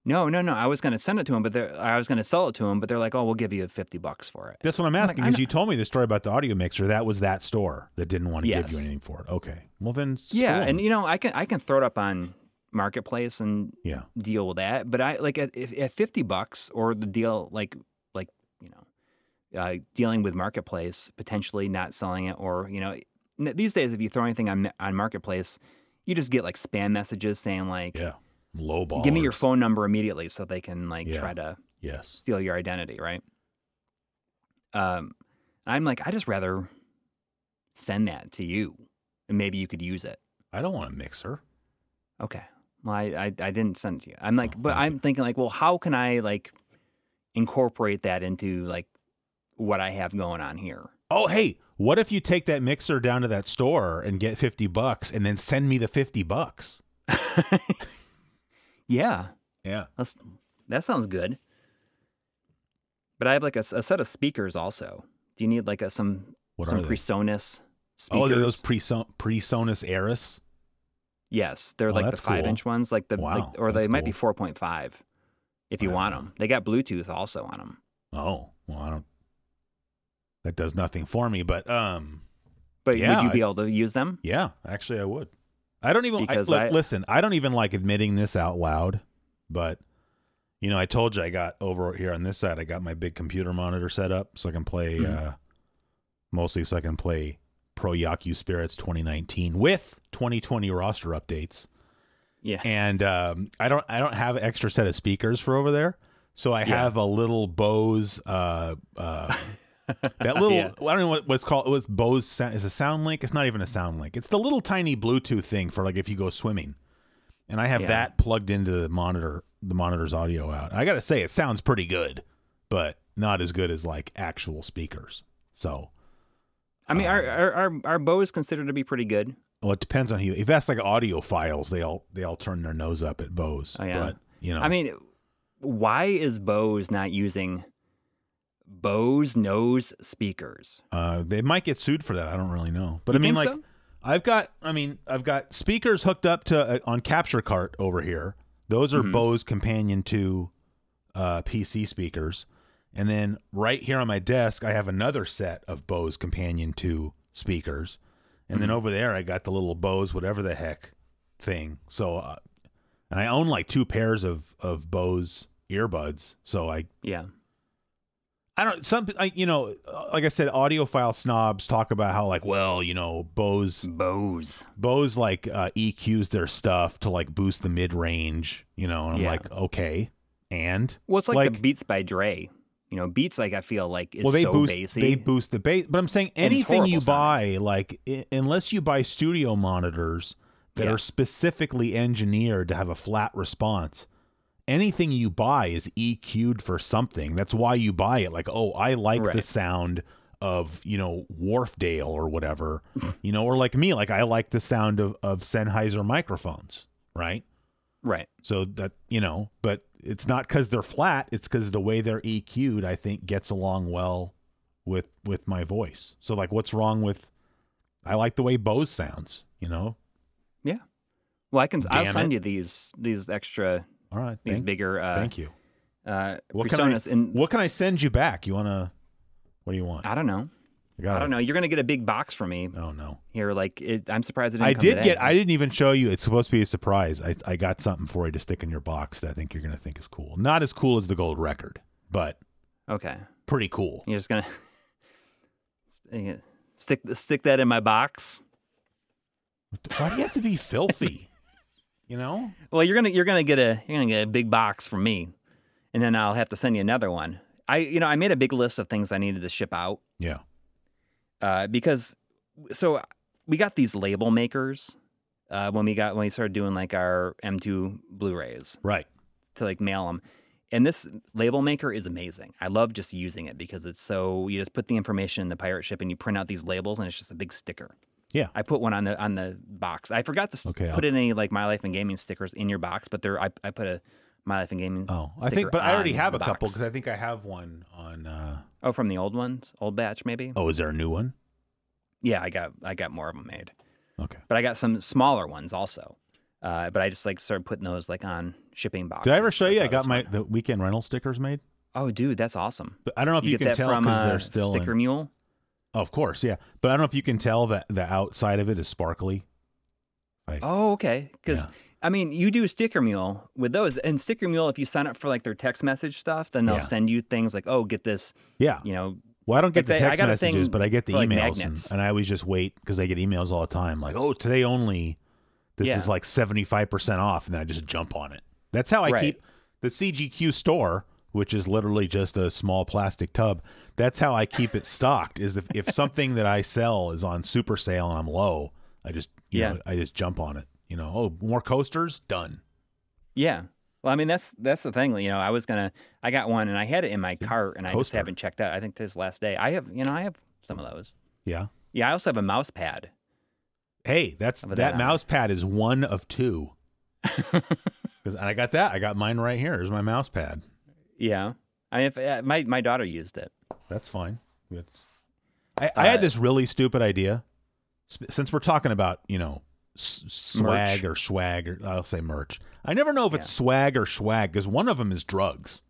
[SPEAKER 2] No, no, no. I was going to send it to him, but they're, I was going to sell it to him, but they're like, "Oh, we'll give you fifty bucks for it."
[SPEAKER 1] That's what I'm asking
[SPEAKER 2] I
[SPEAKER 1] because
[SPEAKER 2] kn-
[SPEAKER 1] you told me the story about the audio mixer. That was that store that didn't want to give
[SPEAKER 2] Yes.
[SPEAKER 1] you anything for it. Okay. Well then,
[SPEAKER 2] Yeah,
[SPEAKER 1] screw 'em.
[SPEAKER 2] and you know, I can I can throw it up on marketplace and
[SPEAKER 1] Yeah.
[SPEAKER 2] deal with that. But I like at, if, at fifty bucks or the deal like like you know uh, dealing with marketplace potentially not selling it or you know n- these days if you throw anything on on marketplace, you just get like spam messages saying like
[SPEAKER 1] Yeah. Low ball.
[SPEAKER 2] give me your phone number immediately so they can like
[SPEAKER 1] Yeah.
[SPEAKER 2] try to
[SPEAKER 1] Yes.
[SPEAKER 2] steal your identity, right? Um, I'm like I just rather send that to you and maybe you could use it.
[SPEAKER 1] I don't want a mixer.
[SPEAKER 2] Okay. Well, I, I, I didn't send it to you. I'm like,
[SPEAKER 1] Oh,
[SPEAKER 2] but
[SPEAKER 1] okay.
[SPEAKER 2] I'm thinking like, well, how can I like incorporate that into like what I have going on here?
[SPEAKER 1] Oh, hey, what if you take that mixer down to that store and get 50 bucks and then send me the 50 bucks?
[SPEAKER 2] Yeah,
[SPEAKER 1] Yeah.
[SPEAKER 2] that's that sounds good. But I have like a, s- a set of speakers also. Do you need like a some
[SPEAKER 1] What
[SPEAKER 2] some
[SPEAKER 1] are they?
[SPEAKER 2] PreSonus
[SPEAKER 1] Oh,
[SPEAKER 2] speakers?
[SPEAKER 1] they're those pre Sonus Eris.
[SPEAKER 2] Yes, they're
[SPEAKER 1] Oh,
[SPEAKER 2] like the
[SPEAKER 1] that's
[SPEAKER 2] five
[SPEAKER 1] cool.
[SPEAKER 2] inch ones, like the
[SPEAKER 1] Wow,
[SPEAKER 2] like, or they
[SPEAKER 1] that's
[SPEAKER 2] might be
[SPEAKER 1] cool.
[SPEAKER 2] four point five if you
[SPEAKER 1] Wow.
[SPEAKER 2] want 'em. want them. They got Bluetooth also on them.
[SPEAKER 1] Oh, well, I don't. That does nothing for me, but um,
[SPEAKER 2] But
[SPEAKER 1] Yeah,
[SPEAKER 2] would you
[SPEAKER 1] I-
[SPEAKER 2] be able to use them?
[SPEAKER 1] yeah, actually, I would. I don't even I,
[SPEAKER 2] Mm-hmm. Because
[SPEAKER 1] look,
[SPEAKER 2] I-
[SPEAKER 1] listen. I don't even like admitting this out loud, but you know, I told you I got over here on this side. I got my big computer monitor set up so I can play
[SPEAKER 2] Mm-hmm.
[SPEAKER 1] uh, mostly so I can play Pro Yaku Spirits 2019 with 2020 roster updates.
[SPEAKER 2] Yeah.
[SPEAKER 1] and um, I don't I don't have an extra set of speakers for over there, so I have a little Bose uh,
[SPEAKER 2] (laughs)
[SPEAKER 1] uh, that little
[SPEAKER 2] Yeah.
[SPEAKER 1] I don't know what, what's called. What's Bose sound, is a sound link? It's not even a sound link. It's the little tiny Bluetooth thing for like if you go swimming, and I have
[SPEAKER 2] Yeah.
[SPEAKER 1] that plugged into the monitor. The monitor's audio out. I gotta say, it sounds pretty good, but not as good as like actual speakers. So
[SPEAKER 2] I
[SPEAKER 1] Uh,
[SPEAKER 2] mean, our our our, our bow is considered to be pretty good.
[SPEAKER 1] well, it depends on who. you- If that's like audiophiles, they all they all turn their nose up at Bose.
[SPEAKER 2] Oh, yeah.
[SPEAKER 1] But you know,
[SPEAKER 2] I mean, why is Bose not using Bose nose speakers?
[SPEAKER 1] Uh, they might get sued for that. I don't really know, but
[SPEAKER 2] You
[SPEAKER 1] I mean,
[SPEAKER 2] think
[SPEAKER 1] like,
[SPEAKER 2] so?
[SPEAKER 1] I've got, I mean, I've got speakers hooked up to uh, on Capture Cart over here. Those are
[SPEAKER 2] Mm-hmm.
[SPEAKER 1] Bose Companion Two uh, PC speakers, and then right here on my desk, I have another set of Bose Companion Two speakers, and
[SPEAKER 2] Mm-hmm.
[SPEAKER 1] then over there, I got the little Bose whatever the heck thing. So, uh, and I own like two pairs of of Bose earbuds, so I
[SPEAKER 2] Yeah.
[SPEAKER 1] I don't. Some like you know, uh, like I said, audiophile snobs talk about how like, well, you know, Bose
[SPEAKER 2] Bose.
[SPEAKER 1] Bose like uh, EQs their stuff to like boost the mid range, you know, and I'm
[SPEAKER 2] Yeah.
[SPEAKER 1] like, okay, and
[SPEAKER 2] Well, it's like, the
[SPEAKER 1] Like-
[SPEAKER 2] Beats by Dre. You know, Beats like I feel like is
[SPEAKER 1] well, they
[SPEAKER 2] so
[SPEAKER 1] boost
[SPEAKER 2] bassy.
[SPEAKER 1] they boost the bass, but I'm saying
[SPEAKER 2] And it's
[SPEAKER 1] anything you
[SPEAKER 2] horrible sounding.
[SPEAKER 1] buy, like i- unless you buy studio monitors that
[SPEAKER 2] Yeah.
[SPEAKER 1] are specifically engineered to have a flat response. Anything you buy is EQ'd for something. That's why you buy it. Like, oh, I like the
[SPEAKER 2] Right.
[SPEAKER 1] sound of, you know, Wharfdale or
[SPEAKER 2] (laughs)
[SPEAKER 1] whatever, you know, or like me, like I like the sound of, of Sennheiser microphones, right?
[SPEAKER 2] right.
[SPEAKER 1] So that you know, but it's not because they're flat. It's because the way they're EQ'd, I think, gets along well with with my voice. So like, what's wrong with? I like the way Bose sounds. You know.
[SPEAKER 2] Yeah. Well, I can. I'll
[SPEAKER 1] Damn
[SPEAKER 2] send
[SPEAKER 1] it.
[SPEAKER 2] you these these extra
[SPEAKER 1] All right.
[SPEAKER 2] these
[SPEAKER 1] Thank,
[SPEAKER 2] bigger. Uh,
[SPEAKER 1] thank you.
[SPEAKER 2] Uh,
[SPEAKER 1] What can I?
[SPEAKER 2] personas. and
[SPEAKER 1] What can I send you back? You wanna? What do you want?
[SPEAKER 2] I don't know.
[SPEAKER 1] You got
[SPEAKER 2] I don't know. You're gonna get a big box from me
[SPEAKER 1] Oh no.
[SPEAKER 2] here. Like it, I'm surprised it didn't
[SPEAKER 1] I
[SPEAKER 2] come
[SPEAKER 1] did
[SPEAKER 2] today.
[SPEAKER 1] get. I didn't even show you. It's supposed to be a surprise. I I got something for you to stick in your box that I think you're gonna think is cool. Not as cool as the gold record, but
[SPEAKER 2] okay.
[SPEAKER 1] pretty
[SPEAKER 2] (laughs)
[SPEAKER 1] cool.
[SPEAKER 2] You're just gonna stick stick that in my box.
[SPEAKER 1] Why do you have to be filthy? You
[SPEAKER 2] (laughs)
[SPEAKER 1] know.
[SPEAKER 2] Well, you're gonna you're gonna get a you're gonna get a big box from me, and then I'll have to send you another one. I you know I made a big list of things I needed to ship out
[SPEAKER 1] Yeah.
[SPEAKER 2] uh, because so we got these label makers uh, when we got when we started doing like our M2 Blu-rays
[SPEAKER 1] Right.
[SPEAKER 2] to like mail them. And this label maker is amazing. I love just using it because it's so you just put the information in the pirate ship and you print out these labels and it's just a big sticker.
[SPEAKER 1] Yeah.
[SPEAKER 2] I put one on the on the box. I forgot to s-
[SPEAKER 1] Okay,
[SPEAKER 2] put in any like My Life and Gaming stickers in your box, but there I, I put a My Life and Gaming.
[SPEAKER 1] Oh, I
[SPEAKER 2] sticker
[SPEAKER 1] think, but I already
[SPEAKER 2] on
[SPEAKER 1] have
[SPEAKER 2] the
[SPEAKER 1] a couple
[SPEAKER 2] box.
[SPEAKER 1] because I think I have one on. uh
[SPEAKER 2] Oh, from the old ones, old batch maybe.
[SPEAKER 1] Oh, is there a new one?
[SPEAKER 2] Yeah, I got I got more of them made,
[SPEAKER 1] Okay.
[SPEAKER 2] but I got some smaller ones also. Uh, but I just like started putting those like on shipping boxes.
[SPEAKER 1] Did I ever
[SPEAKER 2] so
[SPEAKER 1] show you? I
[SPEAKER 2] thought it
[SPEAKER 1] got
[SPEAKER 2] was
[SPEAKER 1] my
[SPEAKER 2] fun.
[SPEAKER 1] the weekend rental stickers made.
[SPEAKER 2] Oh, dude, that's awesome.
[SPEAKER 1] But I don't know if you,
[SPEAKER 2] you, get
[SPEAKER 1] can
[SPEAKER 2] that
[SPEAKER 1] tell
[SPEAKER 2] from
[SPEAKER 1] because
[SPEAKER 2] uh,
[SPEAKER 1] they're still.
[SPEAKER 2] Sticker
[SPEAKER 1] In,
[SPEAKER 2] Mule.
[SPEAKER 1] of course, yeah. But I don't know if you can tell that the outside of it is sparkly.
[SPEAKER 2] Oh, okay. Because
[SPEAKER 1] Yeah.
[SPEAKER 2] I mean, you do sticker mule with those, and sticker mule. If you sign up for like their text message stuff, then they'll
[SPEAKER 1] Yeah.
[SPEAKER 2] send you things like, "Oh, get this,"
[SPEAKER 1] Yeah.
[SPEAKER 2] you know,
[SPEAKER 1] Well, I don't get
[SPEAKER 2] Like
[SPEAKER 1] the
[SPEAKER 2] they- I
[SPEAKER 1] text
[SPEAKER 2] got a
[SPEAKER 1] messages,
[SPEAKER 2] thing
[SPEAKER 1] but I get the
[SPEAKER 2] for, like,
[SPEAKER 1] emails, and,
[SPEAKER 2] magnets.
[SPEAKER 1] and I always just wait because I get emails all the time. Like, oh, today only, this
[SPEAKER 2] Yeah.
[SPEAKER 1] is like seventy five percent off, and then I just jump on it. That's how I
[SPEAKER 2] Right.
[SPEAKER 1] keep the CGQ store, which is literally just a small plastic tub. That's how I keep it stocked. Is if, if something that I sell is on super sale and I'm low, I just you
[SPEAKER 2] Yeah.
[SPEAKER 1] know, I just jump on it. You know, oh, more coasters, done.
[SPEAKER 2] yeah. Well, I mean, that's that's the thing. You know, I was gonna, I got one, and I had it in my cart, and I just
[SPEAKER 1] coaster.
[SPEAKER 2] haven't checked out. I think this is the last day, I have, you know, I have some of those.
[SPEAKER 1] Yeah.
[SPEAKER 2] Yeah, I also have a mouse pad.
[SPEAKER 1] Hey, that's
[SPEAKER 2] How about
[SPEAKER 1] that,
[SPEAKER 2] that, Alan?
[SPEAKER 1] mouse pad is one of
[SPEAKER 2] (laughs)
[SPEAKER 1] two. Because I got that. I got mine right here. Here's my mouse pad.
[SPEAKER 2] Yeah, I mean, if, uh, my my daughter used it.
[SPEAKER 1] That's fine. That's- I, I had
[SPEAKER 2] Uh,
[SPEAKER 1] this really stupid idea. S- Since we're talking about you know s- swag or swag or I'll say merch. I never know if it's swag or swag because one of them is drugs.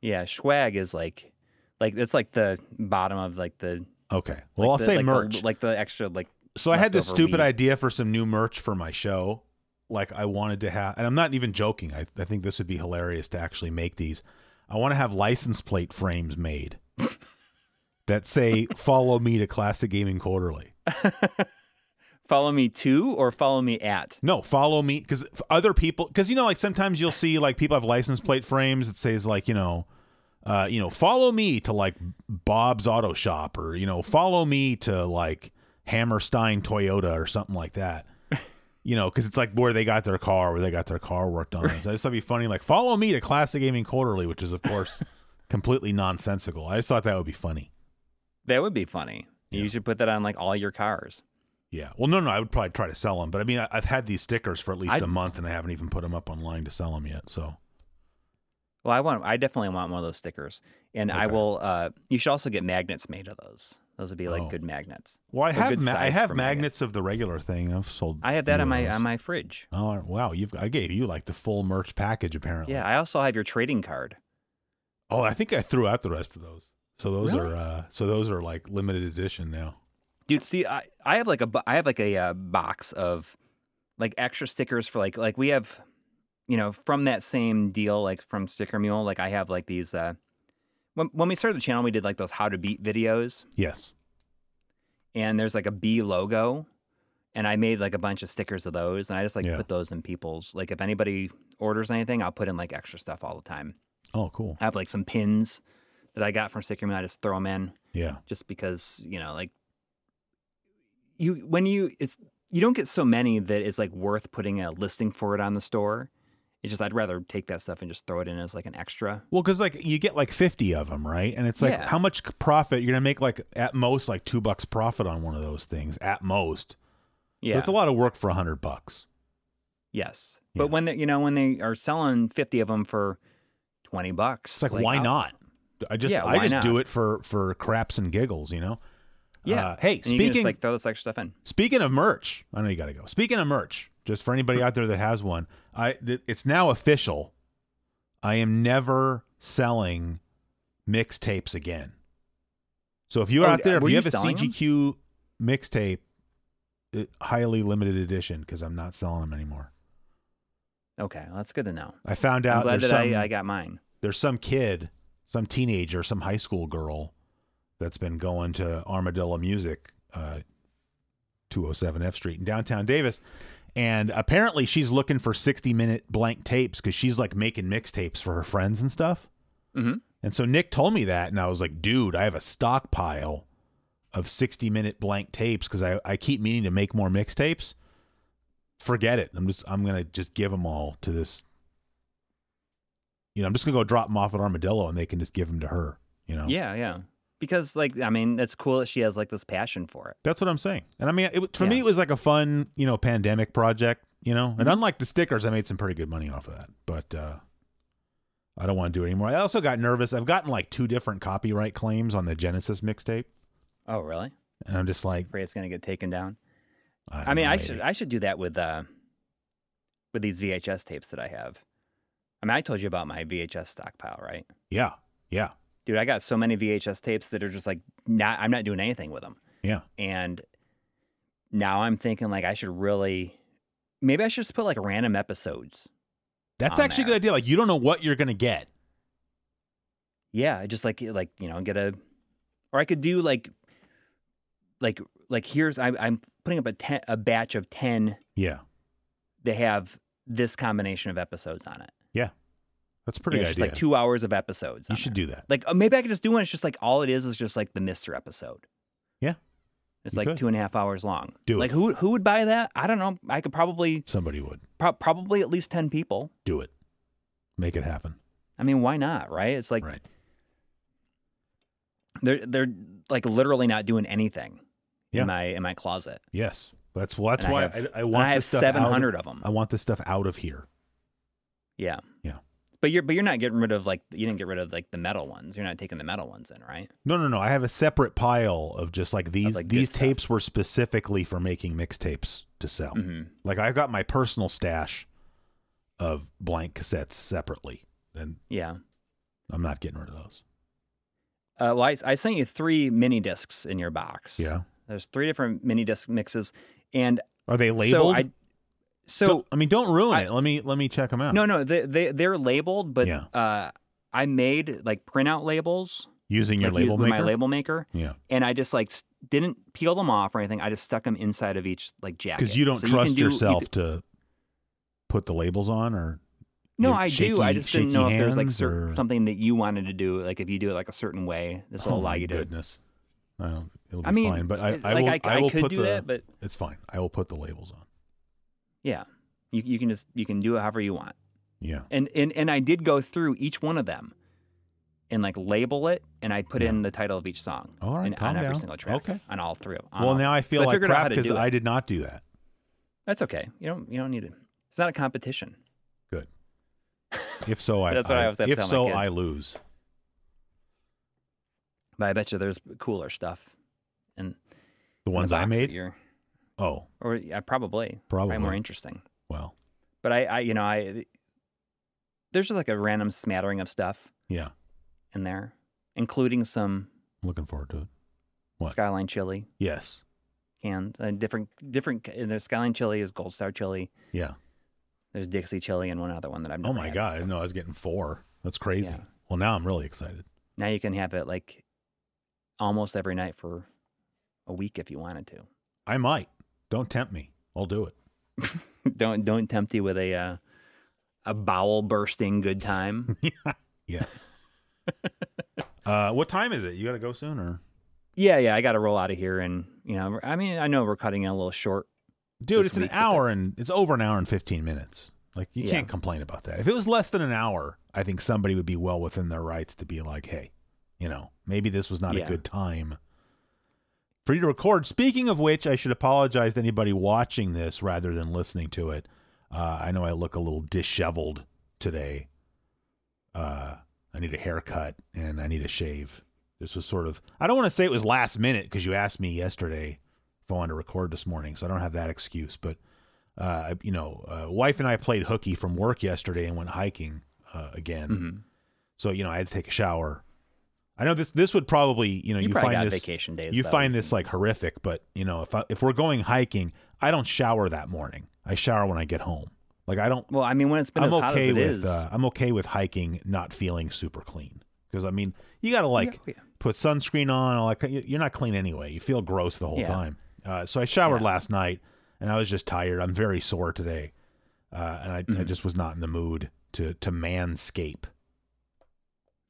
[SPEAKER 2] Yeah, swag is like, like it's like the bottom of like the.
[SPEAKER 1] Okay. Well, I'll
[SPEAKER 2] the-
[SPEAKER 1] say
[SPEAKER 2] like the-
[SPEAKER 1] merch.
[SPEAKER 2] like the extra like.
[SPEAKER 1] so I had this
[SPEAKER 2] leftover
[SPEAKER 1] stupid
[SPEAKER 2] weed.
[SPEAKER 1] idea for some new merch for my show. Like I wanted to have, and I'm not even joking. I, I think this would be hilarious to actually make these. I want to have license plate frames made (laughs) that say "Follow me to Classic Gaming Quarterly."
[SPEAKER 2] Follow me to or follow me at.
[SPEAKER 1] No, follow me because other people because you know like sometimes you'll see like people have license plate frames that says like you know, uh, you know, follow me to like Bob's Auto Shop or you know, follow me to like Hammerstein Toyota or something like that. You know, because it's like where they got their car, where they got their car worked on. So I just thought it'd be funny, like follow me to Classic Gaming Quarterly, which is of course completely nonsensical. I just thought that would be funny.
[SPEAKER 2] That would be funny. You should put that on like all your cars.
[SPEAKER 1] Yeah. Well, no, no, I would probably try to sell them, but I mean, I, I've had these stickers for at least
[SPEAKER 2] I-
[SPEAKER 1] a month, and I haven't even put them up online to sell them yet. So
[SPEAKER 2] Well, I want. I definitely want one of those stickers, and I
[SPEAKER 1] Okay.
[SPEAKER 2] will. Uh, you should also get magnets made of those. Those would be like
[SPEAKER 1] Oh.
[SPEAKER 2] good magnets.
[SPEAKER 1] Well, I
[SPEAKER 2] Or
[SPEAKER 1] have
[SPEAKER 2] good
[SPEAKER 1] ma- I
[SPEAKER 2] size
[SPEAKER 1] have
[SPEAKER 2] for
[SPEAKER 1] magnets of the regular thing. I've sold.
[SPEAKER 2] I have that
[SPEAKER 1] few
[SPEAKER 2] on
[SPEAKER 1] of
[SPEAKER 2] my
[SPEAKER 1] those.
[SPEAKER 2] on my fridge.
[SPEAKER 1] Oh wow! You've I gave you like the full merch package apparently.
[SPEAKER 2] Yeah, I also have your trading card.
[SPEAKER 1] Oh, I think I threw out the rest of those. So those
[SPEAKER 2] Really?
[SPEAKER 1] are uh, so those are like limited edition now.
[SPEAKER 2] Dude, see, I, I have like a bo- I have like a uh, box of like extra stickers for like like we have, you know, from that same deal like from Sticker Mule. Like I have like these. Uh, when when we started the channel, we did like those how to beat videos,
[SPEAKER 1] Yes.
[SPEAKER 2] and there's like a B logo, and I made like a bunch of stickers of those, and I just like
[SPEAKER 1] Yeah.
[SPEAKER 2] put those in people's like if anybody orders anything, I'll put in like extra stuff all the time.
[SPEAKER 1] Oh, cool.
[SPEAKER 2] I have like some pins that I got from Sticker Mule. I just throw them in
[SPEAKER 1] Yeah.
[SPEAKER 2] just because you know like you when you it's you don't get so many that it's like worth putting a listing for it on the store it's just i'd rather take that stuff and just throw it in as like an extra
[SPEAKER 1] Well, because like you get like fifty of them, right? And it's like
[SPEAKER 2] Yeah.
[SPEAKER 1] how much c- profit you're gonna make? Like at most, like two bucks profit on one of those things at most. But
[SPEAKER 2] yeah
[SPEAKER 1] it's a lot of work for a hundred bucks.
[SPEAKER 2] yes
[SPEAKER 1] Yeah.
[SPEAKER 2] but when they you know when they are selling 50 of them for 20 bucks
[SPEAKER 1] It's like, why
[SPEAKER 2] I'll-
[SPEAKER 1] not? I just
[SPEAKER 2] Yeah,
[SPEAKER 1] I
[SPEAKER 2] why
[SPEAKER 1] just do
[SPEAKER 2] not?
[SPEAKER 1] it for for craps and giggles, you know.
[SPEAKER 2] yeah
[SPEAKER 1] Uh, hey,
[SPEAKER 2] and you can just
[SPEAKER 1] speaking
[SPEAKER 2] like throw this extra stuff in
[SPEAKER 1] Speaking of merch, I know you got to go. Speaking of merch, just for anybody out there that has one, I th- it's now official. I am never selling mixtapes again. So if you're
[SPEAKER 2] Oh,
[SPEAKER 1] out there, if
[SPEAKER 2] were
[SPEAKER 1] you,
[SPEAKER 2] you
[SPEAKER 1] have a
[SPEAKER 2] selling 'em?
[SPEAKER 1] CGQ mixtape, it- highly limited edition, because I'm not selling them anymore.
[SPEAKER 2] okay well, that's good to know
[SPEAKER 1] I found out
[SPEAKER 2] i'm glad
[SPEAKER 1] there's
[SPEAKER 2] that
[SPEAKER 1] some
[SPEAKER 2] I, I got mine
[SPEAKER 1] there's some kid, some teenager, some high school girl that's been going to Armadillo Music, uh, 207 F Street in downtown Davis. And apparently she's looking for 60 minute blank tapes because she's like making mixtapes for her friends and stuff.
[SPEAKER 2] hmm
[SPEAKER 1] And so Nick told me that, and I was like, dude, I have a stockpile of 60 minute blank tapes because I, I keep meaning to make more mixtapes. Forget it. I'm just, I'm going to just give them all to this. You know, I'm just going to go drop them off at Armadillo and they can just give them to her. You know?
[SPEAKER 2] yeah yeah because like i mean it's cool that she has like this passion for it
[SPEAKER 1] That's what I'm saying. And I mean, it, was- for me,
[SPEAKER 2] Yeah.
[SPEAKER 1] it
[SPEAKER 2] Mm-hmm.
[SPEAKER 1] was like a fun, you know, pandemic project, you know, and unlike the stickers, I made some pretty good money off of that, but, uh, I don't want to do it anymore. I also got nervous. I've gotten like two different copyright claims on the Genesis mixtape,
[SPEAKER 2] oh really
[SPEAKER 1] and I'm just like,
[SPEAKER 2] afraid it's going to get taken down
[SPEAKER 1] I,
[SPEAKER 2] I
[SPEAKER 1] don't
[SPEAKER 2] mean,
[SPEAKER 1] know,
[SPEAKER 2] I
[SPEAKER 1] maybe.
[SPEAKER 2] should I should do that with uh, with these VHS tapes that I have. I mean, I told you about my VHS stockpile, right?
[SPEAKER 1] Yeah, yeah,
[SPEAKER 2] Dude, I got so many VHS tapes that are just like not. I'm not doing anything with them,
[SPEAKER 1] yeah.
[SPEAKER 2] and now I'm thinking like I should really maybe I should just put like random episodes.
[SPEAKER 1] That's
[SPEAKER 2] on
[SPEAKER 1] actually a
[SPEAKER 2] there.
[SPEAKER 1] good idea. Like you don't know what you're gonna get.
[SPEAKER 2] Yeah, just like eh, like you know, get a, or I could do like, like like here's I, I'm putting up a ten, a batch of ten.
[SPEAKER 1] Yeah,
[SPEAKER 2] They have this combination of episodes on it.
[SPEAKER 1] that's a pretty
[SPEAKER 2] You know,
[SPEAKER 1] good
[SPEAKER 2] it's
[SPEAKER 1] idea.
[SPEAKER 2] just like two hours of episodes.
[SPEAKER 1] you
[SPEAKER 2] on
[SPEAKER 1] should
[SPEAKER 2] there.
[SPEAKER 1] do that.
[SPEAKER 2] Like uh, maybe I could just do one. It's just like all it is is just like the Mister episode.
[SPEAKER 1] Yeah,
[SPEAKER 2] It's
[SPEAKER 1] you
[SPEAKER 2] like
[SPEAKER 1] could.
[SPEAKER 2] two and a half hours long.
[SPEAKER 1] Do
[SPEAKER 2] like
[SPEAKER 1] it.
[SPEAKER 2] who who would buy that? I don't know. I could probably
[SPEAKER 1] Somebody would
[SPEAKER 2] pro- probably at least ten people.
[SPEAKER 1] do it. Make it happen.
[SPEAKER 2] I mean, why not? Right? It's like
[SPEAKER 1] right.
[SPEAKER 2] they're they're like literally not doing anything
[SPEAKER 1] Yeah.
[SPEAKER 2] in my in my closet.
[SPEAKER 1] Yes. That's well, that's
[SPEAKER 2] And I
[SPEAKER 1] why I,
[SPEAKER 2] have-
[SPEAKER 1] I want
[SPEAKER 2] I have
[SPEAKER 1] this stuff out
[SPEAKER 2] seven hundred of them.
[SPEAKER 1] I want this stuff out of here.
[SPEAKER 2] Yeah.
[SPEAKER 1] Yeah.
[SPEAKER 2] But you're but you're not getting rid of like you didn't get rid of like the metal ones. You're not taking the metal ones in, right?
[SPEAKER 1] No, no, no. I have a separate pile of just like these
[SPEAKER 2] like, good
[SPEAKER 1] these
[SPEAKER 2] stuff.
[SPEAKER 1] tapes were specifically for making mixtapes to sell.
[SPEAKER 2] hmm
[SPEAKER 1] Like I've got my personal stash of blank cassettes separately, and
[SPEAKER 2] Yeah.
[SPEAKER 1] I'm not getting rid of those.
[SPEAKER 2] Uh, well, I, I sent you three mini discs in your box. There's three different mini disc mixes, and
[SPEAKER 1] Are they labeled?
[SPEAKER 2] so I so
[SPEAKER 1] Don't- I mean, don't ruin
[SPEAKER 2] I-
[SPEAKER 1] it. Let me let me check them out.
[SPEAKER 2] no no they they they're labeled, but
[SPEAKER 1] Yeah.
[SPEAKER 2] uh, I made like printout labels
[SPEAKER 1] using your
[SPEAKER 2] like,
[SPEAKER 1] label
[SPEAKER 2] with
[SPEAKER 1] maker.
[SPEAKER 2] my label maker,
[SPEAKER 1] Yeah,
[SPEAKER 2] and I just like s- didn't peel them off or anything. I just stuck them inside of each like jacket.
[SPEAKER 1] because you don't
[SPEAKER 2] So can
[SPEAKER 1] trust
[SPEAKER 2] do- you
[SPEAKER 1] yourself
[SPEAKER 2] c-
[SPEAKER 1] to put the labels on, or
[SPEAKER 2] no,
[SPEAKER 1] your
[SPEAKER 2] I do. I
[SPEAKER 1] shaky-
[SPEAKER 2] just didn't
[SPEAKER 1] shaky
[SPEAKER 2] know if there's like
[SPEAKER 1] hands,
[SPEAKER 2] cer-
[SPEAKER 1] or-
[SPEAKER 2] something that you wanted to do. Like if you do it like a certain way, this will
[SPEAKER 1] oh
[SPEAKER 2] allow
[SPEAKER 1] my
[SPEAKER 2] you to.
[SPEAKER 1] goodness. I don't. It'll be
[SPEAKER 2] I mean,
[SPEAKER 1] fine, but I,
[SPEAKER 2] it-
[SPEAKER 1] I
[SPEAKER 2] like
[SPEAKER 1] will.
[SPEAKER 2] I, c- I
[SPEAKER 1] will
[SPEAKER 2] could
[SPEAKER 1] put
[SPEAKER 2] do
[SPEAKER 1] the.
[SPEAKER 2] that, but
[SPEAKER 1] It's fine. I will put the labels on.
[SPEAKER 2] yeah, you you can just you can do it however you want.
[SPEAKER 1] Yeah.
[SPEAKER 2] and and and I did go through each one of them and like label it, and I put in the title of each song.
[SPEAKER 1] All right,
[SPEAKER 2] and
[SPEAKER 1] calm
[SPEAKER 2] on every
[SPEAKER 1] down.
[SPEAKER 2] single track.
[SPEAKER 1] Okay.
[SPEAKER 2] on all three. on
[SPEAKER 1] Well,
[SPEAKER 2] all-
[SPEAKER 1] now I feel
[SPEAKER 2] so Uh, I
[SPEAKER 1] like
[SPEAKER 2] figured out how
[SPEAKER 1] crap
[SPEAKER 2] to
[SPEAKER 1] because
[SPEAKER 2] do it.
[SPEAKER 1] I did not do that.
[SPEAKER 2] that's okay. You don't you don't need it. It's not a competition.
[SPEAKER 1] If so, I.
[SPEAKER 2] That's what I always have to
[SPEAKER 1] If
[SPEAKER 2] tell my
[SPEAKER 1] so,
[SPEAKER 2] kids.
[SPEAKER 1] I lose.
[SPEAKER 2] But I bet you there's cooler stuff. And
[SPEAKER 1] The ones
[SPEAKER 2] the
[SPEAKER 1] I
[SPEAKER 2] box that
[SPEAKER 1] made.
[SPEAKER 2] you're-
[SPEAKER 1] Oh,
[SPEAKER 2] or yeah, probably,
[SPEAKER 1] probably.
[SPEAKER 2] probably more interesting.
[SPEAKER 1] well,
[SPEAKER 2] But I, I you know I there's just like a random smattering of stuff
[SPEAKER 1] yeah.
[SPEAKER 2] in there, including some
[SPEAKER 1] I'm looking forward to it. What?
[SPEAKER 2] skyline chili
[SPEAKER 1] Yes.
[SPEAKER 2] cans and different different. And there's skyline chili is gold star chili.
[SPEAKER 1] Yeah.
[SPEAKER 2] There's Dixie chili and one other one that I've.
[SPEAKER 1] Oh
[SPEAKER 2] never
[SPEAKER 1] my
[SPEAKER 2] had.
[SPEAKER 1] god! I didn't know I was getting four. That's crazy.
[SPEAKER 2] Yeah.
[SPEAKER 1] Well, now I'm really excited.
[SPEAKER 2] Now you can have it like almost every night for a week if you wanted to. (laughs)
[SPEAKER 1] I might. Don't tempt me. I'll do it.
[SPEAKER 2] don't don't tempt you with a uh, a bowel bursting
[SPEAKER 1] (laughs)
[SPEAKER 2] good time.
[SPEAKER 1] Yes. uh, what time is it? You got to go soon, or
[SPEAKER 2] yeah, yeah. I got to roll out of here, and you know, I mean, I know we're cutting it a little short.
[SPEAKER 1] dude?
[SPEAKER 2] This
[SPEAKER 1] it's an
[SPEAKER 2] week, but
[SPEAKER 1] hour
[SPEAKER 2] that's-
[SPEAKER 1] and it's over an hour and fifteen minutes. Like you
[SPEAKER 2] Yeah.
[SPEAKER 1] can't complain about that. If it was less than an hour, I think somebody would be well within their rights to be like, "Hey, you know, maybe this was not
[SPEAKER 2] Yeah.
[SPEAKER 1] a good time for you to record." Speaking of which, I should apologize to anybody watching this rather than listening to it. Uh, I know I look a little disheveled today. Uh, I need a haircut and I need a shave. This was sort of I don't want to say it was last minute because you asked me yesterday if I wanted to record this morning, so I don't have that excuse. But uh, I- you know, uh, wife and I played hooky from work yesterday and went hiking uh, again.
[SPEAKER 2] Mhm.
[SPEAKER 1] So you know, I had to take a shower. I know this this would probably you know
[SPEAKER 2] You,
[SPEAKER 1] you,
[SPEAKER 2] probably got
[SPEAKER 1] find this
[SPEAKER 2] vacation days.
[SPEAKER 1] you
[SPEAKER 2] though.
[SPEAKER 1] find this like horrific, but you know if I, if we're going hiking, I don't shower that morning. I shower when I get home. Like I don't
[SPEAKER 2] Well, I mean, when it's been
[SPEAKER 1] I'm
[SPEAKER 2] as hot as
[SPEAKER 1] okay
[SPEAKER 2] it
[SPEAKER 1] with
[SPEAKER 2] is,
[SPEAKER 1] uh, I'm okay with hiking not feeling super clean because I mean you got to like
[SPEAKER 2] yeah.
[SPEAKER 1] put sunscreen on all that. ki- You're not clean anyway. You feel gross the whole
[SPEAKER 2] Yeah.
[SPEAKER 1] time. Uh, so I showered
[SPEAKER 2] Yeah.
[SPEAKER 1] last night and I was just tired. I'm very sore today, uh, and I,
[SPEAKER 2] Mm-hmm.
[SPEAKER 1] I just was not in the mood to to manscape.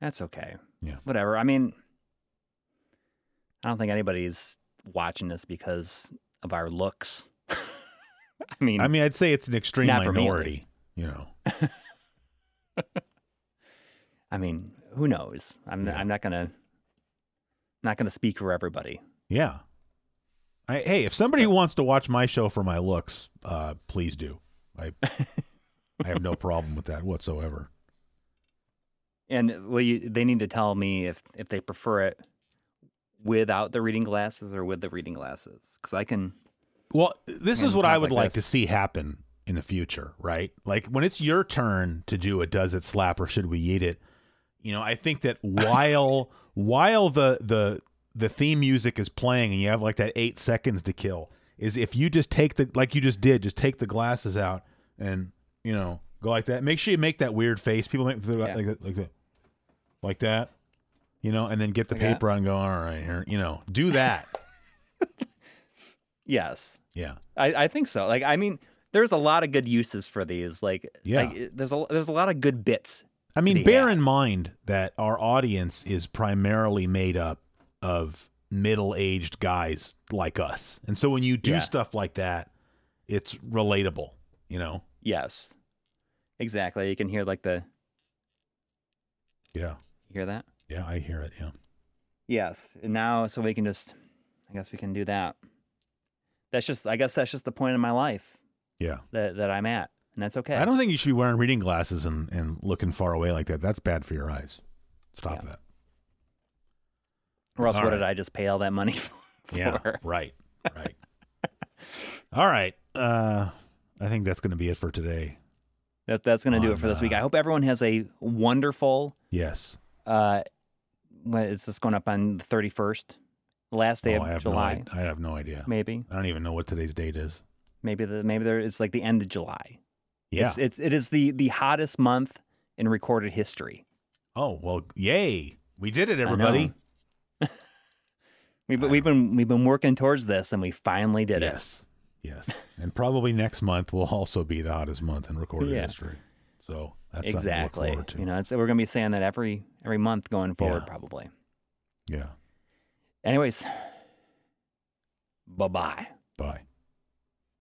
[SPEAKER 2] that's okay.
[SPEAKER 1] Yeah.
[SPEAKER 2] Whatever. I mean, I don't think anybody's watching this because of our looks. (laughs) I mean,
[SPEAKER 1] I mean, I'd say it's an extreme
[SPEAKER 2] Mm. Not for me, at
[SPEAKER 1] minority.
[SPEAKER 2] least.
[SPEAKER 1] You know,
[SPEAKER 2] I mean, who knows? I'm
[SPEAKER 1] Yeah.
[SPEAKER 2] I'm not gonna not gonna speak for everybody.
[SPEAKER 1] yeah. I, hey, if somebody wants to watch my show for my looks, uh, please do.
[SPEAKER 2] (laughs)
[SPEAKER 1] I I have no problem with that whatsoever.
[SPEAKER 2] And well, you, they need to tell me if if they prefer it without the reading glasses or with the reading glasses, because I can.
[SPEAKER 1] Well, this is
[SPEAKER 2] and
[SPEAKER 1] what I
[SPEAKER 2] stuff
[SPEAKER 1] would
[SPEAKER 2] like
[SPEAKER 1] like, to
[SPEAKER 2] this.
[SPEAKER 1] see happen in the future, right? Like when it's your turn to do a does it slap or should we eat it? You know, I think
[SPEAKER 2] (laughs)
[SPEAKER 1] that while while the the the theme music is playing and you have like that 8 seconds to kill, is if you just take the like you just did, just take the glasses out and you know go like that. Make sure you make that weird face. People make
[SPEAKER 2] Yeah.
[SPEAKER 1] like that, like that, like that, you know, and then get the
[SPEAKER 2] Like that?
[SPEAKER 1] paper out and go. All right, here, you know, do
[SPEAKER 2] (laughs)
[SPEAKER 1] that.
[SPEAKER 2] Yes.
[SPEAKER 1] yeah,
[SPEAKER 2] I, I think so. Like, I mean, there's a lot of good uses for these. Like,
[SPEAKER 1] Yeah.
[SPEAKER 2] like, it- there's a there's a lot of good bits.
[SPEAKER 1] I mean,
[SPEAKER 2] Yeah.
[SPEAKER 1] bear in mind that our audience is primarily made up of middle-aged guys like us, and so when you do
[SPEAKER 2] Yeah.
[SPEAKER 1] stuff like that, it's relatable. You know.
[SPEAKER 2] Yes, exactly. You can hear like the
[SPEAKER 1] Yeah.
[SPEAKER 2] you hear that.
[SPEAKER 1] Yeah, I hear it. Yeah.
[SPEAKER 2] Yes. And now, so we can just, I guess we can do that. That's just, I guess that's just the point in my life
[SPEAKER 1] Yeah.
[SPEAKER 2] that that I'm at, and that's okay.
[SPEAKER 1] I don't think you should be wearing reading glasses and, and looking far away like that. That's bad for your eyes. Stop
[SPEAKER 2] Yeah.
[SPEAKER 1] that.
[SPEAKER 2] Or else,
[SPEAKER 1] All
[SPEAKER 2] what
[SPEAKER 1] right.
[SPEAKER 2] did I just pay all that money (laughs) for?
[SPEAKER 1] Yeah. Right. Right. All right. Uh, I think that's going to be it for today.
[SPEAKER 2] That, that's going to do
[SPEAKER 1] On,
[SPEAKER 2] it for this week.
[SPEAKER 1] uh,
[SPEAKER 2] I hope everyone has a wonderful.
[SPEAKER 1] Yes.
[SPEAKER 2] Uh, what is this going up on the thirty first? Last day
[SPEAKER 1] Oh,
[SPEAKER 2] of
[SPEAKER 1] I have
[SPEAKER 2] July,
[SPEAKER 1] no. I, I have no idea.
[SPEAKER 2] maybe.
[SPEAKER 1] I don't even know what today's date is.
[SPEAKER 2] Maybe the maybe there it's like the end of July.
[SPEAKER 1] Yeah.
[SPEAKER 2] It's it's it is the the hottest month in recorded history.
[SPEAKER 1] oh well. Yay. We did it,
[SPEAKER 2] know.
[SPEAKER 1] everybody.
[SPEAKER 2] (laughs) We've, we've been we've been working towards this and we finally did it.
[SPEAKER 1] Yes. Yes. and probably next month will also be the hottest month in recorded
[SPEAKER 2] Yeah.
[SPEAKER 1] history. So that's
[SPEAKER 2] exactly.
[SPEAKER 1] Something to look
[SPEAKER 2] You
[SPEAKER 1] forward
[SPEAKER 2] know, it's, we're gonna be saying that every every month going forward
[SPEAKER 1] Yeah.
[SPEAKER 2] probably.
[SPEAKER 1] to. Yeah.
[SPEAKER 2] Anyways, bye bye.
[SPEAKER 1] Bye.